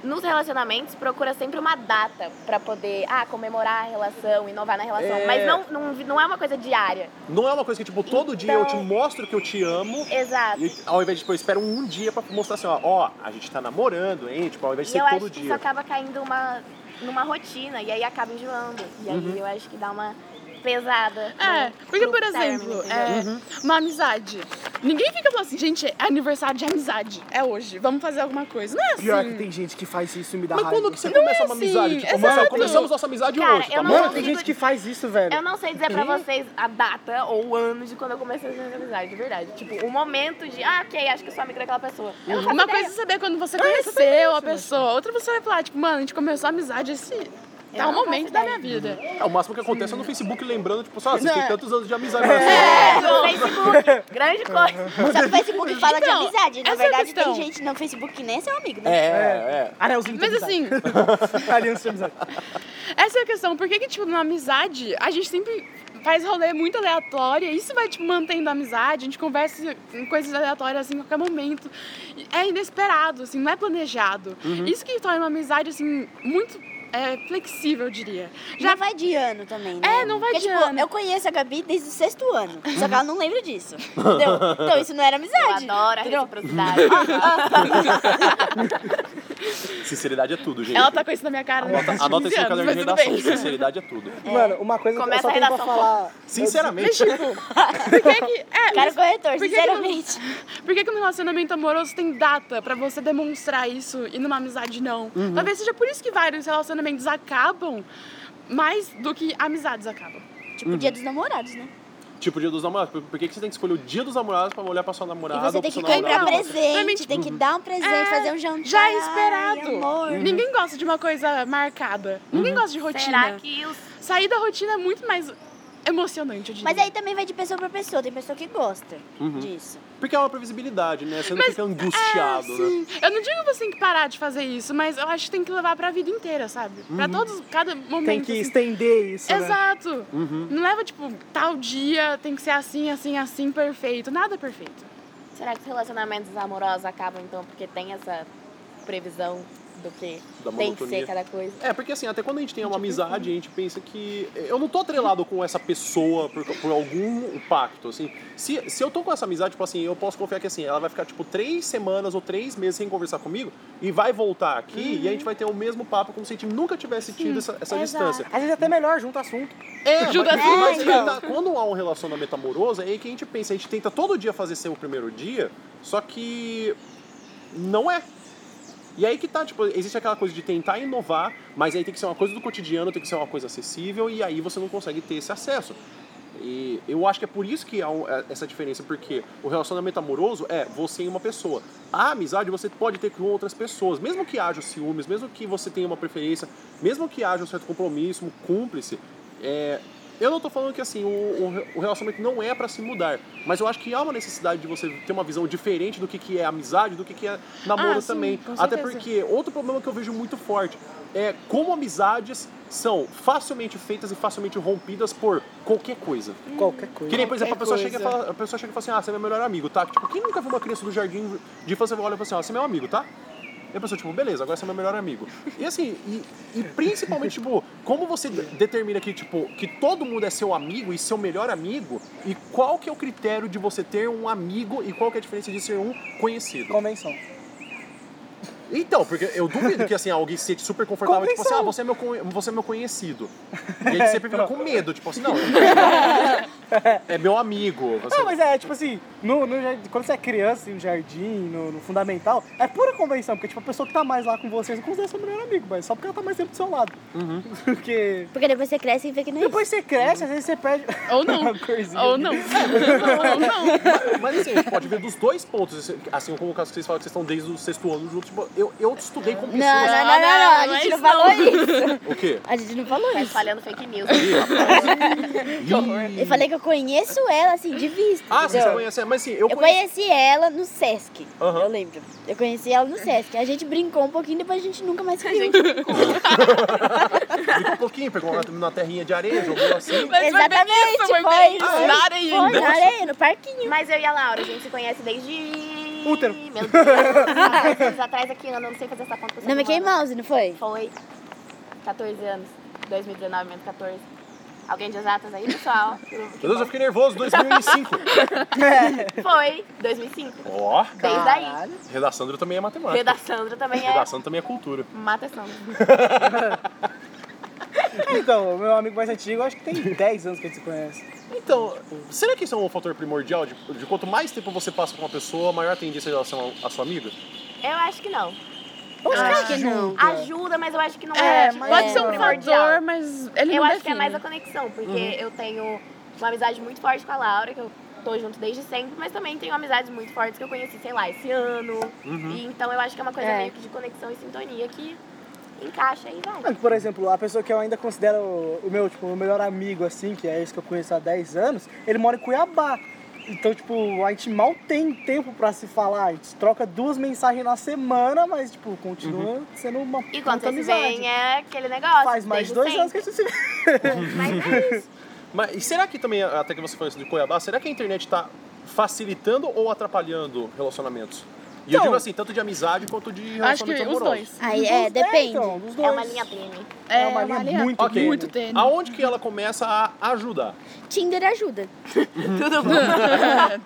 [SPEAKER 3] nos relacionamentos procura sempre uma data pra poder, ah, comemorar a relação, inovar na relação.
[SPEAKER 1] É.
[SPEAKER 3] Mas não, não, não é uma coisa diária.
[SPEAKER 1] Não é uma coisa que, tipo, todo dia eu te
[SPEAKER 3] Então-
[SPEAKER 1] mostro que eu te amo,
[SPEAKER 3] Exato.
[SPEAKER 1] e ao invés de, tipo, eu espero um dia pra mostrar assim, ó, ó, a gente tá namorando, hein, tipo, ao invés de
[SPEAKER 3] E eu
[SPEAKER 1] ser
[SPEAKER 3] acho
[SPEAKER 1] todo
[SPEAKER 3] que tá isso
[SPEAKER 1] dia.
[SPEAKER 3] acaba caindo uma, numa rotina e aí acaba enjoando. E aí
[SPEAKER 1] Uhum.
[SPEAKER 3] eu acho que dá uma pesada.
[SPEAKER 6] É,
[SPEAKER 3] no-
[SPEAKER 6] porque,
[SPEAKER 3] no
[SPEAKER 6] por
[SPEAKER 3] término,
[SPEAKER 6] exemplo,
[SPEAKER 3] entendeu?
[SPEAKER 6] é, uma amizade. Ninguém fica falando assim, gente, é aniversário de amizade. É hoje, vamos fazer alguma coisa. Não é assim.
[SPEAKER 5] Pior que tem gente que faz isso e me dá
[SPEAKER 1] Mas
[SPEAKER 5] raiva.
[SPEAKER 1] quando que você começa uma
[SPEAKER 6] assim,
[SPEAKER 1] amizade? Tipo,
[SPEAKER 6] exato.
[SPEAKER 1] mano, começamos nossa amizade
[SPEAKER 3] é Cara,
[SPEAKER 1] hoje, tá
[SPEAKER 3] eu não- É
[SPEAKER 1] bom?
[SPEAKER 5] Mano, tem gente que faz isso, velho.
[SPEAKER 3] Eu não sei dizer pra vocês a data ou o ano de quando eu comecei a fazer amizade, de verdade. Tipo, o momento de, ah, ok, acho que eu sou amiga daquela pessoa. Eu não faço
[SPEAKER 6] Uma
[SPEAKER 3] ideia.
[SPEAKER 6] coisa é saber quando você conheceu a pessoa, outra você vai falar, tipo, mano, a gente começou a amizade esse
[SPEAKER 3] não
[SPEAKER 6] tal
[SPEAKER 3] É, faço
[SPEAKER 6] momento da minha vida.
[SPEAKER 1] É, o máximo que acontece é no Facebook lembrando, tipo, só, ah, vocês
[SPEAKER 6] Não.
[SPEAKER 1] têm tantos anos de amizade.
[SPEAKER 3] É, no Facebook,
[SPEAKER 1] Uhum.
[SPEAKER 3] grande coisa.
[SPEAKER 4] Só que o Facebook fala
[SPEAKER 6] Então,
[SPEAKER 4] de amizade. Na
[SPEAKER 6] essa é a
[SPEAKER 4] verdade, tem
[SPEAKER 6] questão.
[SPEAKER 4] gente no Facebook que nem é seu amigo, né?
[SPEAKER 1] É, é.
[SPEAKER 5] Anelzinho de
[SPEAKER 6] Mas
[SPEAKER 5] amizade.
[SPEAKER 6] assim,
[SPEAKER 5] Aliança de amizade.
[SPEAKER 6] essa é a questão. Por que, que, tipo, na amizade, a gente sempre faz rolê muito aleatório e isso vai, tipo, mantendo a amizade, a gente conversa em coisas aleatórias, assim, a qualquer momento. E É inesperado, assim, não é planejado.
[SPEAKER 3] Uhum.
[SPEAKER 6] Isso que torna uma amizade, assim, muito é, flexível, eu diria.
[SPEAKER 4] Já vai de ano também, né?
[SPEAKER 6] É, não vai
[SPEAKER 4] Porque,
[SPEAKER 6] de
[SPEAKER 4] tipo,
[SPEAKER 6] ano.
[SPEAKER 4] eu conheço a Gabi desde o sexto ano. Só que ela não lembra disso. Entendeu? Então isso não era
[SPEAKER 3] Eu
[SPEAKER 4] amizade.
[SPEAKER 3] adoro a reciprocidade.
[SPEAKER 1] Sinceridade é tudo, gente.
[SPEAKER 6] Ela tá com isso na minha cara. né?
[SPEAKER 1] Anota,
[SPEAKER 6] Faz
[SPEAKER 1] anota
[SPEAKER 6] 15
[SPEAKER 1] isso no
[SPEAKER 6] anos,
[SPEAKER 1] caderno de
[SPEAKER 6] mas tudo
[SPEAKER 1] redação.
[SPEAKER 6] bem.
[SPEAKER 1] Sinceridade é tudo.
[SPEAKER 5] Mano, uma coisa que eu
[SPEAKER 3] Começa
[SPEAKER 5] só
[SPEAKER 3] a
[SPEAKER 5] tenho pra
[SPEAKER 3] redação,
[SPEAKER 5] falar.
[SPEAKER 6] Mas,
[SPEAKER 1] Sinceramente.
[SPEAKER 6] tipo, por que que... É,
[SPEAKER 4] Cara corretor,
[SPEAKER 6] por que que
[SPEAKER 4] sinceramente.
[SPEAKER 6] Por que, que no relacionamento amoroso tem data pra você demonstrar isso e numa amizade não?
[SPEAKER 5] Uhum.
[SPEAKER 6] Talvez seja por isso que vários relacionamentos acabam mais do que amizades acabam.
[SPEAKER 4] Tipo, dia dos namorados, né?
[SPEAKER 1] Tipo, dia dos namorados. Por, por que, que você tem que escolher o dia dos namorados pra olhar pra sua namorada?
[SPEAKER 4] E você
[SPEAKER 1] ou
[SPEAKER 4] tem
[SPEAKER 1] pro
[SPEAKER 4] que
[SPEAKER 1] seu
[SPEAKER 4] comprar
[SPEAKER 1] namorado?
[SPEAKER 4] presente,
[SPEAKER 6] Realmente,
[SPEAKER 4] tem que dar um presente,
[SPEAKER 6] Então, é,
[SPEAKER 4] fazer um jantar.
[SPEAKER 6] Já é
[SPEAKER 4] ai,
[SPEAKER 6] esperado.
[SPEAKER 4] amor.
[SPEAKER 5] Uhum.
[SPEAKER 6] Ninguém gosta de uma coisa marcada. Ninguém gosta de rotina.
[SPEAKER 3] Será que os
[SPEAKER 6] Sair da rotina é muito mais emocionante, eu diria.
[SPEAKER 4] Mas é aí também vai de pessoa pra pessoa. Tem pessoa que gosta disso.
[SPEAKER 1] Porque é uma previsibilidade, né? Você não fica
[SPEAKER 6] É,
[SPEAKER 4] ah,
[SPEAKER 1] angustiado, né?
[SPEAKER 6] sim. Eu não digo que você tem que parar de fazer isso, mas eu acho que tem que levar pra vida inteira, sabe? Pra todos, cada momento.
[SPEAKER 5] Uhum. Tem que
[SPEAKER 6] assim.
[SPEAKER 5] estender isso. né?
[SPEAKER 6] Exato. Não leva, tipo, tal dia, tem que ser assim, assim, assim, perfeito. Nada é perfeito.
[SPEAKER 3] Será que os relacionamentos amorosos acabam então porque tem essa previsão do que
[SPEAKER 1] Da
[SPEAKER 3] tem que ser
[SPEAKER 1] monotonia.
[SPEAKER 3] cada coisa?
[SPEAKER 1] É, porque assim, até quando a gente tem uma amizade, a gente pensa que eu não tô atrelado com essa pessoa por, por algum pacto, assim. Se, se eu tô com essa amizade, tipo assim, eu posso confiar que assim, ela vai ficar tipo três semanas ou três meses sem conversar comigo e vai voltar aqui e
[SPEAKER 4] Uhum.
[SPEAKER 1] a gente vai ter o mesmo papo como se a gente nunca tivesse tido essa, essa distância.
[SPEAKER 5] Às vezes até melhor junto assunto.
[SPEAKER 1] É,
[SPEAKER 6] Ajuda
[SPEAKER 1] mas,
[SPEAKER 6] tudo,
[SPEAKER 1] mas
[SPEAKER 6] então.
[SPEAKER 1] tá- quando há um relacionamento amoroso, é aí que a gente pensa, a gente tenta todo dia fazer ser o primeiro dia, só que não é. E aí que tá, tipo, existe aquela coisa de tentar inovar, mas aí tem que ser uma coisa do cotidiano, tem que ser uma coisa acessível, e aí você não consegue ter esse acesso. E eu acho que é por isso que há um- é- essa diferença, porque o relacionamento amoroso é você e uma pessoa. A amizade você pode ter com outras pessoas, mesmo que haja os ciúmes, mesmo que você tenha uma preferência, mesmo que haja um certo compromisso, um cúmplice. é, eu não tô falando que assim o, o re- o relacionamento não é pra se mudar, mas eu acho que há uma necessidade de você ter uma visão diferente do que, que é amizade, do que, que é namoro
[SPEAKER 6] Ah, sim,
[SPEAKER 1] também.
[SPEAKER 6] com
[SPEAKER 1] Até
[SPEAKER 6] certeza.
[SPEAKER 1] porque outro problema que eu vejo muito forte é como amizades são facilmente feitas e facilmente rompidas por qualquer coisa.
[SPEAKER 5] Qualquer coisa.
[SPEAKER 1] Que nem, por exemplo, a pessoa,
[SPEAKER 6] coisa.
[SPEAKER 1] chega e fala, a pessoa "Ah, chega e fala assim, ah, você é meu melhor amigo, tá? Tipo, quem nunca viu uma criança do jardim de infância olha e fala assim, ó, você é meu amigo, tá? E a pessoa, tipo, beleza, agora você é meu melhor amigo. E assim, e, e principalmente, tipo, como você de- determina que, tipo, que todo mundo é seu amigo e seu melhor amigo, e qual que é o critério de você ter um amigo e qual que é a diferença de ser um conhecido?
[SPEAKER 5] Convenção.
[SPEAKER 1] Então, porque eu duvido que assim, alguém se sente super confortável, tipo assim,
[SPEAKER 5] Convenção.
[SPEAKER 1] ah, você é meu, con- você é meu conhecido. E aí você sempre fica com medo, tipo assim, não. é meu amigo. você-
[SPEAKER 5] Não, mas é, tipo assim, no, no jar- quando você é criança, no jardim, no, no fundamental, é pura convenção, porque, tipo, a pessoa que tá mais lá com você, você não considera seu melhor amigo, mas só porque ela tá mais tempo do seu lado. Porque...
[SPEAKER 4] Porque depois você cresce e vê que não é isso.
[SPEAKER 5] Depois você cresce, às vezes você perde...
[SPEAKER 6] Ou não.
[SPEAKER 5] Uma coisinha.
[SPEAKER 6] Ou não. É, Ou não.
[SPEAKER 1] Mas assim, a gente pode ver dos dois pontos. Assim como o caso que vocês falam que vocês estão desde o sexto ano juntos. Tipo, eu, eu estudei com
[SPEAKER 4] Não, não,
[SPEAKER 1] pessoas.
[SPEAKER 4] não, não, não,
[SPEAKER 3] não,
[SPEAKER 4] a gente
[SPEAKER 3] não
[SPEAKER 4] não falou
[SPEAKER 3] é
[SPEAKER 4] isso.
[SPEAKER 1] O quê?
[SPEAKER 4] A gente não falou
[SPEAKER 3] Tá
[SPEAKER 4] isso.
[SPEAKER 3] espalhando fake news.
[SPEAKER 1] Ih, rapaz. Ih.
[SPEAKER 4] Eu falei que eu conheço ela, assim, de vista.
[SPEAKER 1] Ah, sim,
[SPEAKER 4] entendeu?
[SPEAKER 1] você conhece. Mas assim, eu
[SPEAKER 4] Eu
[SPEAKER 1] conheço.
[SPEAKER 4] conheci ela no Sesc,
[SPEAKER 1] Aham.
[SPEAKER 4] eu lembro. Eu conheci ela no Sesc. A gente brincou um pouquinho, depois a gente nunca mais se viu.
[SPEAKER 1] Ficou um pouquinho, pegou uma, uma terrinha de areia, jogou assim.
[SPEAKER 6] Mas foi bem
[SPEAKER 4] Exatamente,
[SPEAKER 6] isso, foi
[SPEAKER 4] foi.
[SPEAKER 6] bem isso. Na areia
[SPEAKER 4] Foi
[SPEAKER 6] ainda.
[SPEAKER 4] na areia, no parquinho.
[SPEAKER 3] Mas eu e a Laura, a gente se conhece desde.
[SPEAKER 5] Útero.
[SPEAKER 3] Meu Deus. Anos atrás aqui, eu não sei fazer essa conta.
[SPEAKER 4] Na Mickey Mouse, não foi?
[SPEAKER 3] Foi 14 anos. 2019 menos 14. Alguém de exatas aí, pessoal?
[SPEAKER 1] Meu Deus, eu fiquei nervoso, 2005.
[SPEAKER 3] Foi 2005.
[SPEAKER 1] Ó,
[SPEAKER 3] Desde aí.
[SPEAKER 1] Reda Sandro também é matemática.
[SPEAKER 3] Reda Sandra também é.
[SPEAKER 1] Reda Sandro também é cultura.
[SPEAKER 3] Mata Sandra.
[SPEAKER 5] Então, o meu amigo mais antigo, acho que tem 10 anos que a gente se conhece.
[SPEAKER 1] Então, será que isso é um fator primordial? De, de quanto mais tempo você passa com uma pessoa, maior a tendência em relação à sua amiga?
[SPEAKER 3] Eu acho que não.
[SPEAKER 4] Acho que não.
[SPEAKER 3] Ajuda, mas eu acho que não é.
[SPEAKER 6] É,
[SPEAKER 3] tipo,
[SPEAKER 6] pode ser um
[SPEAKER 3] primordial.
[SPEAKER 6] fator, mas ele
[SPEAKER 3] Eu
[SPEAKER 6] não
[SPEAKER 3] acho que é
[SPEAKER 6] define. né? Uhum.
[SPEAKER 3] mais a conexão, porque eu tenho uma amizade muito forte com a Laura, que eu tô junto desde sempre, mas também tenho amizades muito fortes que eu conheci, sei lá, esse ano.
[SPEAKER 6] Uhum.
[SPEAKER 3] E então eu acho que é uma coisa
[SPEAKER 4] É.
[SPEAKER 3] meio que de conexão e sintonia que encaixa e vai.
[SPEAKER 5] Mas, Por exemplo, a pessoa que eu ainda considero o meu, tipo, o melhor amigo, assim, que é esse que eu conheço há 10 anos, ele mora em Cuiabá. Então, tipo, a gente mal tem tempo pra se falar. A gente troca duas mensagens na semana, mas, tipo, continua sendo uma
[SPEAKER 3] E quando
[SPEAKER 5] puta
[SPEAKER 3] vocês se
[SPEAKER 5] amizade.
[SPEAKER 3] veem, é aquele negócio.
[SPEAKER 5] Faz mais
[SPEAKER 3] desde
[SPEAKER 5] de dois
[SPEAKER 3] sempre.
[SPEAKER 5] anos que a gente se vê.
[SPEAKER 3] Mas é isso.
[SPEAKER 1] Mas e será que também, até que você falou isso de Cuiabá, será que a internet está facilitando ou atrapalhando relacionamentos? E eu
[SPEAKER 5] Então-
[SPEAKER 1] digo assim, tanto de amizade quanto de
[SPEAKER 6] Acho que
[SPEAKER 1] relacionamentos
[SPEAKER 6] os
[SPEAKER 1] amorosos.
[SPEAKER 6] dois.
[SPEAKER 4] Aí, é, depende.
[SPEAKER 5] então, dos dois.
[SPEAKER 3] É uma linha tênue.
[SPEAKER 4] né?
[SPEAKER 6] É,
[SPEAKER 5] uma linha muito
[SPEAKER 1] Ok.
[SPEAKER 6] muito tênue.
[SPEAKER 1] Aonde que ela começa a ajudar?
[SPEAKER 4] Tinder ajuda.
[SPEAKER 3] Tudo bom.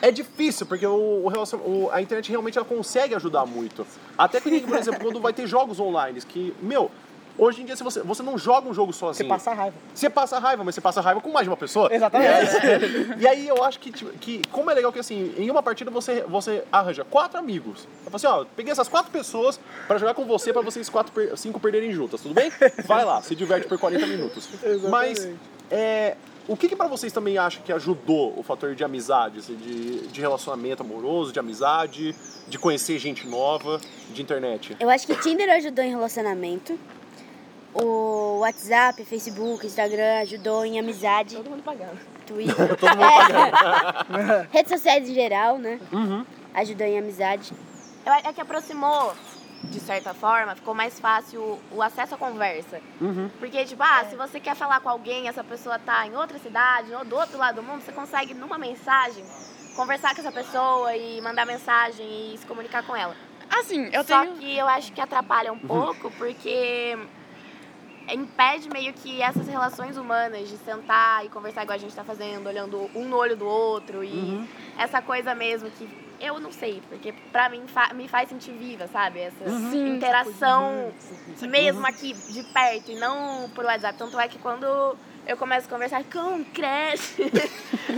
[SPEAKER 1] É difícil, porque o, o relacion- o- a internet realmente ela consegue ajudar muito. Até que, por exemplo, quando vai ter jogos online, que, meu, hoje em dia se você, você não joga um jogo
[SPEAKER 5] Você
[SPEAKER 1] sozinho.
[SPEAKER 5] passa raiva.
[SPEAKER 1] Você passa raiva, mas você passa raiva com mais de uma pessoa.
[SPEAKER 5] Exatamente.
[SPEAKER 1] E aí eu acho que, tipo, que como é legal que assim, em uma partida você, você arranja quatro amigos. Eu falo assim, ó, peguei essas quatro pessoas pra jogar com você pra vocês quatro per- cinco perderem juntas, tudo bem? Vai lá, se diverte por 40 minutos. Mas é, o que, que para vocês também acha que ajudou o fator de amizade, assim, de, de relacionamento amoroso, de amizade, de conhecer gente nova, de internet?
[SPEAKER 4] Eu acho que Tinder ajudou em relacionamento. O WhatsApp, Facebook, Instagram ajudou em amizade.
[SPEAKER 3] Todo mundo pagando.
[SPEAKER 4] Twitter.
[SPEAKER 1] Todo mundo
[SPEAKER 4] Redes sociais em geral, né?
[SPEAKER 6] Uhum.
[SPEAKER 4] Ajudou em amizade.
[SPEAKER 3] Eu acho- É que aproximou, de certa forma, ficou mais fácil o- o acesso à conversa. Porque, tipo, ah, se você quer falar com alguém, essa pessoa tá em outra cidade, ou do outro lado do mundo, você consegue, numa mensagem, conversar com essa pessoa e mandar mensagem e se comunicar com ela.
[SPEAKER 6] Assim, eu
[SPEAKER 3] Só
[SPEAKER 6] tenho...
[SPEAKER 3] que eu acho que atrapalha
[SPEAKER 6] Uhum.
[SPEAKER 3] um pouco, porque impede meio que essas relações humanas de sentar e conversar igual a gente tá fazendo, olhando um no olho do outro e
[SPEAKER 6] Uhum.
[SPEAKER 3] essa coisa mesmo que eu não sei, porque pra mim fa- me faz sentir viva, sabe? Essa
[SPEAKER 6] Sim,
[SPEAKER 3] interação
[SPEAKER 6] Uhum.
[SPEAKER 3] mesmo aqui de perto e não por WhatsApp. Tanto é que quando eu começo a conversar com creche,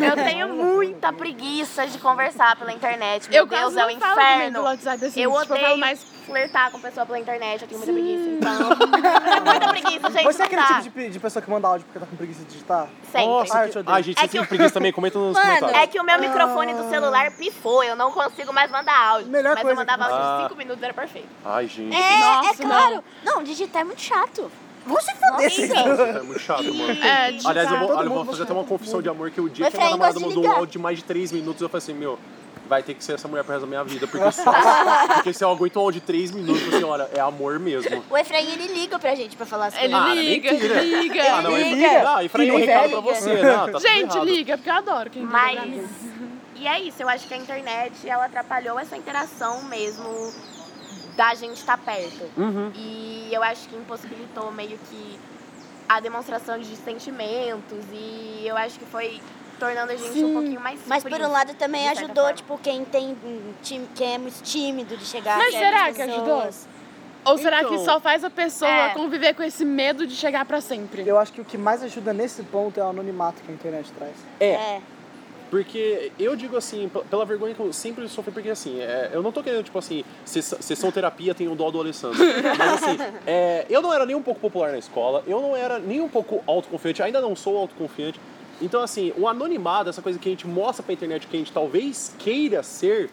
[SPEAKER 3] eu tenho muita preguiça de conversar pela internet. Meu
[SPEAKER 6] eu
[SPEAKER 3] Deus,
[SPEAKER 6] quase
[SPEAKER 3] é o
[SPEAKER 6] não falo também do
[SPEAKER 3] inferno.
[SPEAKER 6] WhatsApp, assim.
[SPEAKER 3] Eu
[SPEAKER 6] tipo,
[SPEAKER 3] odeio
[SPEAKER 6] falo mais...
[SPEAKER 3] flertar com pessoa pela internet, eu tenho muita preguiça, então. Tenho muita preguiça, gente.
[SPEAKER 5] Você é
[SPEAKER 3] não
[SPEAKER 5] aquele
[SPEAKER 3] dá.
[SPEAKER 5] tipo de pe- de, pessoa que manda áudio porque tá com preguiça de digitar?
[SPEAKER 3] Sempre.
[SPEAKER 1] Nossa,
[SPEAKER 5] Ah, eu
[SPEAKER 1] que...
[SPEAKER 5] te odeio.
[SPEAKER 1] Ai, gente,
[SPEAKER 3] É
[SPEAKER 1] vocês
[SPEAKER 3] que
[SPEAKER 1] têm
[SPEAKER 3] eu-
[SPEAKER 1] preguiça também? Comenta nos
[SPEAKER 4] Mano,
[SPEAKER 1] comentários.
[SPEAKER 3] É que o meu microfone do celular pifou, eu não consigo mais mandar áudio.
[SPEAKER 5] Melhor
[SPEAKER 3] mas eu
[SPEAKER 5] coisa
[SPEAKER 3] mandava
[SPEAKER 5] que-
[SPEAKER 3] áudio
[SPEAKER 1] Ah.
[SPEAKER 3] de 5 minutos, era perfeito.
[SPEAKER 1] Ai, gente,
[SPEAKER 4] É,
[SPEAKER 6] Nossa,
[SPEAKER 4] é claro. Não. digitar é muito chato. Vão se foder.
[SPEAKER 1] isso é muito chato, mano.
[SPEAKER 6] É, de
[SPEAKER 1] Aliás, eu vou,
[SPEAKER 5] Todo
[SPEAKER 1] olha, eu vou
[SPEAKER 5] mundo
[SPEAKER 1] fazer até uma confissão de amor que o dia
[SPEAKER 4] Mas
[SPEAKER 1] que a minha
[SPEAKER 4] Fran
[SPEAKER 1] namorada
[SPEAKER 4] gosta de
[SPEAKER 1] mandou um
[SPEAKER 4] ligar.
[SPEAKER 1] áudio de mais de 3 minutos, eu falei assim, meu, vai ter que ser essa mulher pro resto da minha vida, porque se, porque se eu aguento um áudio de três minutos, senhora, é amor mesmo.
[SPEAKER 8] O Efraim, ele liga pra gente pra falar as
[SPEAKER 6] Ele
[SPEAKER 8] coisas.
[SPEAKER 6] liga,
[SPEAKER 1] Ah, mentira.
[SPEAKER 6] ele liga.
[SPEAKER 1] Ah, não, ele
[SPEAKER 8] Liga.
[SPEAKER 1] liga. Ah, e Efraim, um
[SPEAKER 8] Liga.
[SPEAKER 1] recado pra você. Não, tá tudo
[SPEAKER 6] Gente,
[SPEAKER 1] errado.
[SPEAKER 6] liga, porque eu adoro quem liga pra mim.
[SPEAKER 3] Mas. E é isso, eu acho que a internet ela atrapalhou essa interação mesmo da gente estar perto.
[SPEAKER 1] Uhum.
[SPEAKER 3] E eu acho que impossibilitou meio que a demonstração de sentimentos. E eu acho que foi tornando a gente um
[SPEAKER 8] Sim,
[SPEAKER 3] pouquinho mais
[SPEAKER 8] Mas por
[SPEAKER 3] frio.
[SPEAKER 8] um lado também
[SPEAKER 3] de
[SPEAKER 6] é
[SPEAKER 3] certa
[SPEAKER 8] ajudou,
[SPEAKER 3] forma.
[SPEAKER 8] tipo, quem tem hum, time, quem é muito tímido de chegar
[SPEAKER 6] Mas
[SPEAKER 8] a certas
[SPEAKER 6] será que ajudou?
[SPEAKER 8] pessoas.
[SPEAKER 6] Ou será
[SPEAKER 1] Então-
[SPEAKER 6] que só faz a pessoa
[SPEAKER 3] É.
[SPEAKER 6] conviver com esse medo de chegar pra sempre?
[SPEAKER 5] Eu acho que o que mais ajuda nesse ponto é o anonimato que a internet traz.
[SPEAKER 8] É.
[SPEAKER 1] Porque eu digo assim, p- pela vergonha que eu sempre sofri, porque assim, é, eu não tô querendo, tipo assim, se- sessão terapia tem o dó do Alessandro. Mas assim, é, eu não era nem um pouco popular na escola, eu não era nem um pouco autoconfiante, ainda não sou autoconfiante. Então, assim, o anonimado, essa coisa que a gente mostra pra internet que a gente talvez queira ser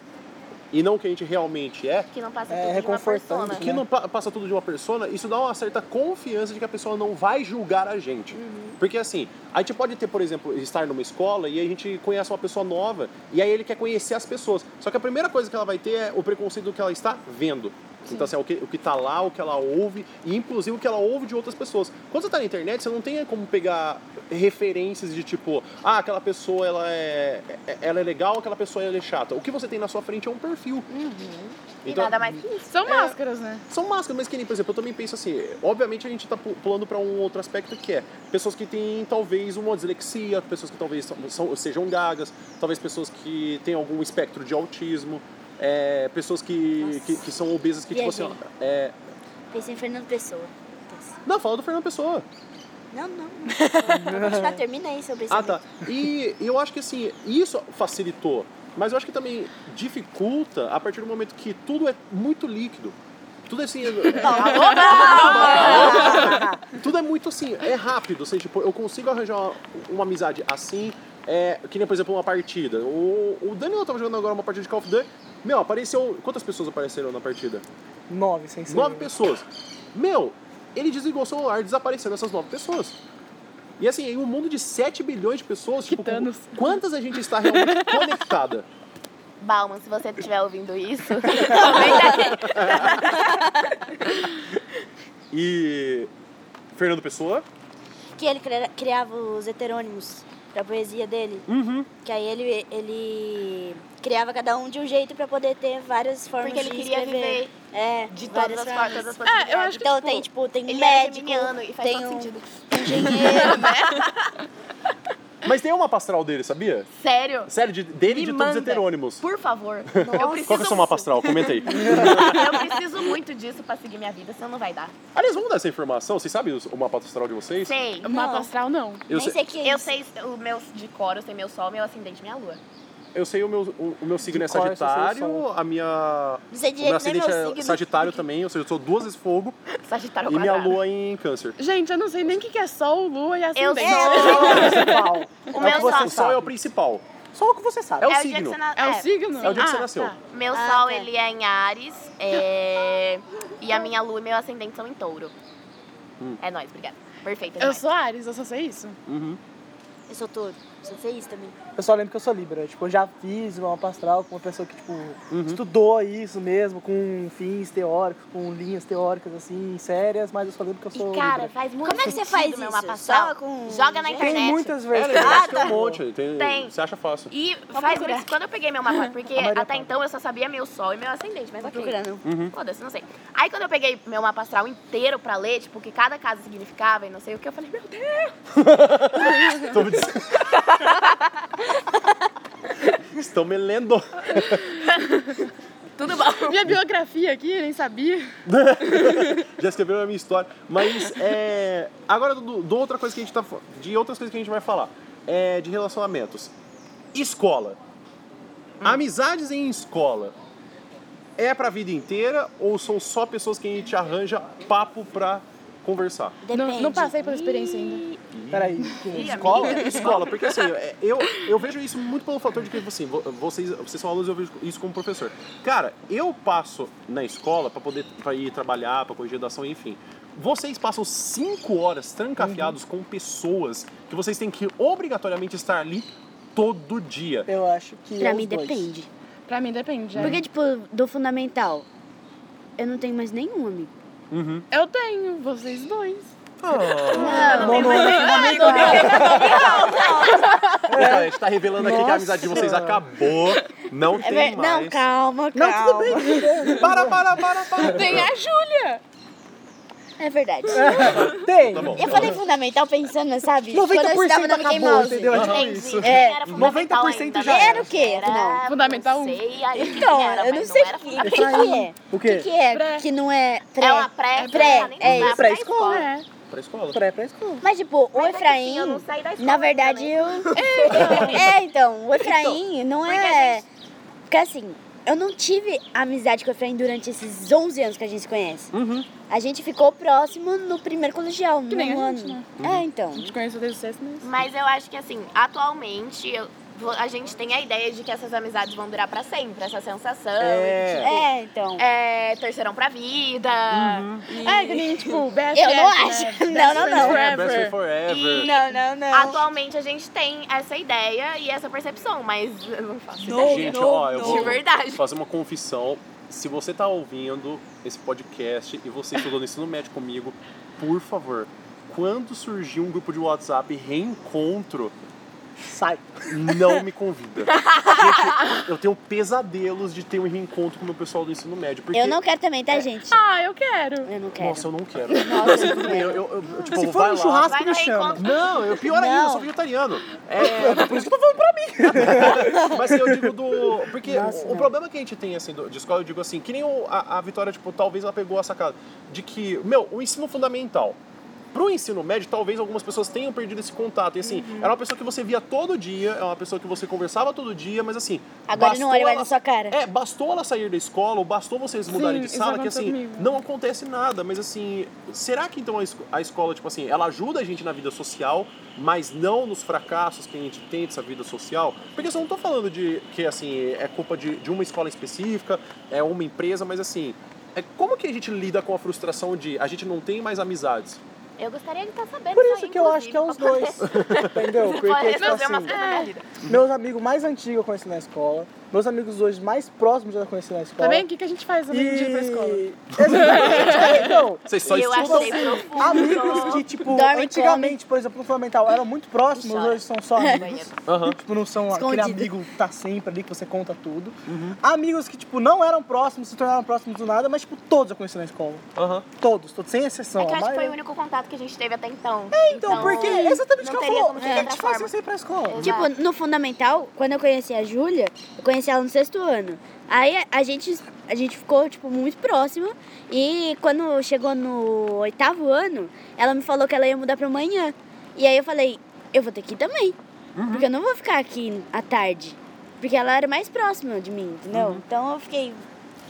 [SPEAKER 1] e não que a gente realmente é,
[SPEAKER 3] Que não passa
[SPEAKER 5] É,
[SPEAKER 3] tudo de uma
[SPEAKER 5] reconfortante,
[SPEAKER 3] persona. né?
[SPEAKER 1] que não pa- passa tudo de uma persona, isso dá uma certa confiança de que a pessoa não vai julgar a gente.
[SPEAKER 3] Uhum.
[SPEAKER 1] Porque assim, a gente pode ter, por exemplo, estar numa escola e a gente conhece uma pessoa nova e aí ele quer conhecer as pessoas. Só que a primeira coisa que ela vai ter é o preconceito do que ela está vendo. Então, assim, é o que, o que tá lá, o que ela ouve, e inclusive o que ela ouve de outras pessoas. Quando você tá na internet, você não tem como pegar referências de tipo, ah, aquela pessoa ela é, é- ela é legal, aquela pessoa ela é chata. O que você tem na sua frente é um perfil.
[SPEAKER 3] Uhum.
[SPEAKER 1] Então,
[SPEAKER 3] E
[SPEAKER 8] Então-
[SPEAKER 3] nada mais que isso.
[SPEAKER 6] São
[SPEAKER 5] É.
[SPEAKER 6] máscaras, né?
[SPEAKER 1] São máscaras, mas que nem, por exemplo, eu também penso assim, obviamente a gente tá pu- pulando para um outro aspecto que é pessoas que têm talvez uma dislexia, pessoas que talvez são- são- sejam gagas, talvez pessoas que têm algum espectro de autismo, é, pessoas que, que, que são obesas que, tipo assim, ó,
[SPEAKER 8] Viajei.
[SPEAKER 1] é,
[SPEAKER 8] Pensei em Fernando Pessoa.
[SPEAKER 1] não, fala do Fernando Pessoa.
[SPEAKER 8] Não, não. não. Vou continuar, termina aí seu
[SPEAKER 1] Ah,
[SPEAKER 8] pensamento.
[SPEAKER 1] tá. E eu acho que assim, isso facilitou. Mas eu acho que também dificulta a partir do momento que tudo é muito líquido. Tudo é assim. é- tudo é muito assim, é rápido. Assim, tipo, eu consigo arranjar uma, uma amizade assim. É, que nem, por exemplo, uma partida. O, o Daniel tava jogando agora uma partida de Call of Duty. Meu, apareceu. Quantas pessoas apareceram na partida?
[SPEAKER 5] Nove, sem ser. um.
[SPEAKER 1] Nove pessoas. Meu, ele desligou o celular desaparecendo essas nove pessoas. E assim, em um mundo de 7 bilhões de pessoas, tipo, como-
[SPEAKER 6] Thanos.
[SPEAKER 1] quantas a gente está realmente conectada?
[SPEAKER 3] Bauman, se você estiver ouvindo isso, comenta aí.
[SPEAKER 1] E. Fernando Pessoa?
[SPEAKER 8] Que ele cria- criava os heterônimos pra poesia dele.
[SPEAKER 1] Uhum.
[SPEAKER 8] Que aí ele, ele criava cada um de um jeito pra poder ter várias formas
[SPEAKER 3] Porque ele
[SPEAKER 8] de
[SPEAKER 3] queria
[SPEAKER 8] escrever.
[SPEAKER 3] viver
[SPEAKER 8] É,
[SPEAKER 3] de todas
[SPEAKER 8] várias
[SPEAKER 3] as
[SPEAKER 8] formas.
[SPEAKER 3] formas.
[SPEAKER 6] É, eu acho que,
[SPEAKER 8] Então
[SPEAKER 6] tipo,
[SPEAKER 8] tem, tipo, tem
[SPEAKER 3] Ele é
[SPEAKER 8] médico,
[SPEAKER 3] geminiano e faz
[SPEAKER 8] tem
[SPEAKER 3] todo
[SPEAKER 8] um
[SPEAKER 3] sentido.
[SPEAKER 8] engenheiro,
[SPEAKER 1] Mas tem uma pastral dele, sabia?
[SPEAKER 3] Sério?
[SPEAKER 1] Sério, de- dele e
[SPEAKER 3] Me
[SPEAKER 1] de todos os
[SPEAKER 3] manda.
[SPEAKER 1] heterônimos.
[SPEAKER 3] Por favor. Eu preciso,
[SPEAKER 1] Qual que é o seu mapa astral? Comenta aí.
[SPEAKER 8] é
[SPEAKER 3] eu preciso muito disso pra seguir minha vida, senão não vai dar.
[SPEAKER 1] Aliás, vamos dar essa informação? Vocês sabem o o mapa astral de vocês?
[SPEAKER 3] Sei.
[SPEAKER 6] O mapa
[SPEAKER 8] Não.
[SPEAKER 6] astral, não.
[SPEAKER 1] Eu,
[SPEAKER 8] nem
[SPEAKER 1] sei,
[SPEAKER 8] sei que é
[SPEAKER 3] Eu
[SPEAKER 8] isso.
[SPEAKER 3] sei o meu de cor, eu sei meu sol, meu ascendente, minha lua.
[SPEAKER 1] eu sei o meu, o, o meu signo é
[SPEAKER 5] cor, eu só sei o
[SPEAKER 1] Sagitário,
[SPEAKER 5] sol.
[SPEAKER 1] a minha.
[SPEAKER 8] Não sei
[SPEAKER 1] O meu
[SPEAKER 8] direito nem
[SPEAKER 1] acidente
[SPEAKER 8] meu
[SPEAKER 1] é
[SPEAKER 8] signo.
[SPEAKER 1] Sagitário também, ou seja, eu sou duas vezes fogo
[SPEAKER 3] Sagitário ao
[SPEAKER 1] e minha
[SPEAKER 3] quadrado.
[SPEAKER 1] lua em Câncer.
[SPEAKER 6] Gente, eu não sei nem o que que é sol, lua e assim.
[SPEAKER 3] Eu sei.
[SPEAKER 5] É Principal.
[SPEAKER 3] O
[SPEAKER 5] é o
[SPEAKER 3] meu
[SPEAKER 5] que você
[SPEAKER 1] O
[SPEAKER 3] sol.
[SPEAKER 1] sol
[SPEAKER 5] sabe.
[SPEAKER 1] é o principal.
[SPEAKER 5] Só o que você sabe.
[SPEAKER 1] É o
[SPEAKER 3] dia que
[SPEAKER 1] signo.
[SPEAKER 3] você na-
[SPEAKER 6] É o signo?
[SPEAKER 3] sim.
[SPEAKER 1] É o dia que você
[SPEAKER 6] Ah,
[SPEAKER 1] nasceu.
[SPEAKER 6] tá.
[SPEAKER 3] Meu
[SPEAKER 8] Ah,
[SPEAKER 3] sol,
[SPEAKER 8] tá.
[SPEAKER 3] ele é em Ares. é, E a minha lua e meu ascendente são em touro.
[SPEAKER 8] Hum.
[SPEAKER 3] É nóis, obrigada. Perfeito, é
[SPEAKER 6] Eu
[SPEAKER 3] nóis.
[SPEAKER 6] sou Ares, eu só sei isso.
[SPEAKER 8] Eu sou todo. Só sei isso também.
[SPEAKER 5] Eu só lembro que eu sou Libra. Tipo, eu já fiz uma mapa astral com uma pessoa que, tipo, estudou isso mesmo, com fins teóricos, com linhas teóricas, assim, sérias, mas eu só lembro que eu sou
[SPEAKER 3] E cara,
[SPEAKER 5] Libra.
[SPEAKER 3] faz muito
[SPEAKER 8] Como é que você
[SPEAKER 3] sentido
[SPEAKER 8] faz
[SPEAKER 3] meu
[SPEAKER 8] isso?
[SPEAKER 3] mapa
[SPEAKER 8] Só
[SPEAKER 3] astral.
[SPEAKER 8] com
[SPEAKER 3] Joga na
[SPEAKER 8] gente?
[SPEAKER 3] internet.
[SPEAKER 5] Tem muitas
[SPEAKER 1] É,
[SPEAKER 5] versões.
[SPEAKER 1] né? acho que tem um
[SPEAKER 8] tá.
[SPEAKER 1] monte. Tem,
[SPEAKER 3] Tem.
[SPEAKER 1] Você acha fácil.
[SPEAKER 3] E faz por
[SPEAKER 8] procurar.
[SPEAKER 3] isso que quando eu peguei meu mapa, porque
[SPEAKER 5] maioria
[SPEAKER 3] até
[SPEAKER 5] paga.
[SPEAKER 3] então eu só sabia meu sol e meu ascendente, mas
[SPEAKER 8] Vou
[SPEAKER 3] ok.
[SPEAKER 8] procurar, não.
[SPEAKER 3] Foda-se, não sei. Aí quando eu peguei meu mapa astral inteiro pra ler, tipo, o que cada casa significava e não sei o que, eu falei, meu Deus,
[SPEAKER 1] Tô me des- Estão me lendo.
[SPEAKER 3] tudo bom.
[SPEAKER 6] Minha biografia aqui, eu nem sabia.
[SPEAKER 1] Já escreveram a minha história. Mas é, agora do, do outra coisa que a gente tá fa- de outras coisas que a gente vai falar é de relacionamentos. Escola. Amizades em escola. É pra vida inteira ou são só pessoas que a gente arranja papo pra conversar?
[SPEAKER 6] Não,
[SPEAKER 8] Depende.
[SPEAKER 6] não passei pela experiência ainda.
[SPEAKER 5] Peraí,
[SPEAKER 3] Ih,
[SPEAKER 5] escola?
[SPEAKER 1] escola, porque assim, é, eu, eu vejo isso muito pelo fator de que assim, vo- vocês, vocês são alunos e eu vejo isso como professor. Cara, eu passo na escola pra poder pra ir trabalhar, pra corrigir redação, enfim. Vocês passam cinco horas trancafiados com pessoas que vocês têm que obrigatoriamente estar ali todo dia.
[SPEAKER 5] Eu acho que. é
[SPEAKER 4] Pra
[SPEAKER 5] os
[SPEAKER 4] mim
[SPEAKER 5] dois.
[SPEAKER 4] depende.
[SPEAKER 6] Pra mim depende. né?
[SPEAKER 4] Porque, tipo, do fundamental, eu não tenho mais nenhum amigo.
[SPEAKER 6] Eu tenho, vocês dois.
[SPEAKER 5] Não, não,
[SPEAKER 1] Então, a gente tá revelando aqui que a amizade de vocês acabou. Não tem
[SPEAKER 4] É ver-
[SPEAKER 1] mais.
[SPEAKER 4] Não, calma, calma.
[SPEAKER 5] tudo bem. Para, para, para, para.
[SPEAKER 6] Tem a Júlia!
[SPEAKER 4] É verdade.
[SPEAKER 5] Tem.
[SPEAKER 1] Tá bom.
[SPEAKER 4] Eu falei fundamental pensando, sabe?
[SPEAKER 5] 90%
[SPEAKER 4] Quando eu estudava no Mickey
[SPEAKER 5] acabou,
[SPEAKER 4] Mouse.
[SPEAKER 5] entendeu? É tipo isso.
[SPEAKER 3] Entendi.
[SPEAKER 4] É,
[SPEAKER 3] Era fundamental
[SPEAKER 5] 90%
[SPEAKER 3] ainda,
[SPEAKER 5] já
[SPEAKER 3] né?
[SPEAKER 4] era. Era o quê,
[SPEAKER 3] Era
[SPEAKER 4] afinal?
[SPEAKER 6] Fundamental um.
[SPEAKER 3] Não sei, aí o que
[SPEAKER 4] Então,
[SPEAKER 3] era,
[SPEAKER 4] eu
[SPEAKER 3] mas
[SPEAKER 4] não sei
[SPEAKER 3] era
[SPEAKER 4] o que-
[SPEAKER 3] fundamental.
[SPEAKER 4] o que, que é.
[SPEAKER 5] O
[SPEAKER 4] O que,
[SPEAKER 5] quê?
[SPEAKER 4] que é
[SPEAKER 6] Pré.
[SPEAKER 4] que não é pré?
[SPEAKER 3] É uma pré,
[SPEAKER 4] É pré,
[SPEAKER 3] não dá nem
[SPEAKER 4] é
[SPEAKER 3] pra
[SPEAKER 4] isso.
[SPEAKER 3] pra
[SPEAKER 5] Pré-escola.
[SPEAKER 3] escola.
[SPEAKER 6] É.
[SPEAKER 1] Pra escola.
[SPEAKER 5] Pré, pré escola.
[SPEAKER 4] Mas, tipo, o
[SPEAKER 3] Mas é que,
[SPEAKER 4] Efraim,
[SPEAKER 3] assim, eu não saí da escola
[SPEAKER 4] na verdade,
[SPEAKER 3] também.
[SPEAKER 4] eu... É, então, o Efraim não
[SPEAKER 3] porque
[SPEAKER 4] é...
[SPEAKER 3] a gente-
[SPEAKER 4] Porque, assim, eu não tive amizade com o Efraim durante esses 11 anos que a gente se conhece.
[SPEAKER 5] Uhum.
[SPEAKER 4] A gente ficou próximo no primeiro colegial, no
[SPEAKER 6] nem a
[SPEAKER 4] ano.
[SPEAKER 6] gente, né?
[SPEAKER 4] É, então.
[SPEAKER 6] A gente conheceu desde o sexto mês.
[SPEAKER 3] Mas eu acho que assim, atualmente eu vou- a gente tem a ideia de que essas amizades vão durar pra sempre, essa sensação.
[SPEAKER 1] É.
[SPEAKER 3] de, tipo,
[SPEAKER 4] É, então.
[SPEAKER 3] é, torcerão pra vida. E-
[SPEAKER 6] É, que nem, tipo, BFF,
[SPEAKER 4] Eu não
[SPEAKER 6] né?
[SPEAKER 4] acho.
[SPEAKER 6] Best
[SPEAKER 4] Não, não,
[SPEAKER 6] friends
[SPEAKER 4] não.
[SPEAKER 1] É, best friend
[SPEAKER 6] forever.
[SPEAKER 1] forever.
[SPEAKER 4] Não, não, não.
[SPEAKER 3] Atualmente a gente tem essa ideia e essa percepção, mas eu não faço ideia.
[SPEAKER 1] Gente, ó, eu
[SPEAKER 3] De
[SPEAKER 1] vou
[SPEAKER 3] verdade.
[SPEAKER 1] fazer uma confissão. Se você tá ouvindo esse podcast e você estudou no ensino médio comigo, por favor, quando surgir um grupo de WhatsApp reencontro,
[SPEAKER 5] Sai.
[SPEAKER 1] não me convida. Gente, eu tenho pesadelos de ter um reencontro com o meu pessoal do ensino médio. Porque,
[SPEAKER 4] Eu não quero também,
[SPEAKER 3] é.
[SPEAKER 4] tá, gente?
[SPEAKER 6] Ah, eu quero.
[SPEAKER 4] Eu não quero.
[SPEAKER 1] Nossa, eu não quero.
[SPEAKER 4] Nossa, eu não
[SPEAKER 1] Tudo bem, eu, eu, eu, tipo,
[SPEAKER 5] Se
[SPEAKER 1] vai
[SPEAKER 5] for um
[SPEAKER 1] lá.
[SPEAKER 5] churrasco,
[SPEAKER 3] Vai
[SPEAKER 5] me
[SPEAKER 3] no
[SPEAKER 5] chama.
[SPEAKER 3] reencontro.
[SPEAKER 1] Não, eu pior ainda, eu
[SPEAKER 4] Não.
[SPEAKER 1] sou vegetariano. É, por isso que eu tô falando pra mim. Mas assim, eu digo do. Porque
[SPEAKER 4] Nossa,
[SPEAKER 1] o
[SPEAKER 4] não.
[SPEAKER 1] problema que a gente tem, assim, do, de escola, eu digo assim, que nem o- a, a Vitória, tipo, talvez ela pegou a sacada. De que, meu, o ensino fundamental. Pro ensino médio, talvez algumas pessoas tenham perdido esse contato. E assim,
[SPEAKER 4] Uhum.
[SPEAKER 1] era uma pessoa que você via todo dia, é uma pessoa que você conversava todo dia, mas assim.
[SPEAKER 4] Agora ele não olha
[SPEAKER 1] bastou
[SPEAKER 4] mais
[SPEAKER 1] ela-
[SPEAKER 4] na sua cara.
[SPEAKER 1] é, bastou ela sair da escola, ou bastou vocês mudarem de
[SPEAKER 6] isso
[SPEAKER 1] sala, que
[SPEAKER 6] aconteceu
[SPEAKER 1] assim,
[SPEAKER 6] comigo.
[SPEAKER 1] não acontece nada. Mas assim, será que então a, esco- a escola, tipo assim, ela ajuda a gente na vida social, mas não nos fracassos que a gente tem dessa vida social? Porque assim, eu não tô falando de que assim, é culpa de, de uma escola específica, é uma empresa, mas assim. é Como que a gente lida com a frustração de a gente não tem mais amizades?
[SPEAKER 3] Eu gostaria de estar sabendo.
[SPEAKER 5] Por
[SPEAKER 3] isso
[SPEAKER 5] isso
[SPEAKER 3] aí,
[SPEAKER 5] que eu acho
[SPEAKER 3] inclusive,
[SPEAKER 5] que é
[SPEAKER 3] pra
[SPEAKER 5] os
[SPEAKER 3] poder-
[SPEAKER 5] dois. Entendeu? Porque,
[SPEAKER 3] Pode
[SPEAKER 5] tipo
[SPEAKER 3] resolver umas
[SPEAKER 5] assim,
[SPEAKER 3] coisas na minha vida.
[SPEAKER 5] meus amigos mais antigos eu conheci na escola. Meus amigos hoje mais próximos eu já conheci na escola.
[SPEAKER 6] Tá bem? O que, que a gente faz hoje em dia pra escola?
[SPEAKER 5] E- Exatamente. É, então,
[SPEAKER 1] Vocês só
[SPEAKER 3] E eu
[SPEAKER 1] estudam.
[SPEAKER 3] achei profundo.
[SPEAKER 5] amigos que, tipo,
[SPEAKER 4] Dorme,
[SPEAKER 5] antigamente, por exemplo, no Fundamental, eram muito próximos,
[SPEAKER 3] Chora.
[SPEAKER 5] hoje são
[SPEAKER 3] É.
[SPEAKER 5] só amigos.
[SPEAKER 1] Aham.
[SPEAKER 5] Tipo, não são aquele
[SPEAKER 4] Escondido.
[SPEAKER 5] amigo que tá sempre ali, que você conta tudo. Amigos que, tipo, não eram próximos, se tornaram próximos do nada, mas, tipo, todos eu conheci na escola.
[SPEAKER 1] Aham.
[SPEAKER 5] Todos, todos, sem exceção.
[SPEAKER 3] É que eu
[SPEAKER 5] a
[SPEAKER 3] acho que foi
[SPEAKER 5] maioria.
[SPEAKER 3] o único contato que a gente teve até então.
[SPEAKER 5] Então, porque é tipo assim, exatamente o que
[SPEAKER 3] não
[SPEAKER 5] eu
[SPEAKER 3] teria
[SPEAKER 5] falo. O
[SPEAKER 3] como
[SPEAKER 5] que
[SPEAKER 3] ser
[SPEAKER 5] a
[SPEAKER 3] de
[SPEAKER 5] gente
[SPEAKER 3] outra
[SPEAKER 5] faz sem você ir pra escola?
[SPEAKER 3] É.
[SPEAKER 4] Tipo, no fundamental, quando eu conheci a Júlia, eu conheci ela no sexto ano. Aí a- a gente, a gente ficou, tipo, muito próxima. E quando chegou no oitavo ano, ela me falou que ela ia mudar pra manhã. E aí eu falei, eu vou ter que ir também. Porque eu não vou ficar aqui à tarde. Porque ela era mais próxima de mim, entendeu? Então eu fiquei.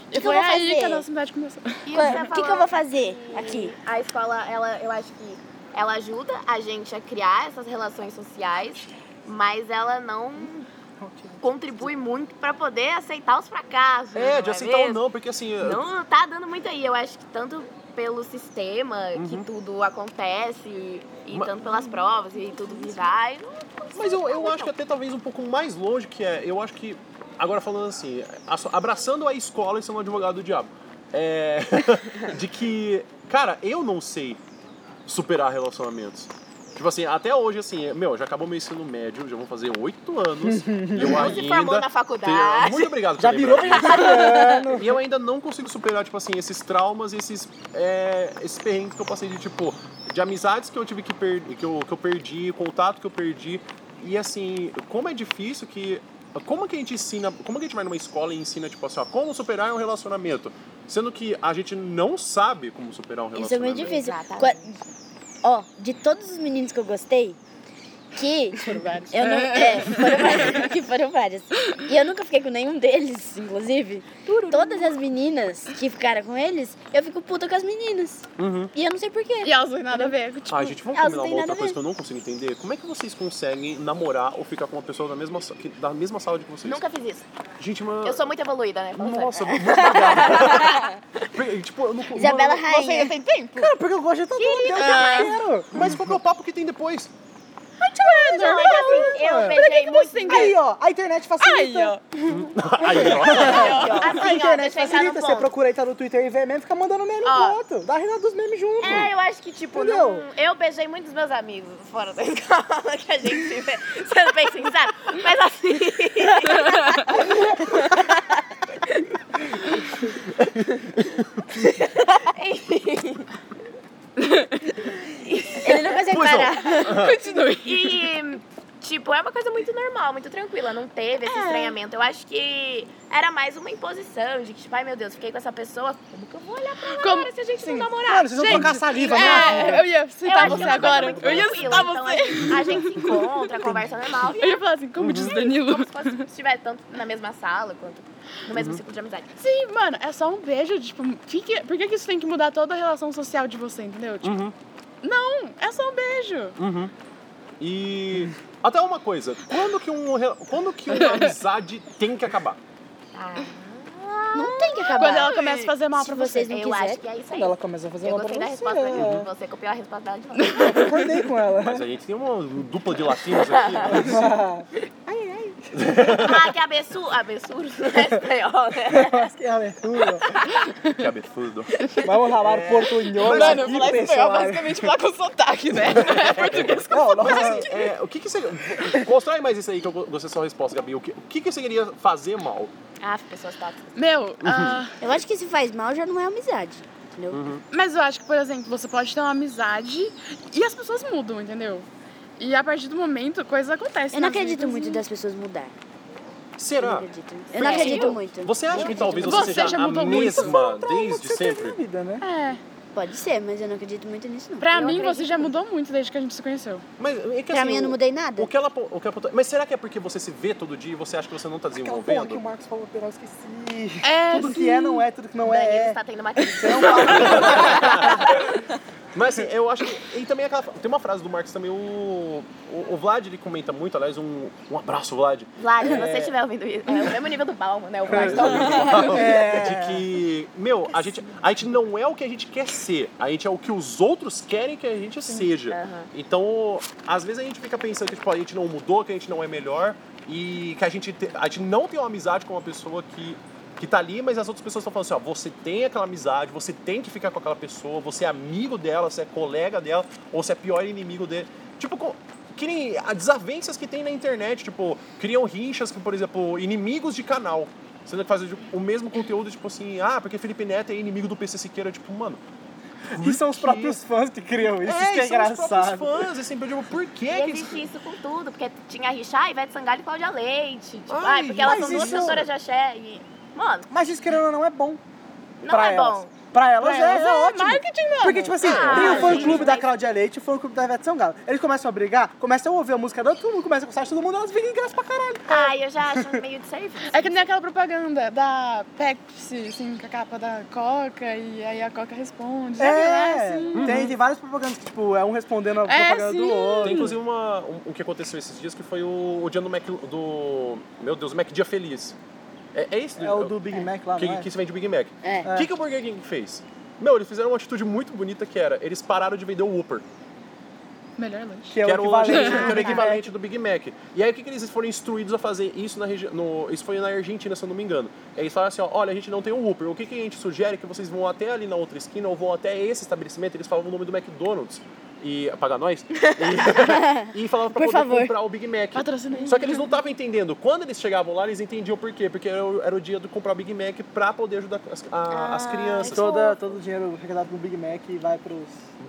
[SPEAKER 4] O que,
[SPEAKER 6] E
[SPEAKER 4] que eu
[SPEAKER 6] foi
[SPEAKER 4] vou
[SPEAKER 6] Tipo, é aí que a
[SPEAKER 4] fazer?
[SPEAKER 6] nossa amizade começou.
[SPEAKER 3] E tá
[SPEAKER 4] Qua-
[SPEAKER 3] você
[SPEAKER 4] O que, que eu
[SPEAKER 3] falou
[SPEAKER 4] vou fazer
[SPEAKER 3] que
[SPEAKER 4] aqui?
[SPEAKER 3] A escola, ela, eu acho que ela ajuda a gente a criar essas relações sociais, mas ela não contribui muito pra poder aceitar os fracassos.
[SPEAKER 1] É, de
[SPEAKER 3] é
[SPEAKER 1] aceitar ou
[SPEAKER 3] mesmo?
[SPEAKER 1] não, porque assim.
[SPEAKER 3] Não tá dando muito aí. Eu acho que tanto pelo sistema que tudo acontece, e
[SPEAKER 1] Uhum. Ma-
[SPEAKER 3] tanto pelas provas e tudo que vai. não- não
[SPEAKER 1] Mas eu, eu
[SPEAKER 3] sei.
[SPEAKER 1] acho que até talvez um pouco mais longe que é. Eu acho que. Agora falando assim, a- abraçando a escola e sendo um advogado do diabo. É. de que. Cara, eu não sei superar relacionamentos. Tipo assim, até hoje, assim, meu, já acabou meu ensino médio, já vão fazer oito anos. e eu ainda.
[SPEAKER 3] se formou na faculdade.
[SPEAKER 1] Muito obrigado por
[SPEAKER 5] Já
[SPEAKER 1] lembrar
[SPEAKER 5] virou
[SPEAKER 1] disso.
[SPEAKER 5] vegetariano.
[SPEAKER 1] E eu ainda não consigo superar, tipo assim, esses traumas e esses, é, esses perrengues que eu passei de, tipo, de amizades que eu tive que perder, que eu, que eu perdi, contato que eu perdi. E assim, como é difícil que. Como que a gente ensina, como que a gente vai numa escola e ensina, tipo assim, ó, como superar um relacionamento? Sendo que a gente não sabe como superar um
[SPEAKER 4] Isso é
[SPEAKER 1] relacionamento.
[SPEAKER 4] muito difícil.
[SPEAKER 3] Exatamente.
[SPEAKER 4] Qua- Ó, de todos os meninos que eu gostei, que eu não. É, foram vários, que foram vários. E eu nunca fiquei com nenhum deles, inclusive. Todas as meninas que ficaram com eles, eu fico puta com as meninas.
[SPEAKER 1] Uhum.
[SPEAKER 4] E eu não sei porquê.
[SPEAKER 6] E elas não têm nada a ver. Tipo,
[SPEAKER 1] Ah, gente, vamos
[SPEAKER 4] elas
[SPEAKER 1] combinar
[SPEAKER 4] não têm
[SPEAKER 1] uma outra
[SPEAKER 4] nada a
[SPEAKER 1] coisa
[SPEAKER 4] ver.
[SPEAKER 1] que eu não consigo entender. Como é que vocês conseguem namorar ou ficar com uma pessoa da mesma, sa- que- da mesma sala de que vocês?
[SPEAKER 3] Nunca fiz isso.
[SPEAKER 1] Gente, mano.
[SPEAKER 3] Eu sou muito evoluída, né? Fala sério.
[SPEAKER 1] Nossa, muito obrigado. Porque, tipo, eu não.
[SPEAKER 4] Isabela
[SPEAKER 1] mano,
[SPEAKER 4] Rainha.
[SPEAKER 6] tem tempo?
[SPEAKER 5] Cara, porque eu um gosto de todo mundo, eu já quero.
[SPEAKER 1] Mas qual que é o papo que tem depois?
[SPEAKER 3] Não, é que assim, Eu
[SPEAKER 5] pô.
[SPEAKER 3] beijei muito.
[SPEAKER 6] Você entendeu?
[SPEAKER 5] Aí, ó, a internet
[SPEAKER 6] Aí,
[SPEAKER 5] facilita.
[SPEAKER 6] ó.
[SPEAKER 1] Aí, ó.
[SPEAKER 5] a
[SPEAKER 3] Assim, ó, deixa eu
[SPEAKER 5] internet
[SPEAKER 3] entrar no
[SPEAKER 5] facilita. Você
[SPEAKER 3] ponto.
[SPEAKER 5] procura aí, tá no Twitter e vê mesmo, fica mandando meme no
[SPEAKER 3] Ó.
[SPEAKER 5] outro. Dá risada dos memes junto.
[SPEAKER 3] É, eu acho que, tipo,
[SPEAKER 5] Entendeu?
[SPEAKER 3] não, eu beijei muitos meus amigos fora da escola que a gente se vê, sendo bem sincero. Mas assim.
[SPEAKER 4] Ele não consegue parar.
[SPEAKER 6] Continue.
[SPEAKER 3] E, tipo, é uma coisa muito normal, muito tranquila. Não teve
[SPEAKER 6] É.
[SPEAKER 3] esse estranhamento. Eu acho que era mais uma imposição de que, tipo, ai meu Deus, fiquei com essa pessoa. Como que eu vou olhar pra ela
[SPEAKER 6] Tipo, Como-
[SPEAKER 3] agora se a gente
[SPEAKER 5] Sim.
[SPEAKER 3] não namorar?
[SPEAKER 5] Mano, vocês vão
[SPEAKER 6] Gente,
[SPEAKER 5] trocar saliva, né?
[SPEAKER 6] É, eu ia
[SPEAKER 3] Eu
[SPEAKER 6] citar
[SPEAKER 3] acho que
[SPEAKER 6] você
[SPEAKER 3] é uma coisa
[SPEAKER 6] agora.
[SPEAKER 3] muito
[SPEAKER 6] Eu ia
[SPEAKER 3] tranquila.
[SPEAKER 6] citar
[SPEAKER 3] Então,
[SPEAKER 6] você.
[SPEAKER 3] assim, a gente se encontra, conversa normal. E é
[SPEAKER 6] Eu ia falar assim, como diz Danilo.
[SPEAKER 3] Como se fosse se estiver tanto na mesma sala quanto no
[SPEAKER 5] Uhum.
[SPEAKER 3] mesmo ciclo de amizade.
[SPEAKER 6] Sim, mano, é só um beijo, tipo, fique- por que, que isso tem que mudar toda a relação social de você, entendeu? Tipo, Não, é só um beijo.
[SPEAKER 1] E. Até uma coisa, quando que, um, re- quando que uma amizade tem que acabar?
[SPEAKER 4] Não tem que acabar.
[SPEAKER 6] Quando ela começa a fazer mal
[SPEAKER 4] Se
[SPEAKER 6] pra você.
[SPEAKER 4] vocês não
[SPEAKER 3] Eu
[SPEAKER 4] quiserem.
[SPEAKER 3] acho que é isso aí.
[SPEAKER 5] Quando ela começa a fazer
[SPEAKER 3] Eu
[SPEAKER 5] uma pra
[SPEAKER 3] gostei da
[SPEAKER 5] você. é.
[SPEAKER 3] resposta dela. Você copiou a resposta dela de novo.
[SPEAKER 5] Eu concordei com ela.
[SPEAKER 1] Mas a gente tem uma dupla de latinos aqui. né?
[SPEAKER 3] ah, que abenço... abençuro não é espanhol, né?
[SPEAKER 5] Mas que abertura.
[SPEAKER 1] Que absurdo.
[SPEAKER 5] Vamos ralar
[SPEAKER 1] É.
[SPEAKER 5] portunhol aqui, pessoal.
[SPEAKER 6] É, falar com sotaque, né?
[SPEAKER 5] Não, não,
[SPEAKER 1] Mas assim, é, o que que você... Constrói mais isso aí que eu gostei da sua resposta, Gabi. O que, o que que você queria fazer mal?
[SPEAKER 3] Ah, pessoas tóxicas.
[SPEAKER 6] Meu, ah,
[SPEAKER 4] Eu acho que se faz mal já não é amizade. Entendeu?
[SPEAKER 1] Uhum.
[SPEAKER 6] mas eu acho que, por exemplo, você pode ter uma amizade e as pessoas mudam, entendeu? E a partir do momento, coisa acontece.
[SPEAKER 4] Eu não
[SPEAKER 6] nas
[SPEAKER 4] acredito
[SPEAKER 6] vidas. né?
[SPEAKER 4] muito das pessoas mudar. Eu não
[SPEAKER 1] Será?
[SPEAKER 4] acredito. Eu não acredito muito.
[SPEAKER 1] Você acha que talvez você,
[SPEAKER 6] Você
[SPEAKER 1] seja
[SPEAKER 6] já
[SPEAKER 1] a
[SPEAKER 6] mudou muito.
[SPEAKER 1] mesma
[SPEAKER 5] Mas
[SPEAKER 1] desde
[SPEAKER 5] você teve na
[SPEAKER 1] assim, sempre?
[SPEAKER 5] vida, né?
[SPEAKER 6] É,
[SPEAKER 4] Pode ser, mas eu não acredito muito nisso, não.
[SPEAKER 6] pra
[SPEAKER 4] Eu
[SPEAKER 6] mim você
[SPEAKER 4] acredito.
[SPEAKER 6] já mudou muito desde que a gente se conheceu.
[SPEAKER 1] Mas é que
[SPEAKER 4] Pra
[SPEAKER 1] assim,
[SPEAKER 4] mim eu não
[SPEAKER 1] o-
[SPEAKER 4] mudei nada.
[SPEAKER 1] O que ela, o que ela apontou- Mas será que é porque você se vê todo dia e você acha que você não tá
[SPEAKER 5] Aquela porra que o
[SPEAKER 1] desenvolvendo?
[SPEAKER 5] Marcos falou, pera, eu esqueci.
[SPEAKER 6] É,
[SPEAKER 5] Tudo que é, não é. Tudo que não é,
[SPEAKER 3] Danilo
[SPEAKER 5] é.
[SPEAKER 3] está tá tendo uma crise.
[SPEAKER 1] Mas assim, eu acho que. E também aquela. Tem uma frase do Marcos também, o. O, o Vlad ele comenta muito, aliás, um, um abraço, Vlad.
[SPEAKER 3] Vlad, se você estiver ouvindo isso, é o mesmo nível do Balmo, né? O Vlad
[SPEAKER 5] É.
[SPEAKER 3] tá ouvindo.
[SPEAKER 1] De que, meu, a gente, a gente não é o que a gente quer ser, a gente é o que os outros querem que a gente seja.
[SPEAKER 3] Aham.
[SPEAKER 1] Então, às vezes a gente fica pensando que tipo, a gente não mudou, que a gente não é melhor e que a gente, te- a gente não tem uma amizade com uma pessoa que, que tá ali, mas as outras pessoas estão falando assim: ó, você tem aquela amizade, você tem que ficar com aquela pessoa, você é amigo dela, você é colega dela, ou você é pior inimigo dele. Tipo, co- que nem a desavenças que tem na internet, tipo, criam rinchas que, por exemplo, inimigos de canal. Sendo que fazem tipo, o mesmo conteúdo, tipo assim, ah, porque Felipe Neto é inimigo do PC Siqueira, tipo, mano.
[SPEAKER 5] E são os
[SPEAKER 1] que-
[SPEAKER 5] próprios fãs que criam isso, isso que é
[SPEAKER 1] e são os próprios
[SPEAKER 5] engraçado.
[SPEAKER 1] fãs, assim, eu digo, por que
[SPEAKER 3] E
[SPEAKER 1] que
[SPEAKER 3] existe isso com tudo, porque tinha a Richá, a Ivete Sangalo e Cláudia Leite. Tipo,
[SPEAKER 1] Ai,
[SPEAKER 3] ai, porque elas
[SPEAKER 5] mas
[SPEAKER 3] são duas
[SPEAKER 5] isso-
[SPEAKER 3] cantoras de axé e... Mano,
[SPEAKER 5] Mas isso, querendo ou não, é bom.
[SPEAKER 3] não
[SPEAKER 5] pra
[SPEAKER 3] é
[SPEAKER 5] elas.
[SPEAKER 3] bom.
[SPEAKER 5] Pra elas,
[SPEAKER 6] Pra elas
[SPEAKER 5] é, é,
[SPEAKER 6] é
[SPEAKER 5] ótimo.
[SPEAKER 6] marketing, mano.
[SPEAKER 5] Porque, tipo assim,
[SPEAKER 3] Ah,
[SPEAKER 5] tem o fã-clube
[SPEAKER 3] gente,
[SPEAKER 5] da
[SPEAKER 3] mas-
[SPEAKER 5] Cláudia Leite e o fã-clube da Ivete Sangalo. Eles começam a brigar, começam a ouvir a música da todo mundo, começa a gostar de todo mundo, elas ficam graça pra caralho.
[SPEAKER 3] Ai, eu já acho meio de serviço.
[SPEAKER 6] É que nem aquela propaganda da Pepsi, assim, com a capa da Coca, e aí a Coca responde. Sabe?
[SPEAKER 5] É,
[SPEAKER 6] assim.
[SPEAKER 5] tem, tem várias propagandas que, tipo, é um respondendo a
[SPEAKER 6] É,
[SPEAKER 5] propaganda do
[SPEAKER 6] sim.
[SPEAKER 1] Uhum. Tem
[SPEAKER 5] outro.
[SPEAKER 1] inclusive uma, um, o que aconteceu esses dias que foi o, o dia do Mac. do. Meu Deus, o Mac Dia Feliz. É, é esse
[SPEAKER 5] É o do Big Mac lá,
[SPEAKER 1] Que,
[SPEAKER 5] não é?
[SPEAKER 1] que se vende Big Mac.
[SPEAKER 4] É.
[SPEAKER 1] O que, que o Burger King fez? Meu, eles fizeram uma atitude muito bonita que era: eles pararam de vender o Whopper,
[SPEAKER 6] Melhor lanche.
[SPEAKER 5] Que é
[SPEAKER 1] que
[SPEAKER 5] o
[SPEAKER 1] era o, lanche-
[SPEAKER 5] equivalente.
[SPEAKER 1] que era
[SPEAKER 5] do
[SPEAKER 1] o
[SPEAKER 5] Big Mac.
[SPEAKER 1] equivalente do Big Mac. E aí o que, que eles foram instruídos a fazer isso na regi- no, Isso foi na Argentina, se eu não me engano. E aí eles falaram assim: ó, olha, a gente não tem o Whopper. O que, que a gente sugere? é Que vocês vão até ali na outra esquina ou vão até esse estabelecimento. Eles falavam o nome do McDonald's. E pagar nós. E, e falavam pra
[SPEAKER 4] Por
[SPEAKER 1] poder
[SPEAKER 4] favor.
[SPEAKER 1] comprar o Big Mac.
[SPEAKER 6] Patrocina aí.
[SPEAKER 1] Só que eles não estavam entendendo. Quando eles chegavam lá, eles entendiam por quê. Porque era o, era o dia de comprar o Big Mac pra poder ajudar as, a- as crianças.
[SPEAKER 5] Toda, todo o dinheiro arrecadado no Big Mac vai pros...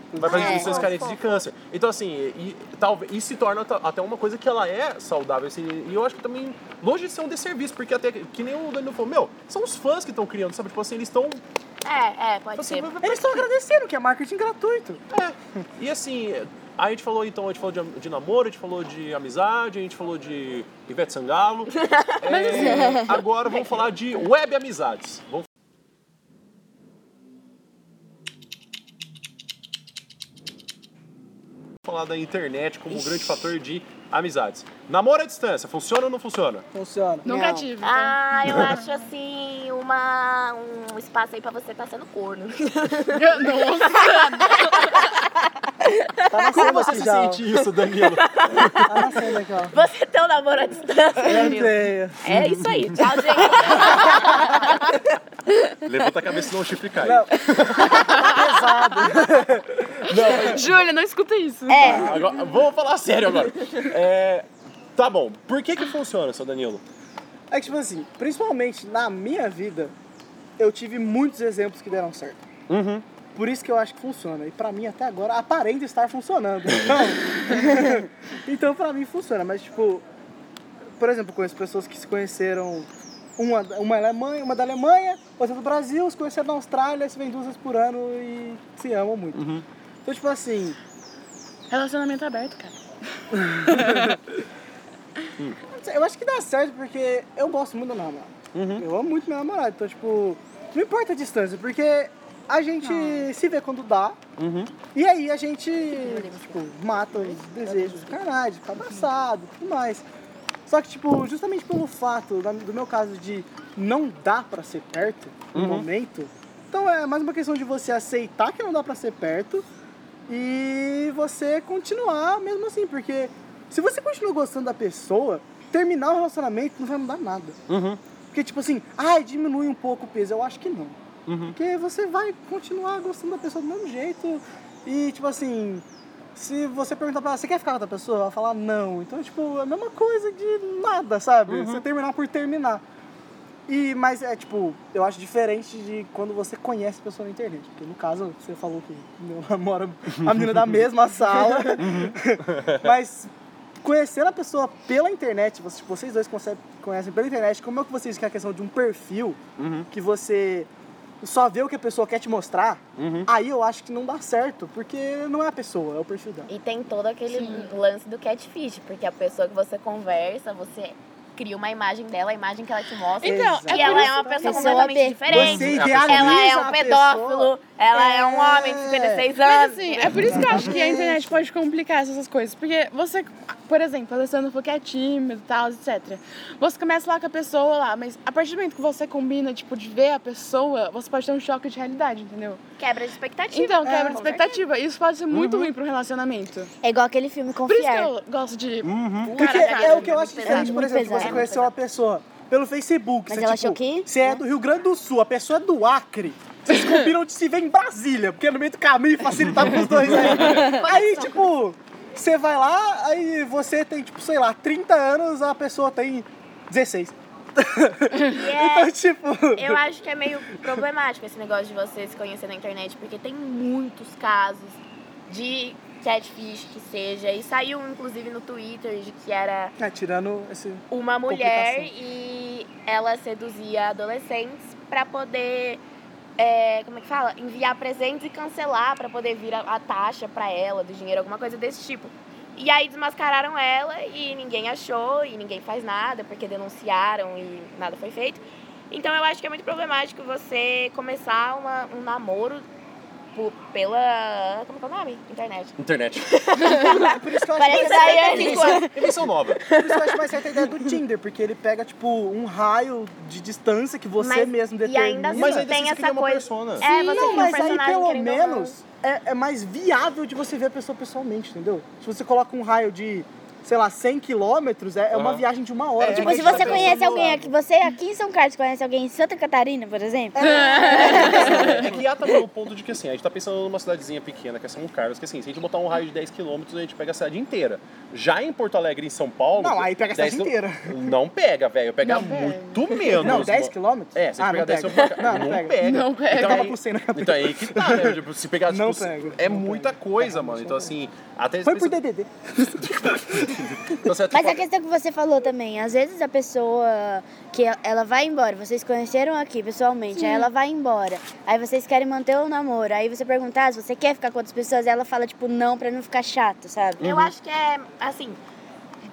[SPEAKER 5] pros
[SPEAKER 1] Vai para as
[SPEAKER 4] É.
[SPEAKER 1] pessoas carentes de câncer. Então, assim, e, e talvez isso se torna ta- até uma coisa que ela é saudável. assim, e eu acho que também, longe de ser um desserviço, porque até que que nem o Danilo falou, meu, são os fãs que estão criando, sabe? Tipo assim, eles estão.
[SPEAKER 3] É, é, pode
[SPEAKER 1] Assim,
[SPEAKER 3] ser.
[SPEAKER 5] Eles estão agradecendo, que é marketing gratuito.
[SPEAKER 1] e assim, a gente falou então, a gente falou de, am- de namoro, a gente falou de amizade, a gente falou de Ivete Sangalo. É, agora vamos falar de web amizades. Vamos falar da internet como um grande fator de amizades. Namoro à distância, funciona ou não funciona?
[SPEAKER 5] Funciona.
[SPEAKER 6] Nunca
[SPEAKER 4] Não.
[SPEAKER 6] tive. então.
[SPEAKER 3] Ah, eu acho assim, uma, tá um espaço aí pra você estar sendo corno.
[SPEAKER 6] Nossa!
[SPEAKER 5] Tá
[SPEAKER 1] Como
[SPEAKER 5] nascendo
[SPEAKER 1] você
[SPEAKER 5] aqui
[SPEAKER 1] se
[SPEAKER 5] já. ó.
[SPEAKER 1] sente isso, Danilo?
[SPEAKER 5] Tá nascendo aqui, ó.
[SPEAKER 3] Você tem um namoro à distância,
[SPEAKER 5] Eu
[SPEAKER 3] Danilo.
[SPEAKER 5] tenho.
[SPEAKER 3] É isso aí. Tchau, gente.
[SPEAKER 1] Levanta a cabeça e não o chifre cai.
[SPEAKER 5] Não. Tá Pesado.
[SPEAKER 6] Júlia, não escuta isso.
[SPEAKER 4] É,
[SPEAKER 1] Agora, vamos falar sério agora. É, tá bom, por que que funciona, seu Danilo?
[SPEAKER 5] É que, tipo assim, principalmente na minha vida, eu tive muitos exemplos que deram certo.
[SPEAKER 1] Uhum.
[SPEAKER 5] Por isso que eu acho que funciona. E pra mim, até agora, aparenta estar funcionando. Então, então pra mim funciona. Mas, tipo, por exemplo, conheço pessoas que se conheceram. Uma, uma, Alemanha, uma da Alemanha, outra do Brasil, se conheceram na Austrália, se vêm duas vezes por ano e se amam muito. Então, tipo assim,
[SPEAKER 6] Relacionamento aberto, cara.
[SPEAKER 5] Não sei, Eu acho que dá certo porque eu gosto muito da minha namorada. Eu amo muito minha namorada. Então, tipo, não importa a distância, porque a gente se vê quando dá. E aí a gente, tipo, mata os desejos do caralho, fica abraçado e tudo mais. Só que, tipo, justamente pelo fato da- do meu caso de não dá pra ser perto no momento, então é mais uma questão de você aceitar que não dá pra ser perto e você continuar mesmo assim, porque se você continuar gostando da pessoa, terminar o relacionamento não vai mudar nada. Porque, tipo assim, ai, diminui um pouco o peso. Eu acho que não. Porque você vai continuar gostando da pessoa do mesmo jeito. E, tipo assim, se você perguntar pra ela, você quer ficar com outra pessoa? Ela falar não. Então, tipo, é a mesma coisa de nada, sabe? Você terminar por terminar. E, mas é tipo, eu acho diferente de quando você conhece a pessoa na internet. Porque no caso, você falou que meu namora a menina da mesma sala. mas conhecendo a pessoa pela internet, vocês, tipo, vocês dois conce- conhecem pela internet, como é que vocês que é a questão de um perfil que você só vê o que a pessoa quer te mostrar, aí eu acho que não dá certo, porque não é a pessoa, é o perfil dela.
[SPEAKER 3] E tem todo aquele lance do catfish, porque a pessoa que você conversa, você cria uma imagem dela, a imagem que ela te mostra.
[SPEAKER 6] Então,
[SPEAKER 5] Exato.
[SPEAKER 6] é
[SPEAKER 3] e ela
[SPEAKER 6] por
[SPEAKER 3] é uma pessoa
[SPEAKER 4] Pessoa
[SPEAKER 3] completamente
[SPEAKER 4] B.
[SPEAKER 3] diferente.
[SPEAKER 5] Você
[SPEAKER 1] idealiza
[SPEAKER 3] ela é um
[SPEAKER 5] a
[SPEAKER 3] pedófilo, ela é... um homem de 56
[SPEAKER 6] Mas
[SPEAKER 3] anos.
[SPEAKER 6] assim, é por isso que eu acho que a internet pode complicar essas coisas. Porque você, por exemplo, a Alessandra falou que é tímido e tal, etc. Você começa lá com a pessoa lá, mas a partir do momento que você combina, tipo, de ver a pessoa, você pode ter um choque de realidade, entendeu?
[SPEAKER 3] Quebra de expectativa.
[SPEAKER 6] Então, quebra de
[SPEAKER 3] com
[SPEAKER 6] expectativa. Isso pode ser muito ruim pro relacionamento.
[SPEAKER 4] é igual aquele filme
[SPEAKER 6] Por isso que
[SPEAKER 4] Confiar.
[SPEAKER 6] eu gosto de.
[SPEAKER 5] Porque
[SPEAKER 3] Cara, tá né?
[SPEAKER 5] é o que eu acho
[SPEAKER 3] pesado.
[SPEAKER 5] diferente, por
[SPEAKER 4] Muito
[SPEAKER 5] exemplo,
[SPEAKER 4] pesado.
[SPEAKER 5] você conheceu uma pessoa pelo Facebook.
[SPEAKER 4] Mas
[SPEAKER 5] você,
[SPEAKER 4] ela
[SPEAKER 5] tipo,
[SPEAKER 4] achou que-
[SPEAKER 5] Você é do Rio Grande do Sul, a pessoa é do Acre. Vocês combinam de se ver em Brasília, porque é no meio do caminho facilitava os dois aí. aí, tipo, você vai lá, aí você tem, tipo, sei lá, 30 anos, a pessoa tem 16.
[SPEAKER 3] certeza. E é-
[SPEAKER 5] Então, tipo.
[SPEAKER 3] Eu acho que é meio problemático esse negócio de você se conhecer na internet, porque tem muitos casos de catfish que seja. E saiu, inclusive, no Twitter de que era
[SPEAKER 5] É, tirando esse.
[SPEAKER 3] uma mulher e ela seduzia adolescentes pra poder. é, como é que fala? Enviar presentes e cancelar pra poder vir a, a taxa pra ela do dinheiro, alguma coisa desse tipo. E aí desmascararam ela e ninguém achou e ninguém faz nada porque denunciaram e nada foi feito. Então eu acho que é muito problemático você começar uma- um namoro por- pela. Como que é o nome? Internet. é
[SPEAKER 1] Internet.
[SPEAKER 5] É Por isso que eu acho que
[SPEAKER 4] Parece
[SPEAKER 5] é tipo
[SPEAKER 4] a Daiane.
[SPEAKER 5] assim,
[SPEAKER 1] Invenção nova.
[SPEAKER 5] Por isso que eu acho mais certa a ideia do Tinder, porque ele pega, tipo, um raio de distância que você
[SPEAKER 3] Mas-
[SPEAKER 5] mesmo
[SPEAKER 3] e
[SPEAKER 5] determina.
[SPEAKER 3] ainda assim
[SPEAKER 1] Mas ainda
[SPEAKER 3] tem
[SPEAKER 1] assim, você
[SPEAKER 3] essa
[SPEAKER 1] cria uma
[SPEAKER 3] coisa.
[SPEAKER 1] persona.
[SPEAKER 3] É, você
[SPEAKER 5] não,
[SPEAKER 3] cria um
[SPEAKER 5] mas aí
[SPEAKER 3] personagem
[SPEAKER 5] pelo
[SPEAKER 3] querendo ou não.
[SPEAKER 5] menos é, é mais viável de você ver a pessoa pessoalmente, entendeu? Se você coloca um raio de, sei lá, 100 quilômetros, é, é uma
[SPEAKER 1] Aham.
[SPEAKER 5] viagem de uma hora.
[SPEAKER 1] É,
[SPEAKER 5] de
[SPEAKER 4] Tipo,
[SPEAKER 1] que
[SPEAKER 4] se
[SPEAKER 1] a gente
[SPEAKER 5] vez
[SPEAKER 4] você
[SPEAKER 5] em
[SPEAKER 1] tá
[SPEAKER 5] vez.
[SPEAKER 4] conhece
[SPEAKER 1] pensando
[SPEAKER 4] alguém
[SPEAKER 1] lá.
[SPEAKER 4] aqui, você aqui em São Carlos conhece alguém em Santa Catarina, por exemplo,
[SPEAKER 1] É que há também o ponto de que assim, a gente tá pensando numa cidadezinha pequena, que é São Carlos, que assim, se a gente botar um raio de 10km, a gente pega a cidade inteira. Já em Porto Alegre, em São Paulo.
[SPEAKER 5] Não, aí pega a cidade
[SPEAKER 1] 10
[SPEAKER 5] inteira.
[SPEAKER 1] Não pega, velho. Pega
[SPEAKER 6] Não pega.
[SPEAKER 1] muito menos.
[SPEAKER 5] Não, 10
[SPEAKER 1] mano.
[SPEAKER 5] quilômetros?
[SPEAKER 1] É, se a
[SPEAKER 5] ah,
[SPEAKER 1] gente pegar
[SPEAKER 5] não
[SPEAKER 1] 10
[SPEAKER 5] pega.
[SPEAKER 1] eu vou colocar-
[SPEAKER 5] Não, não pega.
[SPEAKER 6] Não pega.
[SPEAKER 1] Então,
[SPEAKER 5] Eu tava
[SPEAKER 1] aí-
[SPEAKER 5] com cena na
[SPEAKER 1] então aí que tá, né? Tipo, se pegar,
[SPEAKER 5] Não
[SPEAKER 1] tipo,
[SPEAKER 5] pego,
[SPEAKER 1] é
[SPEAKER 5] não
[SPEAKER 1] muita coisa, mano. Então, assim, até...
[SPEAKER 5] Foi por DDD.
[SPEAKER 1] Então, você-
[SPEAKER 4] Mas a questão que você falou também, às vezes a pessoa que e- ela vai embora, vocês conheceram aqui pessoalmente, aí ela vai embora, aí vocês querem manter o namoro, aí você pergunta ah, se você quer ficar com outras pessoas, aí ela fala tipo não pra não ficar chato, sabe?
[SPEAKER 3] Eu
[SPEAKER 6] Uhum.
[SPEAKER 3] acho que é, assim,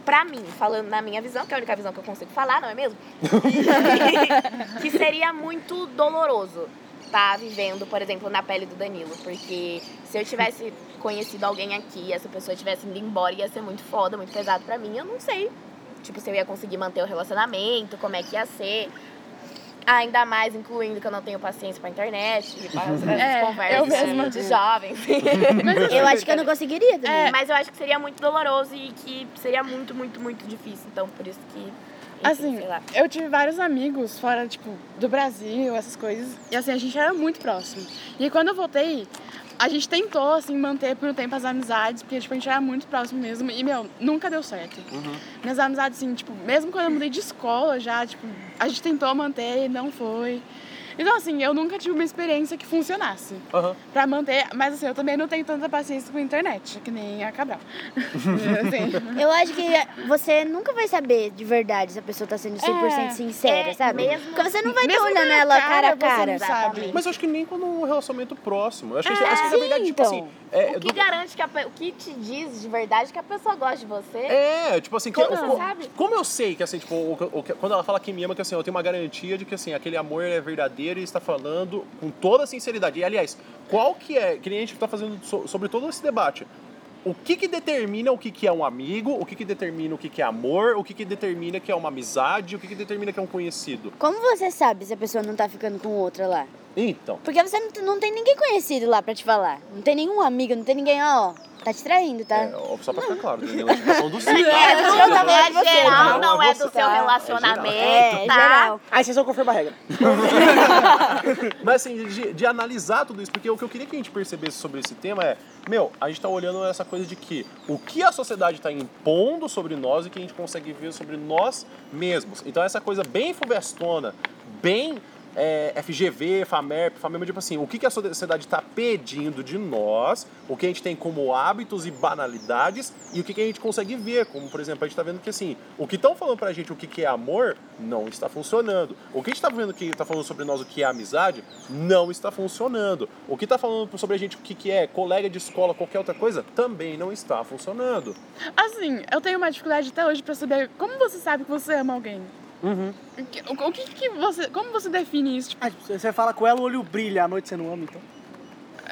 [SPEAKER 3] pra mim, falando na minha visão, que é a única visão que eu consigo falar, não é mesmo? que seria muito doloroso estar vivendo, por exemplo, na pele do Danilo. Porque se eu tivesse conhecido alguém aqui, essa pessoa tivesse indo embora, ia ser muito foda, muito pesado pra mim. Eu não sei, tipo, se eu ia conseguir manter o relacionamento, como é que ia ser. Ainda mais incluindo que eu não tenho paciência pra internet, e para as
[SPEAKER 6] É,
[SPEAKER 3] conversas
[SPEAKER 6] eu mesma.
[SPEAKER 3] de jovens.
[SPEAKER 6] assim,
[SPEAKER 4] Eu acho que eu não conseguiria também.
[SPEAKER 6] É.
[SPEAKER 3] Mas eu acho que seria muito doloroso e que seria muito, muito, muito difícil. Então, por isso que. enfim,
[SPEAKER 6] Assim,
[SPEAKER 3] sei lá.
[SPEAKER 6] eu tive vários amigos fora, tipo, do Brasil, essas coisas. E assim, a gente era muito próximo. E aí, quando eu voltei, a gente tentou, assim, manter por um tempo as amizades, porque, tipo, a gente era muito próximo mesmo. E, meu, nunca deu certo. Minhas amizades, assim, tipo, mesmo quando eu mudei de escola já, tipo, a gente tentou manter e não foi. Então, assim, eu nunca tive uma experiência que funcionasse
[SPEAKER 1] Aham.
[SPEAKER 6] pra manter. Mas, assim, eu também não tenho tanta paciência com a internet, que nem a Cabral. assim,
[SPEAKER 4] Eu acho que você nunca vai saber de verdade se a pessoa tá sendo 100%
[SPEAKER 6] É.
[SPEAKER 4] sincera,
[SPEAKER 3] É,
[SPEAKER 4] sabe?
[SPEAKER 3] mesmo-
[SPEAKER 4] Porque você não vai estar
[SPEAKER 6] mesmo
[SPEAKER 4] olhando
[SPEAKER 6] na
[SPEAKER 4] ela cara a
[SPEAKER 6] cara, você
[SPEAKER 4] cara.
[SPEAKER 6] não sabe.
[SPEAKER 1] Mas eu acho que nem quando um relacionamento próximo. Eu acho que,
[SPEAKER 6] É,
[SPEAKER 1] acho que na verdade, tipo
[SPEAKER 4] então.
[SPEAKER 1] assim. É,
[SPEAKER 3] O que
[SPEAKER 1] do-
[SPEAKER 3] garante que a pe- o que te diz de verdade que a pessoa gosta de você?
[SPEAKER 1] é, tipo assim, que-
[SPEAKER 3] Como
[SPEAKER 1] o-
[SPEAKER 3] você
[SPEAKER 1] co-
[SPEAKER 3] sabe?
[SPEAKER 1] como eu sei que assim, tipo, o- o- que- quando ela fala que me ama, que assim, eu tenho uma garantia de que assim, aquele amor é verdadeiro e está falando com toda a sinceridade. E aliás, qual que é, que nem a gente tá fazendo so- sobre todo esse debate. O que que determina o que que é um amigo, o que que determina o que que é amor, o que que determina que é uma amizade, o que que determina que é um conhecido.
[SPEAKER 4] Como você sabe se a pessoa não tá ficando com outra lá?
[SPEAKER 1] Então,
[SPEAKER 4] Porque você não, não tem ninguém conhecido lá pra te falar. Não tem nenhum amigo, não tem ninguém, ó, tá te traindo, tá?
[SPEAKER 1] é, ó, só pra ficar claro, Daniela, a gente tá falando do sim.
[SPEAKER 4] É, você não tá falando de
[SPEAKER 3] É
[SPEAKER 4] você,
[SPEAKER 3] geral,
[SPEAKER 1] não.
[SPEAKER 3] não é do
[SPEAKER 1] Você
[SPEAKER 3] seu
[SPEAKER 1] tá-
[SPEAKER 3] relacionamento,
[SPEAKER 4] É,
[SPEAKER 3] tá?
[SPEAKER 4] geral.
[SPEAKER 5] Aí vocês só confirma a regra.
[SPEAKER 1] Mas assim, de, de analisar tudo isso, porque o que eu queria que a gente percebesse sobre esse tema é, meu, a gente tá olhando essa coisa de que o que a sociedade tá impondo sobre nós e que a gente consegue ver sobre nós mesmos. Então essa coisa bem fuvestona, bem é, FGV, FAMERP, FAMERP, tipo assim, o que, que a sociedade tá pedindo de nós, o que a gente tem como hábitos e banalidades e o que, que a gente consegue ver, como por exemplo, a gente tá vendo que assim, o que estão falando pra gente o que, que é amor não está funcionando. O que a gente tá vendo que tá falando sobre nós o que é amizade não está funcionando. O que tá falando sobre a gente o que, que é colega de escola, qualquer outra coisa, também não está funcionando.
[SPEAKER 6] Assim, eu tenho uma dificuldade até hoje pra saber como você sabe que você ama alguém.
[SPEAKER 1] Uhum.
[SPEAKER 6] O que, o que que você. Como você define isso? Tipo,
[SPEAKER 5] Ah, tipo, você fala com ela, o olho brilha, à noite você não ama, então.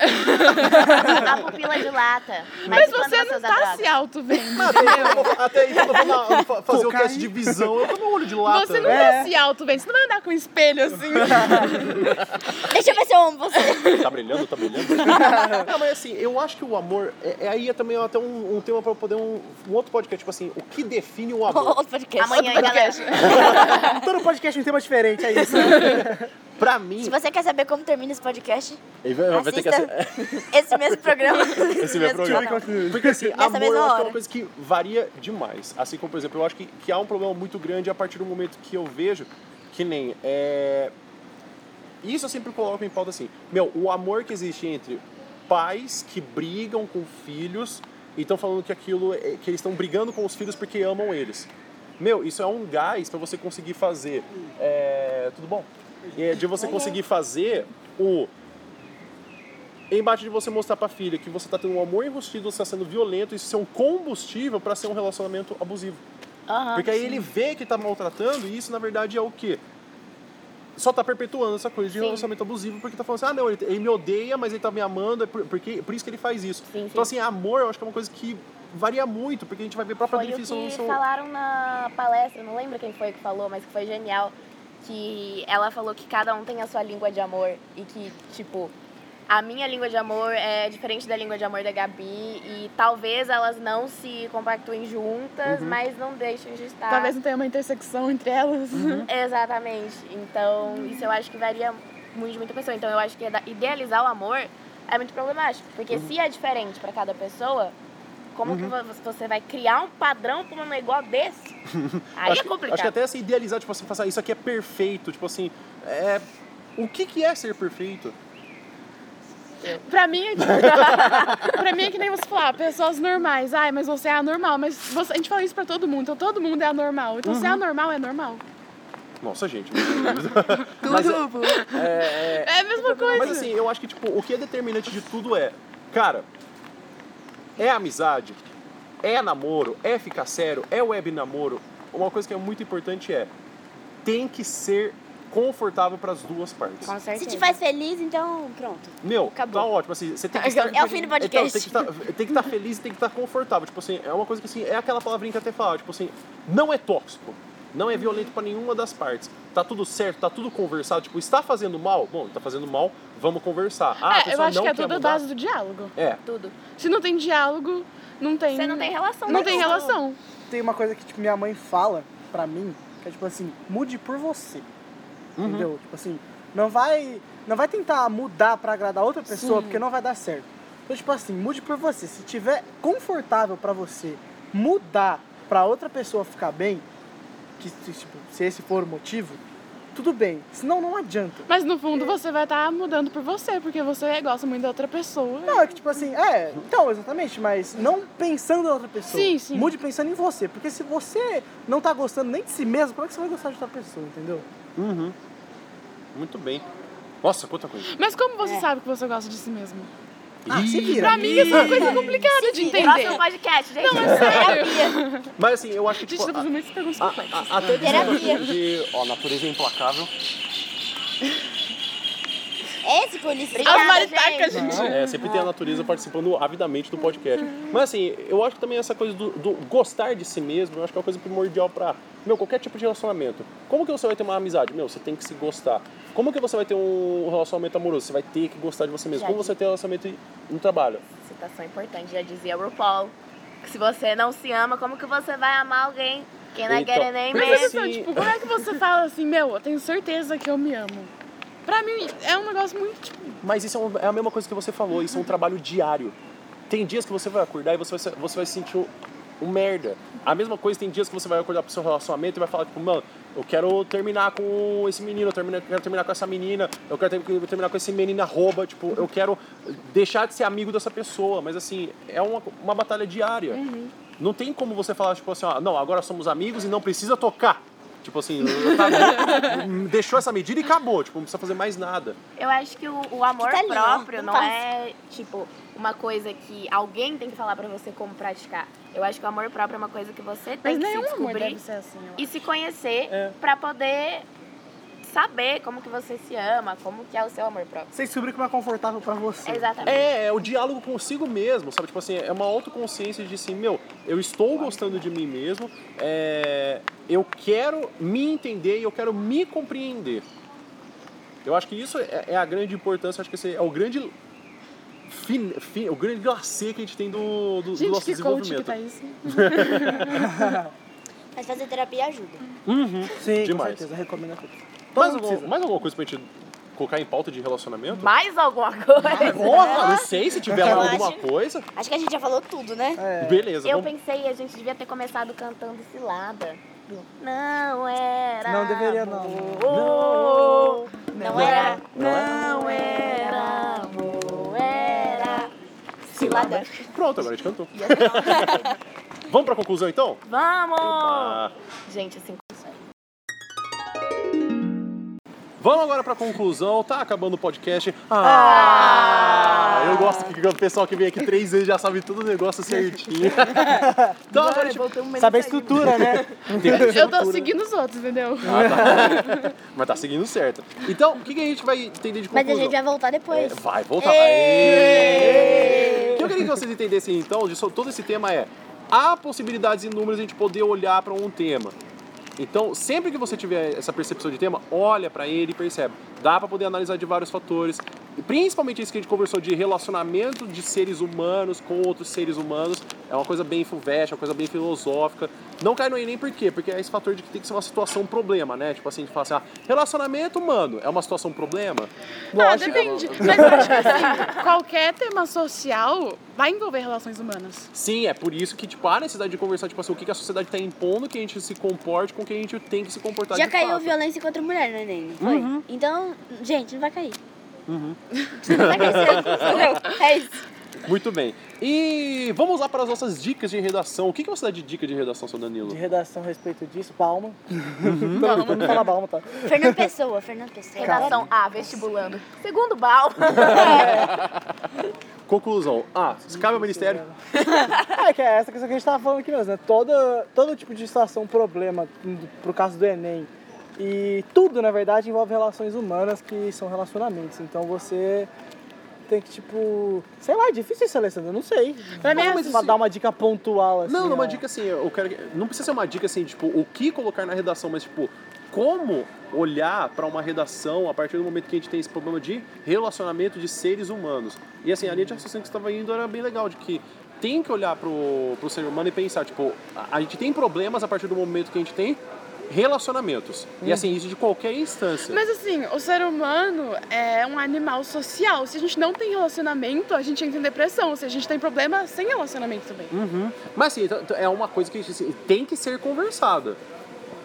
[SPEAKER 3] A pupila dilata.
[SPEAKER 6] mas
[SPEAKER 3] Mas, quando
[SPEAKER 6] você não
[SPEAKER 3] usa
[SPEAKER 6] tá
[SPEAKER 3] droga?
[SPEAKER 6] se auto-vendo.
[SPEAKER 1] Até, eu vou- até então eu vou falar- eu vou fa- fazer o
[SPEAKER 5] Cocaína.
[SPEAKER 1] teste de visão, eu tô no olho de lata.
[SPEAKER 6] Você não
[SPEAKER 1] né?
[SPEAKER 6] tá se auto-vendo. Você não vai andar com um espelho assim.
[SPEAKER 4] Deixa eu ver se eu amo você.
[SPEAKER 1] Tá brilhando, tá brilhando. não, mas assim, eu acho que o amor. É, é aí é também até um, um tema pra poder um, um outro podcast. Tipo assim, o que define o amor?
[SPEAKER 4] Outro podcast.
[SPEAKER 3] Amanhã, hein, galera?
[SPEAKER 5] Todo podcast é um tema diferente, é isso.
[SPEAKER 1] pra mim.
[SPEAKER 8] Se você quer saber como termina esse podcast,
[SPEAKER 1] Ele vai, vai ter que
[SPEAKER 8] assista
[SPEAKER 1] assi-
[SPEAKER 8] esse mesmo programa.
[SPEAKER 1] Esse é meu programa.
[SPEAKER 8] canal.
[SPEAKER 1] Porque assim, amor
[SPEAKER 8] mesma
[SPEAKER 1] eu acho que é
[SPEAKER 8] hora.
[SPEAKER 1] uma coisa que varia demais. Assim como, por exemplo, eu acho que, que há um problema muito grande a partir do momento que eu vejo que nem. É... Isso eu sempre coloco em pauta assim. Meu, o amor que existe entre pais que brigam com filhos e estão falando que aquilo. é- que eles estão brigando com os filhos porque amam eles. Meu, isso é um gás pra você conseguir fazer. é, Tudo bom? É, de você conseguir fazer o embate de você mostrar pra filha que você tá tendo um amor enrustido, você tá sendo violento, isso é um combustível pra ser um relacionamento abusivo. Porque aí ele vê que tá maltratando e isso na verdade é o quê? Só tá perpetuando essa coisa de relacionamento abusivo porque tá falando assim, ah não, ele, ele me odeia, mas ele tá me amando, é por, porque, por isso que ele faz isso.
[SPEAKER 3] Sim,
[SPEAKER 1] Então assim, amor eu acho que é uma coisa que varia muito, porque a gente vai ver a própria
[SPEAKER 3] Foi o
[SPEAKER 1] definição do
[SPEAKER 3] que
[SPEAKER 1] seu...
[SPEAKER 3] falaram na palestra, não lembro quem foi que falou, mas que foi genial. Que ela falou que cada um tem a sua língua de amor e que, tipo, a minha língua de amor é diferente da língua de amor da Gabi e talvez elas não se compactuem juntas, mas não deixem de estar.
[SPEAKER 6] Talvez não tenha uma intersecção entre elas.
[SPEAKER 1] Uhum.
[SPEAKER 3] Exatamente. Então, isso eu acho que varia muito de muita pessoa. Então, eu acho que idealizar o amor é muito problemático. Porque
[SPEAKER 1] Uhum.
[SPEAKER 3] se é diferente para cada pessoa, como que vo- você vai criar um padrão pra um negócio desse?
[SPEAKER 1] acho, que-
[SPEAKER 3] Aí é
[SPEAKER 1] acho que
[SPEAKER 3] complicado.
[SPEAKER 1] até essa idealizar, tipo assim, passar isso aqui é perfeito, tipo assim, é... O que que é ser perfeito?
[SPEAKER 6] Pra mim, é tipo, pra mim é que nem você falar, pessoas normais. Ai, mas você é anormal. Mas você- a gente fala isso pra todo mundo, então todo mundo é anormal. Então
[SPEAKER 1] Uhum.
[SPEAKER 6] se é anormal, é normal.
[SPEAKER 1] Nossa, gente. Mas é- é- é-
[SPEAKER 6] É a mesma coisa.
[SPEAKER 1] Mas assim, eu acho que tipo, o que é determinante de tudo é, cara, é amizade, é namoro, é ficar sério, é web namoro. Uma coisa que é muito importante é tem que ser confortável para as duas partes.
[SPEAKER 3] Com
[SPEAKER 4] Se
[SPEAKER 3] certeza.
[SPEAKER 4] te faz feliz, então pronto.
[SPEAKER 1] Meu,
[SPEAKER 4] Acabou.
[SPEAKER 1] tá ótimo. Assim, você tem que
[SPEAKER 4] É
[SPEAKER 1] estar,
[SPEAKER 4] o fim do podcast.
[SPEAKER 1] Então, tem, que estar, tem que tá estar feliz e tem que estar confortável. Tipo assim, é uma coisa que assim, é aquela palavrinha que eu até falava, tipo assim, não é tóxico. Não é violento pra nenhuma das partes. Tá tudo certo, tá tudo conversado. Tipo, está fazendo mal? Bom, tá fazendo mal, vamos conversar. Ah, a
[SPEAKER 6] é, eu
[SPEAKER 1] pessoa
[SPEAKER 6] acho
[SPEAKER 1] não
[SPEAKER 6] que é
[SPEAKER 1] quer
[SPEAKER 6] tudo a
[SPEAKER 1] mudar?
[SPEAKER 6] base do diálogo.
[SPEAKER 1] É.
[SPEAKER 3] Tudo.
[SPEAKER 6] Se não tem diálogo, não tem.
[SPEAKER 3] Você não tem relação.
[SPEAKER 6] não
[SPEAKER 3] né?
[SPEAKER 6] tem relação.
[SPEAKER 5] Tem uma coisa que, tipo, minha mãe fala pra mim, que é tipo assim, mude por você. Entendeu? Tipo assim, não vai, não vai tentar mudar pra agradar outra pessoa, porque não vai dar certo. Então, tipo assim, mude por você. Se tiver confortável pra você mudar pra outra pessoa ficar bem, que, se, tipo, se esse for o motivo, tudo bem. Senão não adianta.
[SPEAKER 6] Mas no fundo você vai estar mudando por você, porque você gosta muito da outra pessoa.
[SPEAKER 5] Não, é que tipo assim, é, então, exatamente, mas não pensando na outra pessoa.
[SPEAKER 6] Sim, sim.
[SPEAKER 5] Mude pensando em você, porque se você não tá gostando nem de si mesmo, como é que você vai gostar de outra pessoa, entendeu?
[SPEAKER 1] Uhum. Muito bem. Nossa, quanta coisa.
[SPEAKER 6] Mas como você sabe que você gosta de si mesmo?
[SPEAKER 5] Ah, se vira.
[SPEAKER 6] Pra mim, isso é uma coisa complicada de
[SPEAKER 3] Próximo
[SPEAKER 6] entender.
[SPEAKER 3] podcast, gente. Não,
[SPEAKER 1] é. Mas assim, eu acho que.
[SPEAKER 6] Gente,
[SPEAKER 1] Tipo,
[SPEAKER 6] tá fazendo muitas perguntas
[SPEAKER 1] a-
[SPEAKER 6] complexas.
[SPEAKER 1] a- a- até desse
[SPEAKER 8] Terapia.
[SPEAKER 1] negócio de. Ó, natureza é implacável.
[SPEAKER 8] Esse policial.
[SPEAKER 6] As maritacas, gente.
[SPEAKER 1] É, sempre tem a natureza participando avidamente do podcast. Mas assim, eu acho que também essa coisa do, do gostar de si mesmo, eu acho que é uma coisa primordial pra, meu, qualquer tipo de relacionamento. Como que você vai ter uma amizade? Meu, você tem que se gostar. Como que você vai ter um relacionamento amoroso? Você vai ter que gostar de você mesmo.
[SPEAKER 3] Já
[SPEAKER 1] Como você tem um relacionamento no trabalho?
[SPEAKER 3] Citação importante, já dizia RuPaul. Que se você não se ama, como que você vai amar alguém? Quem não
[SPEAKER 1] Então,
[SPEAKER 3] quer nem
[SPEAKER 1] mas
[SPEAKER 3] mesmo.
[SPEAKER 6] Então,
[SPEAKER 1] Sim.
[SPEAKER 6] tipo, como é que você fala assim, meu, eu tenho certeza que eu me amo? Pra mim, é um negócio muito, tipo,
[SPEAKER 1] Mas isso é, um- é a mesma coisa que você falou, isso é um trabalho diário. Tem dias que você vai acordar e você vai, se- você vai se sentir um, um merda. A mesma coisa, tem dias que você vai acordar pro seu relacionamento e vai falar, tipo, mano, eu quero terminar com esse menino, eu termina- quero terminar com essa menina, eu quero ter- terminar com esse menino arroba, tipo, eu quero deixar de ser amigo dessa pessoa. Mas assim, é uma, uma batalha diária. Não tem como você falar, tipo assim, ó, não, agora somos amigos e não precisa tocar. Tipo assim, tá bom, deixou essa medida e acabou, tipo, não precisa fazer mais nada.
[SPEAKER 3] Eu acho que o, o amor
[SPEAKER 8] Tá ali, ó,
[SPEAKER 3] próprio
[SPEAKER 8] não
[SPEAKER 3] não,
[SPEAKER 8] passa.
[SPEAKER 3] é, tipo, uma coisa que alguém tem que falar pra você como praticar. Eu acho que o amor próprio é uma coisa que você tem
[SPEAKER 6] mas
[SPEAKER 3] que se
[SPEAKER 6] nenhum amor
[SPEAKER 3] descobrir
[SPEAKER 6] deve ser assim, eu
[SPEAKER 3] e se conhecer
[SPEAKER 1] É.
[SPEAKER 3] pra poder saber como que você se ama, como que é o seu amor próprio.
[SPEAKER 5] Você descobriu como é confortável pra você.
[SPEAKER 3] Exatamente.
[SPEAKER 1] É, é o diálogo consigo mesmo, sabe? Tipo assim, é uma autoconsciência de assim, meu, eu estou gostando de mim mesmo, é, eu quero me entender e eu quero me compreender. Eu acho que isso é, é a grande importância, acho que esse é o grande. Fin, fin- o grande glacê que a gente tem do, do, do
[SPEAKER 6] acho. Gente,
[SPEAKER 1] nosso
[SPEAKER 6] que coach que
[SPEAKER 1] desenvolvimento.
[SPEAKER 6] tá isso.
[SPEAKER 8] Mas fazer terapia ajuda.
[SPEAKER 1] Uhum.
[SPEAKER 5] Sim,
[SPEAKER 1] Demais.
[SPEAKER 5] com certeza, recomendo a todos. Todo
[SPEAKER 1] mais,
[SPEAKER 5] mundo
[SPEAKER 1] algum,
[SPEAKER 5] precisa.
[SPEAKER 1] mais alguma coisa pra gente colocar em pauta de
[SPEAKER 6] É.
[SPEAKER 1] relacionamento?
[SPEAKER 3] Mais alguma coisa?
[SPEAKER 1] Porra, não sei se tiver
[SPEAKER 8] Eu
[SPEAKER 1] mais alguma
[SPEAKER 8] acho.
[SPEAKER 1] coisa.
[SPEAKER 8] Acho que a gente já falou tudo, né?
[SPEAKER 1] É.
[SPEAKER 6] É.
[SPEAKER 1] Beleza,
[SPEAKER 3] Eu
[SPEAKER 1] vamos.
[SPEAKER 3] pensei, a gente devia ter começado cantando cilada. Não era.
[SPEAKER 5] Não deveria, não.
[SPEAKER 3] amor.
[SPEAKER 8] Não era.
[SPEAKER 3] Não era amor, era cilada.
[SPEAKER 1] Pronto, agora a gente cantou. vamos pra conclusão então?
[SPEAKER 3] Vamos!
[SPEAKER 1] Ah.
[SPEAKER 3] Gente, assim,
[SPEAKER 1] Vamos agora pra conclusão, tá acabando o podcast. Ah! Eu gosto que o pessoal que vem aqui três vezes já sabe todo o negócio certinho. então agora a
[SPEAKER 6] Tipo,
[SPEAKER 1] gente
[SPEAKER 3] um
[SPEAKER 5] Saber a estrutura, né?
[SPEAKER 6] Eu tô seguindo os outros, entendeu?
[SPEAKER 1] Mas tá seguindo certo. Então, o que, que a gente vai entender de conclusão?
[SPEAKER 4] Mas a gente vai voltar depois.
[SPEAKER 1] É, vai voltar. Aê! O que eu queria que vocês entendessem então, de so- todo esse tema é: há possibilidades inúmeras de a gente poder olhar para um tema. Então, sempre que você tiver essa percepção de tema, olha para ele e percebe. Dá para poder analisar de vários fatores, e principalmente isso que a gente conversou de relacionamento de seres humanos com outros seres humanos. É uma coisa bem fulvestre, é uma coisa bem filosófica. Não cai no Enem por quê? Porque é esse fator de que tem que ser uma situação um problema, né? Tipo assim, a gente fala assim, ah, relacionamento humano é uma situação um problema?
[SPEAKER 6] Ah, depende. Mas eu acho que assim, qualquer tema social vai envolver relações humanas.
[SPEAKER 1] Sim, é por isso que, tipo, há necessidade de conversar, tipo assim, o que que a sociedade tá impondo que a gente se comporte com o que a gente tem que se comportar
[SPEAKER 4] Já
[SPEAKER 1] Tá de
[SPEAKER 4] caiu
[SPEAKER 1] fato. Uhum.
[SPEAKER 4] violência contra a mulher no Enem, não foi? Então, gente, não vai cair.
[SPEAKER 8] É isso.
[SPEAKER 1] Muito bem. E vamos lá para as nossas dicas de redação. O que, que você dá de dica de redação, seu
[SPEAKER 5] De
[SPEAKER 1] Danilo?
[SPEAKER 5] respeito a respeito disso, Balma. Todo mundo fala Balma, tá?
[SPEAKER 4] Fernando Pessoa, Fernando Pessoa.
[SPEAKER 3] redação A, vestibulando. Segundo bal.
[SPEAKER 1] Conclusão. Ah, se cabe ao Ministério.
[SPEAKER 5] É que é essa questão que a gente tava falando aqui mesmo, né? Toda, todo tipo de situação, problema, hum, do- pro caso do Enem. E tudo, na verdade, envolve relações humanas que são relacionamentos. Então você ter tem que, tipo. Sei lá, é difícil isso, Alessandra, não sei.
[SPEAKER 6] Pra mim é
[SPEAKER 5] Não, mas
[SPEAKER 6] assim-
[SPEAKER 5] pra dar uma dica pontual, assim.
[SPEAKER 1] Não, não, uma
[SPEAKER 5] ó.
[SPEAKER 1] dica assim, eu quero. que- Não precisa ser uma dica assim, tipo, o que colocar na redação, mas tipo, como olhar pra uma redação a partir do momento que a gente tem esse problema de relacionamento de seres humanos. E assim, a linha de raciocínio que você estava indo era bem legal, de que tem que olhar pro, pro ser humano e pensar, tipo, a, a gente tem problemas a partir do momento que a gente tem relacionamentos. E assim, isso de qualquer instância.
[SPEAKER 6] Mas assim, o ser humano é um animal social. Se a gente não tem relacionamento, a gente entra em depressão. Se a gente tem problema sem relacionamento também.
[SPEAKER 1] Uhum. Mas assim, então, então, é uma coisa que assim, tem que ser conversada.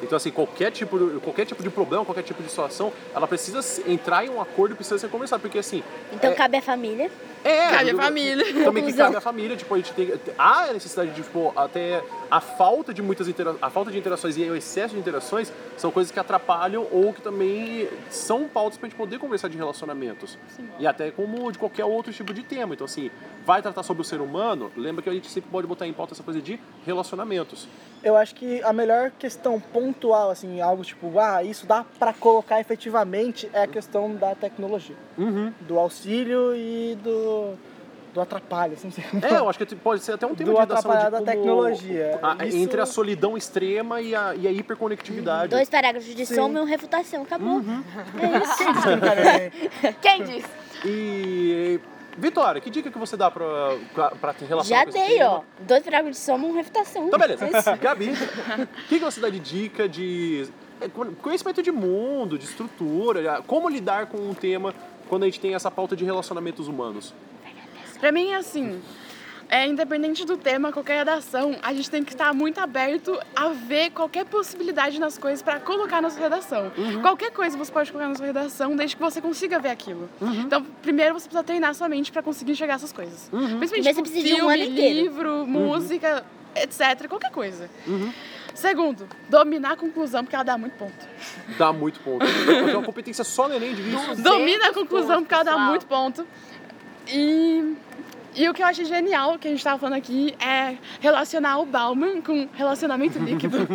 [SPEAKER 1] Então, assim, qualquer tipo, de, qualquer tipo de problema, qualquer tipo de situação, ela precisa se- entrar em um acordo e precisa ser conversada. Porque, assim,
[SPEAKER 4] Então
[SPEAKER 1] É.
[SPEAKER 4] cabe à família.
[SPEAKER 1] é.
[SPEAKER 6] Cabe à
[SPEAKER 1] eu-
[SPEAKER 6] família.
[SPEAKER 1] Também que
[SPEAKER 4] Conclusão.
[SPEAKER 1] cabe à família. Tipo, a gente tem. Há a necessidade de, tipo, até a falta de muitas intera a falta de interações e o excesso de interações são coisas que atrapalham ou que também são pautas pra gente poder conversar de relacionamentos.
[SPEAKER 6] Sim.
[SPEAKER 1] E até como de qualquer outro tipo de tema. Então, assim, vai tratar sobre o ser humano, lembra que a gente sempre pode botar em pauta essa coisa de relacionamentos.
[SPEAKER 5] Eu acho que a melhor questão pontual, assim, algo tipo, ah, isso dá pra colocar efetivamente, é a questão da tecnologia.
[SPEAKER 1] Uhum.
[SPEAKER 5] Do auxílio e do. do atrapalho, assim, não sei como
[SPEAKER 1] É, eu acho que pode ser até um tema
[SPEAKER 5] Do
[SPEAKER 1] de redação de
[SPEAKER 5] atrapalhar da
[SPEAKER 1] como-
[SPEAKER 5] tecnologia.
[SPEAKER 1] a-
[SPEAKER 5] Isso-
[SPEAKER 1] Entre a solidão extrema e a, e a hiperconectividade.
[SPEAKER 5] Uhum.
[SPEAKER 4] Dois parágrafos de
[SPEAKER 5] Sim.
[SPEAKER 4] soma e uma refutação. Acabou.
[SPEAKER 1] Uhum.
[SPEAKER 5] é.
[SPEAKER 3] Quem disse?
[SPEAKER 1] E. Vitória, que dica que você dá pra, pra, pra ter relação
[SPEAKER 4] Já
[SPEAKER 1] com esse
[SPEAKER 4] dei,
[SPEAKER 1] tema?
[SPEAKER 4] ó. Dois parágrafos de soma e uma refutação.
[SPEAKER 1] Tá beleza.
[SPEAKER 4] É isso.
[SPEAKER 1] Gabi, o que, que você dá de dica de é, con- conhecimento de mundo, de estrutura, já- como lidar com um tema quando a gente tem essa pauta de relacionamentos humanos?
[SPEAKER 6] Pra mim é assim. É, independente do tema, qualquer redação, a gente tem que estar muito aberto a ver qualquer possibilidade nas coisas pra colocar na sua redação.
[SPEAKER 4] Uhum.
[SPEAKER 6] Qualquer coisa você pode colocar na sua redação, desde que você consiga ver aquilo.
[SPEAKER 4] Uhum.
[SPEAKER 6] Então, primeiro você precisa treinar sua mente pra conseguir enxergar essas coisas. Principalmente
[SPEAKER 4] Mas você
[SPEAKER 6] tipo,
[SPEAKER 4] precisa de um
[SPEAKER 6] filme,
[SPEAKER 4] ano inteiro. Uhum.
[SPEAKER 6] livro, música, etc, qualquer coisa. Segundo, dominar a conclusão, porque ela dá muito ponto.
[SPEAKER 1] Dá muito ponto. Porque é uma competência só no Enem de vício.
[SPEAKER 6] Domina
[SPEAKER 3] 200
[SPEAKER 6] a conclusão porque ela dá
[SPEAKER 3] pessoal.
[SPEAKER 6] muito ponto. E, e o que eu achei genial que a gente tava falando aqui é relacionar o Bauman com relacionamento líquido.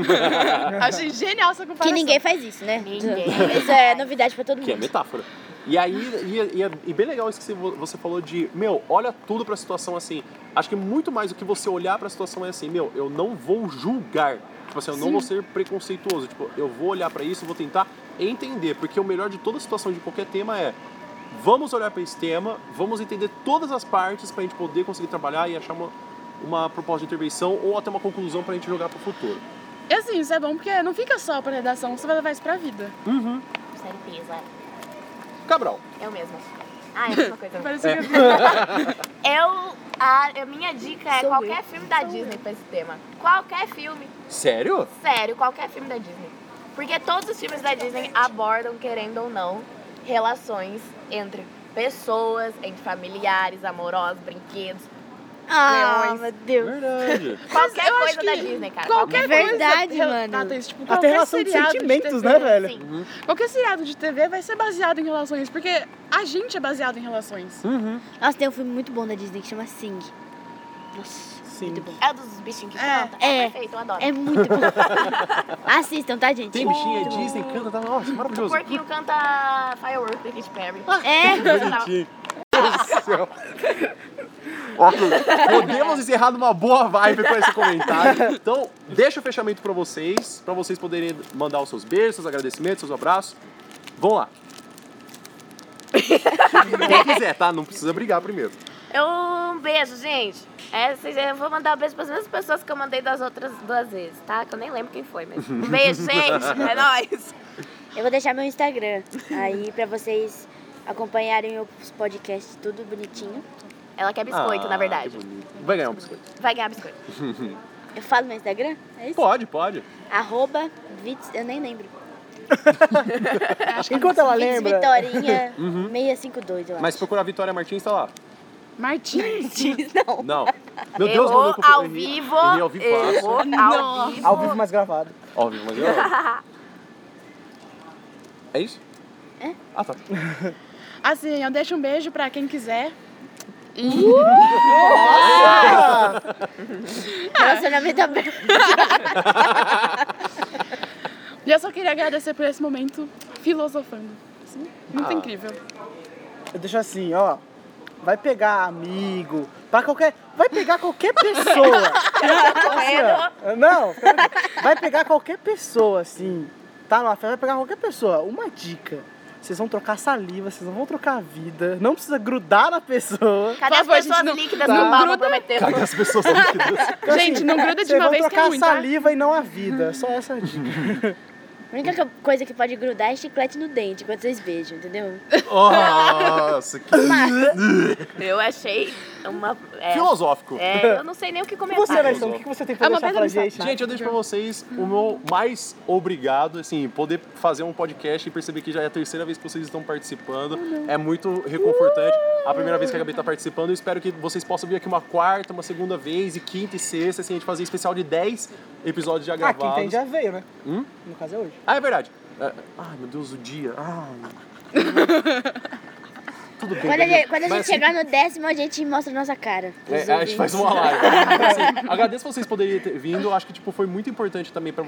[SPEAKER 6] achei genial essa
[SPEAKER 4] Que
[SPEAKER 6] comparação.
[SPEAKER 4] ninguém faz isso, né?
[SPEAKER 3] Ninguém.
[SPEAKER 4] Isso é novidade pra todo
[SPEAKER 1] Que é
[SPEAKER 4] mundo.
[SPEAKER 1] metáfora. E aí, e, é- e, é- e bem legal isso que você- você falou de, meu, olha tudo pra situação assim. Acho que muito mais do que você olhar pra situação é assim, meu, eu não vou julgar. Tipo assim, eu não vou ser preconceituoso. Tipo, eu vou olhar pra isso, vou tentar entender. Porque o melhor de toda situação, de qualquer tema, é vamos olhar pra esse tema, vamos entender todas as partes pra gente poder conseguir trabalhar e achar uma, uma proposta de intervenção ou até uma conclusão pra gente jogar pro futuro.
[SPEAKER 6] E assim, isso é bom porque não fica só pra redação, você vai levar isso pra vida.
[SPEAKER 1] Uhum.
[SPEAKER 3] Certeza.
[SPEAKER 1] Cabral.
[SPEAKER 3] Eu mesma. Ah, é a mesma coisa.
[SPEAKER 6] Parece que é eu
[SPEAKER 3] Eu, a, a minha dica é
[SPEAKER 4] Sou
[SPEAKER 3] qualquer
[SPEAKER 4] eu.
[SPEAKER 3] filme da Disney pra esse tema. Qualquer filme.
[SPEAKER 1] Sério?
[SPEAKER 3] Sério, qualquer filme da Disney. Porque todos os filmes da Disney abordam, querendo ou não, relações entre pessoas, entre familiares, amorosos, brinquedos.
[SPEAKER 4] Ah,
[SPEAKER 3] Leões.
[SPEAKER 4] meu Deus.
[SPEAKER 1] Né? Verdade.
[SPEAKER 3] Qualquer
[SPEAKER 6] eu acho
[SPEAKER 3] coisa da
[SPEAKER 6] que
[SPEAKER 3] Disney, cara.
[SPEAKER 6] Qualquer coisa.
[SPEAKER 4] Verdade,
[SPEAKER 6] rel-
[SPEAKER 4] mano.
[SPEAKER 6] Tá, tem isso, tipo,
[SPEAKER 5] Até
[SPEAKER 6] qualquer
[SPEAKER 5] relação de
[SPEAKER 6] seriado
[SPEAKER 5] sentimentos,
[SPEAKER 6] TV,
[SPEAKER 5] né, velho?
[SPEAKER 3] Sim.
[SPEAKER 6] Qualquer seriado de TV vai ser baseado em relações, porque a gente é baseado em relações.
[SPEAKER 4] Nossa, tem um filme muito bom da Disney que chama Sing. Nossa,
[SPEAKER 5] Sim.
[SPEAKER 4] muito bom.
[SPEAKER 3] É dos bichinhos que
[SPEAKER 6] É.
[SPEAKER 3] cantam. É,
[SPEAKER 4] É.
[SPEAKER 3] perfeito, eu adoro.
[SPEAKER 4] É muito bom. Assistam, tá, gente?
[SPEAKER 1] Tem bichinha Disney, canta, tá? Nossa,
[SPEAKER 3] O
[SPEAKER 1] maravilhoso.
[SPEAKER 3] porquinho canta Firework da Katy Perry.
[SPEAKER 4] É.
[SPEAKER 1] Ó, Podemos encerrar numa boa vibe com esse comentário. Então, deixa o fechamento pra vocês, pra vocês poderem mandar os seus beijos, seus agradecimentos, seus abraços. Vamos lá. Quem quiser, tá? Não precisa brigar primeiro.
[SPEAKER 3] Eu, um beijo, gente. É, vocês- eu vou mandar um beijo para as mesmas pessoas que eu mandei das outras duas vezes, tá? Que eu nem lembro quem foi, mas. Um beijo, gente. É nóis.
[SPEAKER 4] Eu vou deixar meu Instagram aí pra vocês acompanharem os podcasts tudo bonitinho.
[SPEAKER 3] Ela quer biscoito,
[SPEAKER 1] Ah,
[SPEAKER 3] na verdade.
[SPEAKER 1] que bonito. Vai ganhar um biscoito.
[SPEAKER 3] Vai ganhar biscoito.
[SPEAKER 4] Eu falo meu Instagram? É isso?
[SPEAKER 1] Pode, pode.
[SPEAKER 4] Arroba Vits, eu nem lembro.
[SPEAKER 5] Enquanto ela
[SPEAKER 4] Vits
[SPEAKER 5] lembra.
[SPEAKER 4] Vitorinha 652, eu acho.
[SPEAKER 1] Uhum. Mas procurar a Vitória Martins, tá lá.
[SPEAKER 6] Martins.
[SPEAKER 1] Não. Meu Deus, um
[SPEAKER 3] Errou
[SPEAKER 1] maluco.
[SPEAKER 3] ao
[SPEAKER 1] errei-
[SPEAKER 3] vivo.
[SPEAKER 1] Errei ao vivo.
[SPEAKER 3] Errou ao vivo.
[SPEAKER 5] Ao vivo, mas gravado.
[SPEAKER 1] Ao vivo, mas eu... É isso?
[SPEAKER 4] É.
[SPEAKER 1] Ah, tá.
[SPEAKER 6] Assim, eu deixo um beijo pra quem quiser. E...
[SPEAKER 4] Relacionamento aberto.
[SPEAKER 6] E eu só queria agradecer por esse momento filosofando. Assim, muito
[SPEAKER 1] Ah.
[SPEAKER 6] incrível.
[SPEAKER 5] Eu deixo assim, ó. vai pegar amigo, pra qualquer. Vai pegar qualquer pessoa. Assim, ó, não, vai pegar qualquer pessoa, assim. Tá numa festa, vai pegar qualquer pessoa. Uma dica. Vocês vão trocar saliva, vocês não vão trocar vida. Não precisa grudar na pessoa.
[SPEAKER 3] Cadê
[SPEAKER 6] Por
[SPEAKER 3] as
[SPEAKER 6] favor, gente,
[SPEAKER 3] pessoas
[SPEAKER 6] não-
[SPEAKER 3] líquidas
[SPEAKER 6] não
[SPEAKER 3] no Obama
[SPEAKER 6] gruda.
[SPEAKER 3] prometendo?
[SPEAKER 1] As pessoas são líquidas.
[SPEAKER 6] Gente,
[SPEAKER 5] Assim,
[SPEAKER 6] não gruda de
[SPEAKER 5] Vocês
[SPEAKER 6] uma
[SPEAKER 5] vão
[SPEAKER 6] vez que é
[SPEAKER 5] trocar a
[SPEAKER 6] muito. tá?
[SPEAKER 5] saliva e não a vida. Só essa dica.
[SPEAKER 4] A única co- coisa que pode grudar é chiclete no dente enquanto vocês beijam, entendeu?
[SPEAKER 1] Nossa, que
[SPEAKER 3] Eu achei uma. É,
[SPEAKER 1] filosófico.
[SPEAKER 3] é, eu não sei nem o que
[SPEAKER 5] E
[SPEAKER 3] comentar.
[SPEAKER 5] você, Nelson, o que você tem pra
[SPEAKER 6] É uma
[SPEAKER 5] deixar pra
[SPEAKER 6] pedra no
[SPEAKER 5] gente? né?
[SPEAKER 1] Gente, eu deixo pra vocês o meu mais obrigado, assim, poder fazer um podcast e perceber que já é a terceira vez que vocês estão participando. É muito reconfortante. A primeira vez que a Gabi tá participando, eu espero que vocês possam vir aqui uma quarta, uma segunda vez, e quinta e sexta, assim, a gente fazer especial de 10 episódios já
[SPEAKER 5] Ah, quem
[SPEAKER 1] gravados.
[SPEAKER 5] tem já veio, né?
[SPEAKER 1] Hum?
[SPEAKER 5] No caso é hoje.
[SPEAKER 1] Ah, é verdade. É... Ai, meu Deus, o dia. Ai. Tudo bem.
[SPEAKER 4] Quando a
[SPEAKER 1] Gabi.
[SPEAKER 4] gente, quando a gente
[SPEAKER 1] Mas, assim,
[SPEAKER 4] chegar no décimo, a gente mostra a nossa cara. pros
[SPEAKER 1] É, a gente
[SPEAKER 4] ouvintes.
[SPEAKER 1] faz uma live. Assim, agradeço vocês poderem ter vindo. Acho que tipo, foi muito importante também para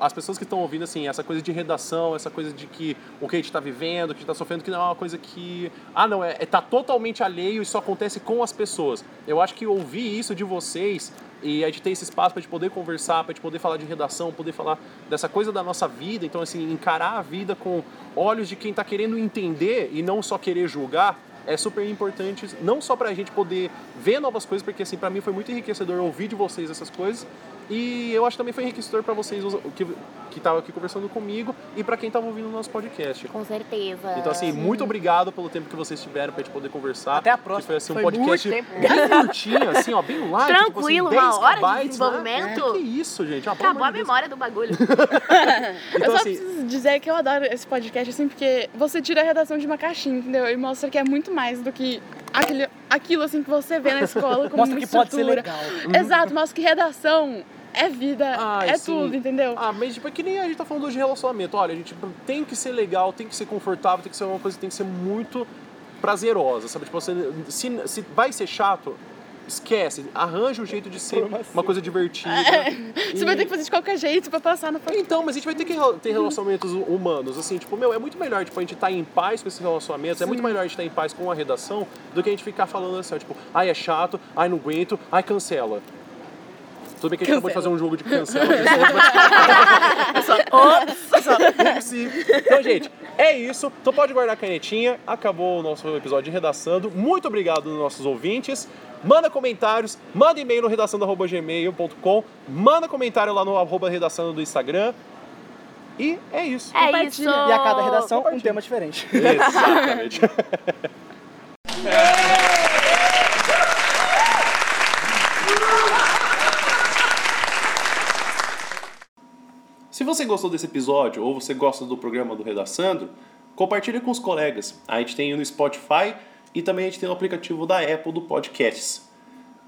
[SPEAKER 1] as pessoas que estão ouvindo assim, essa coisa de redação, essa coisa de que o que a gente está vivendo, o que a gente está sofrendo, que não é uma coisa que. Ah, não, é, é tá totalmente alheio e só acontece com as pessoas. Eu acho que ouvir isso de vocês e a gente ter esse espaço para gente poder conversar, para gente poder falar de redação, poder falar dessa coisa da nossa vida. Então, assim, encarar a vida com olhos de quem está querendo entender e não só querer julgar é super importante, não só pra gente poder ver novas coisas, porque assim, pra mim foi muito enriquecedor ouvir de vocês essas coisas. E eu acho também foi enriquecedor pra vocês os- que que tava aqui conversando comigo e pra quem tava ouvindo o nosso podcast.
[SPEAKER 3] Com certeza.
[SPEAKER 1] Então assim, muito obrigado pelo tempo que vocês tiveram pra gente poder conversar.
[SPEAKER 5] É. Até a
[SPEAKER 1] Que
[SPEAKER 5] próxima.
[SPEAKER 1] foi assim, um
[SPEAKER 5] Foi
[SPEAKER 1] podcast
[SPEAKER 5] muito
[SPEAKER 1] bem curtinho, assim, ó, bem light.
[SPEAKER 3] Tranquilo,
[SPEAKER 1] tipo, assim,
[SPEAKER 3] uma hora de
[SPEAKER 1] 10
[SPEAKER 3] desenvolvimento.
[SPEAKER 1] Né? Que isso, gente. Ah, pelo amor
[SPEAKER 3] Acabou a
[SPEAKER 1] de Deus.
[SPEAKER 3] memória do bagulho.
[SPEAKER 6] eu
[SPEAKER 1] Então
[SPEAKER 6] só
[SPEAKER 1] assim,
[SPEAKER 6] preciso dizer que eu adoro esse podcast, assim, porque você tira a redação de uma caixinha, entendeu? E mostra que é muito mais do que aquele, aquilo, assim, que você vê na escola como
[SPEAKER 5] Mostra
[SPEAKER 6] uma
[SPEAKER 5] que pode ser
[SPEAKER 6] estrutura.
[SPEAKER 5] legal. Uhum.
[SPEAKER 6] Exato, mostra que redação é vida,
[SPEAKER 1] Ai,
[SPEAKER 6] é
[SPEAKER 1] sim.
[SPEAKER 6] tudo, entendeu?
[SPEAKER 1] Ah, mas tipo, é que nem a gente tá falando hoje de relacionamento. Olha, a gente tipo, tem que ser legal, tem que ser confortável, tem que ser uma coisa que tem que ser muito prazerosa, sabe? Tipo, você, se, se vai ser chato, esquece. Arranja um jeito de ser uma coisa divertida.
[SPEAKER 6] Você vai ter que fazer de qualquer jeito pra passar na faculdade.
[SPEAKER 1] Então, mas a gente vai ter que rela- ter relacionamentos humanos, assim, tipo, meu, é muito melhor, tipo, a gente tá em paz com esses relacionamentos, é muito melhor a gente estar em paz com a redação do que a gente ficar falando assim, ó, tipo, ai, é chato, ai, não aguento, ai, cancela. Tudo bem que a gente acabou de fazer um jogo de cancela, que esse outro vai Sim. Então, gente, é isso. Então pode guardar a canetinha. Acabou o nosso episódio de Redaçando. Muito obrigado aos nossos ouvintes. Manda comentários, manda e-mail no redaçando.gmail.com, manda comentário lá no arroba redaçando do Instagram. E é isso.
[SPEAKER 3] É isso.
[SPEAKER 5] Compartilha. E a cada redação, um tema diferente.
[SPEAKER 1] Exatamente. Se você gostou desse episódio ou você gosta do programa do Redaçando, compartilha com os colegas. A gente tem no Spotify e também a gente tem no aplicativo da Apple do Podcasts.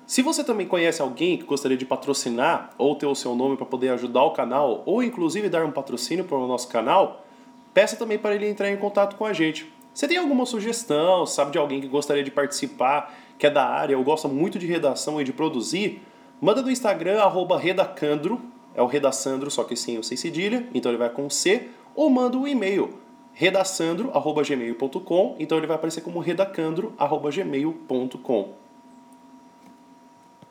[SPEAKER 1] Se você também conhece alguém que gostaria de patrocinar ou ter o seu nome para poder ajudar o canal ou inclusive dar um patrocínio para o nosso canal, peça também para ele entrar em contato com a gente. Você tem alguma sugestão, sabe de alguém que gostaria de participar, que é da área ou gosta muito de redação e de produzir? Manda no Instagram, arroba redacandro, é o redaçandro, só que sem o sem cedilha, então ele vai com C, ou manda um e-mail, redaçandro, arroba gmail.com, então ele vai aparecer como redacandro, arroba gmail.com.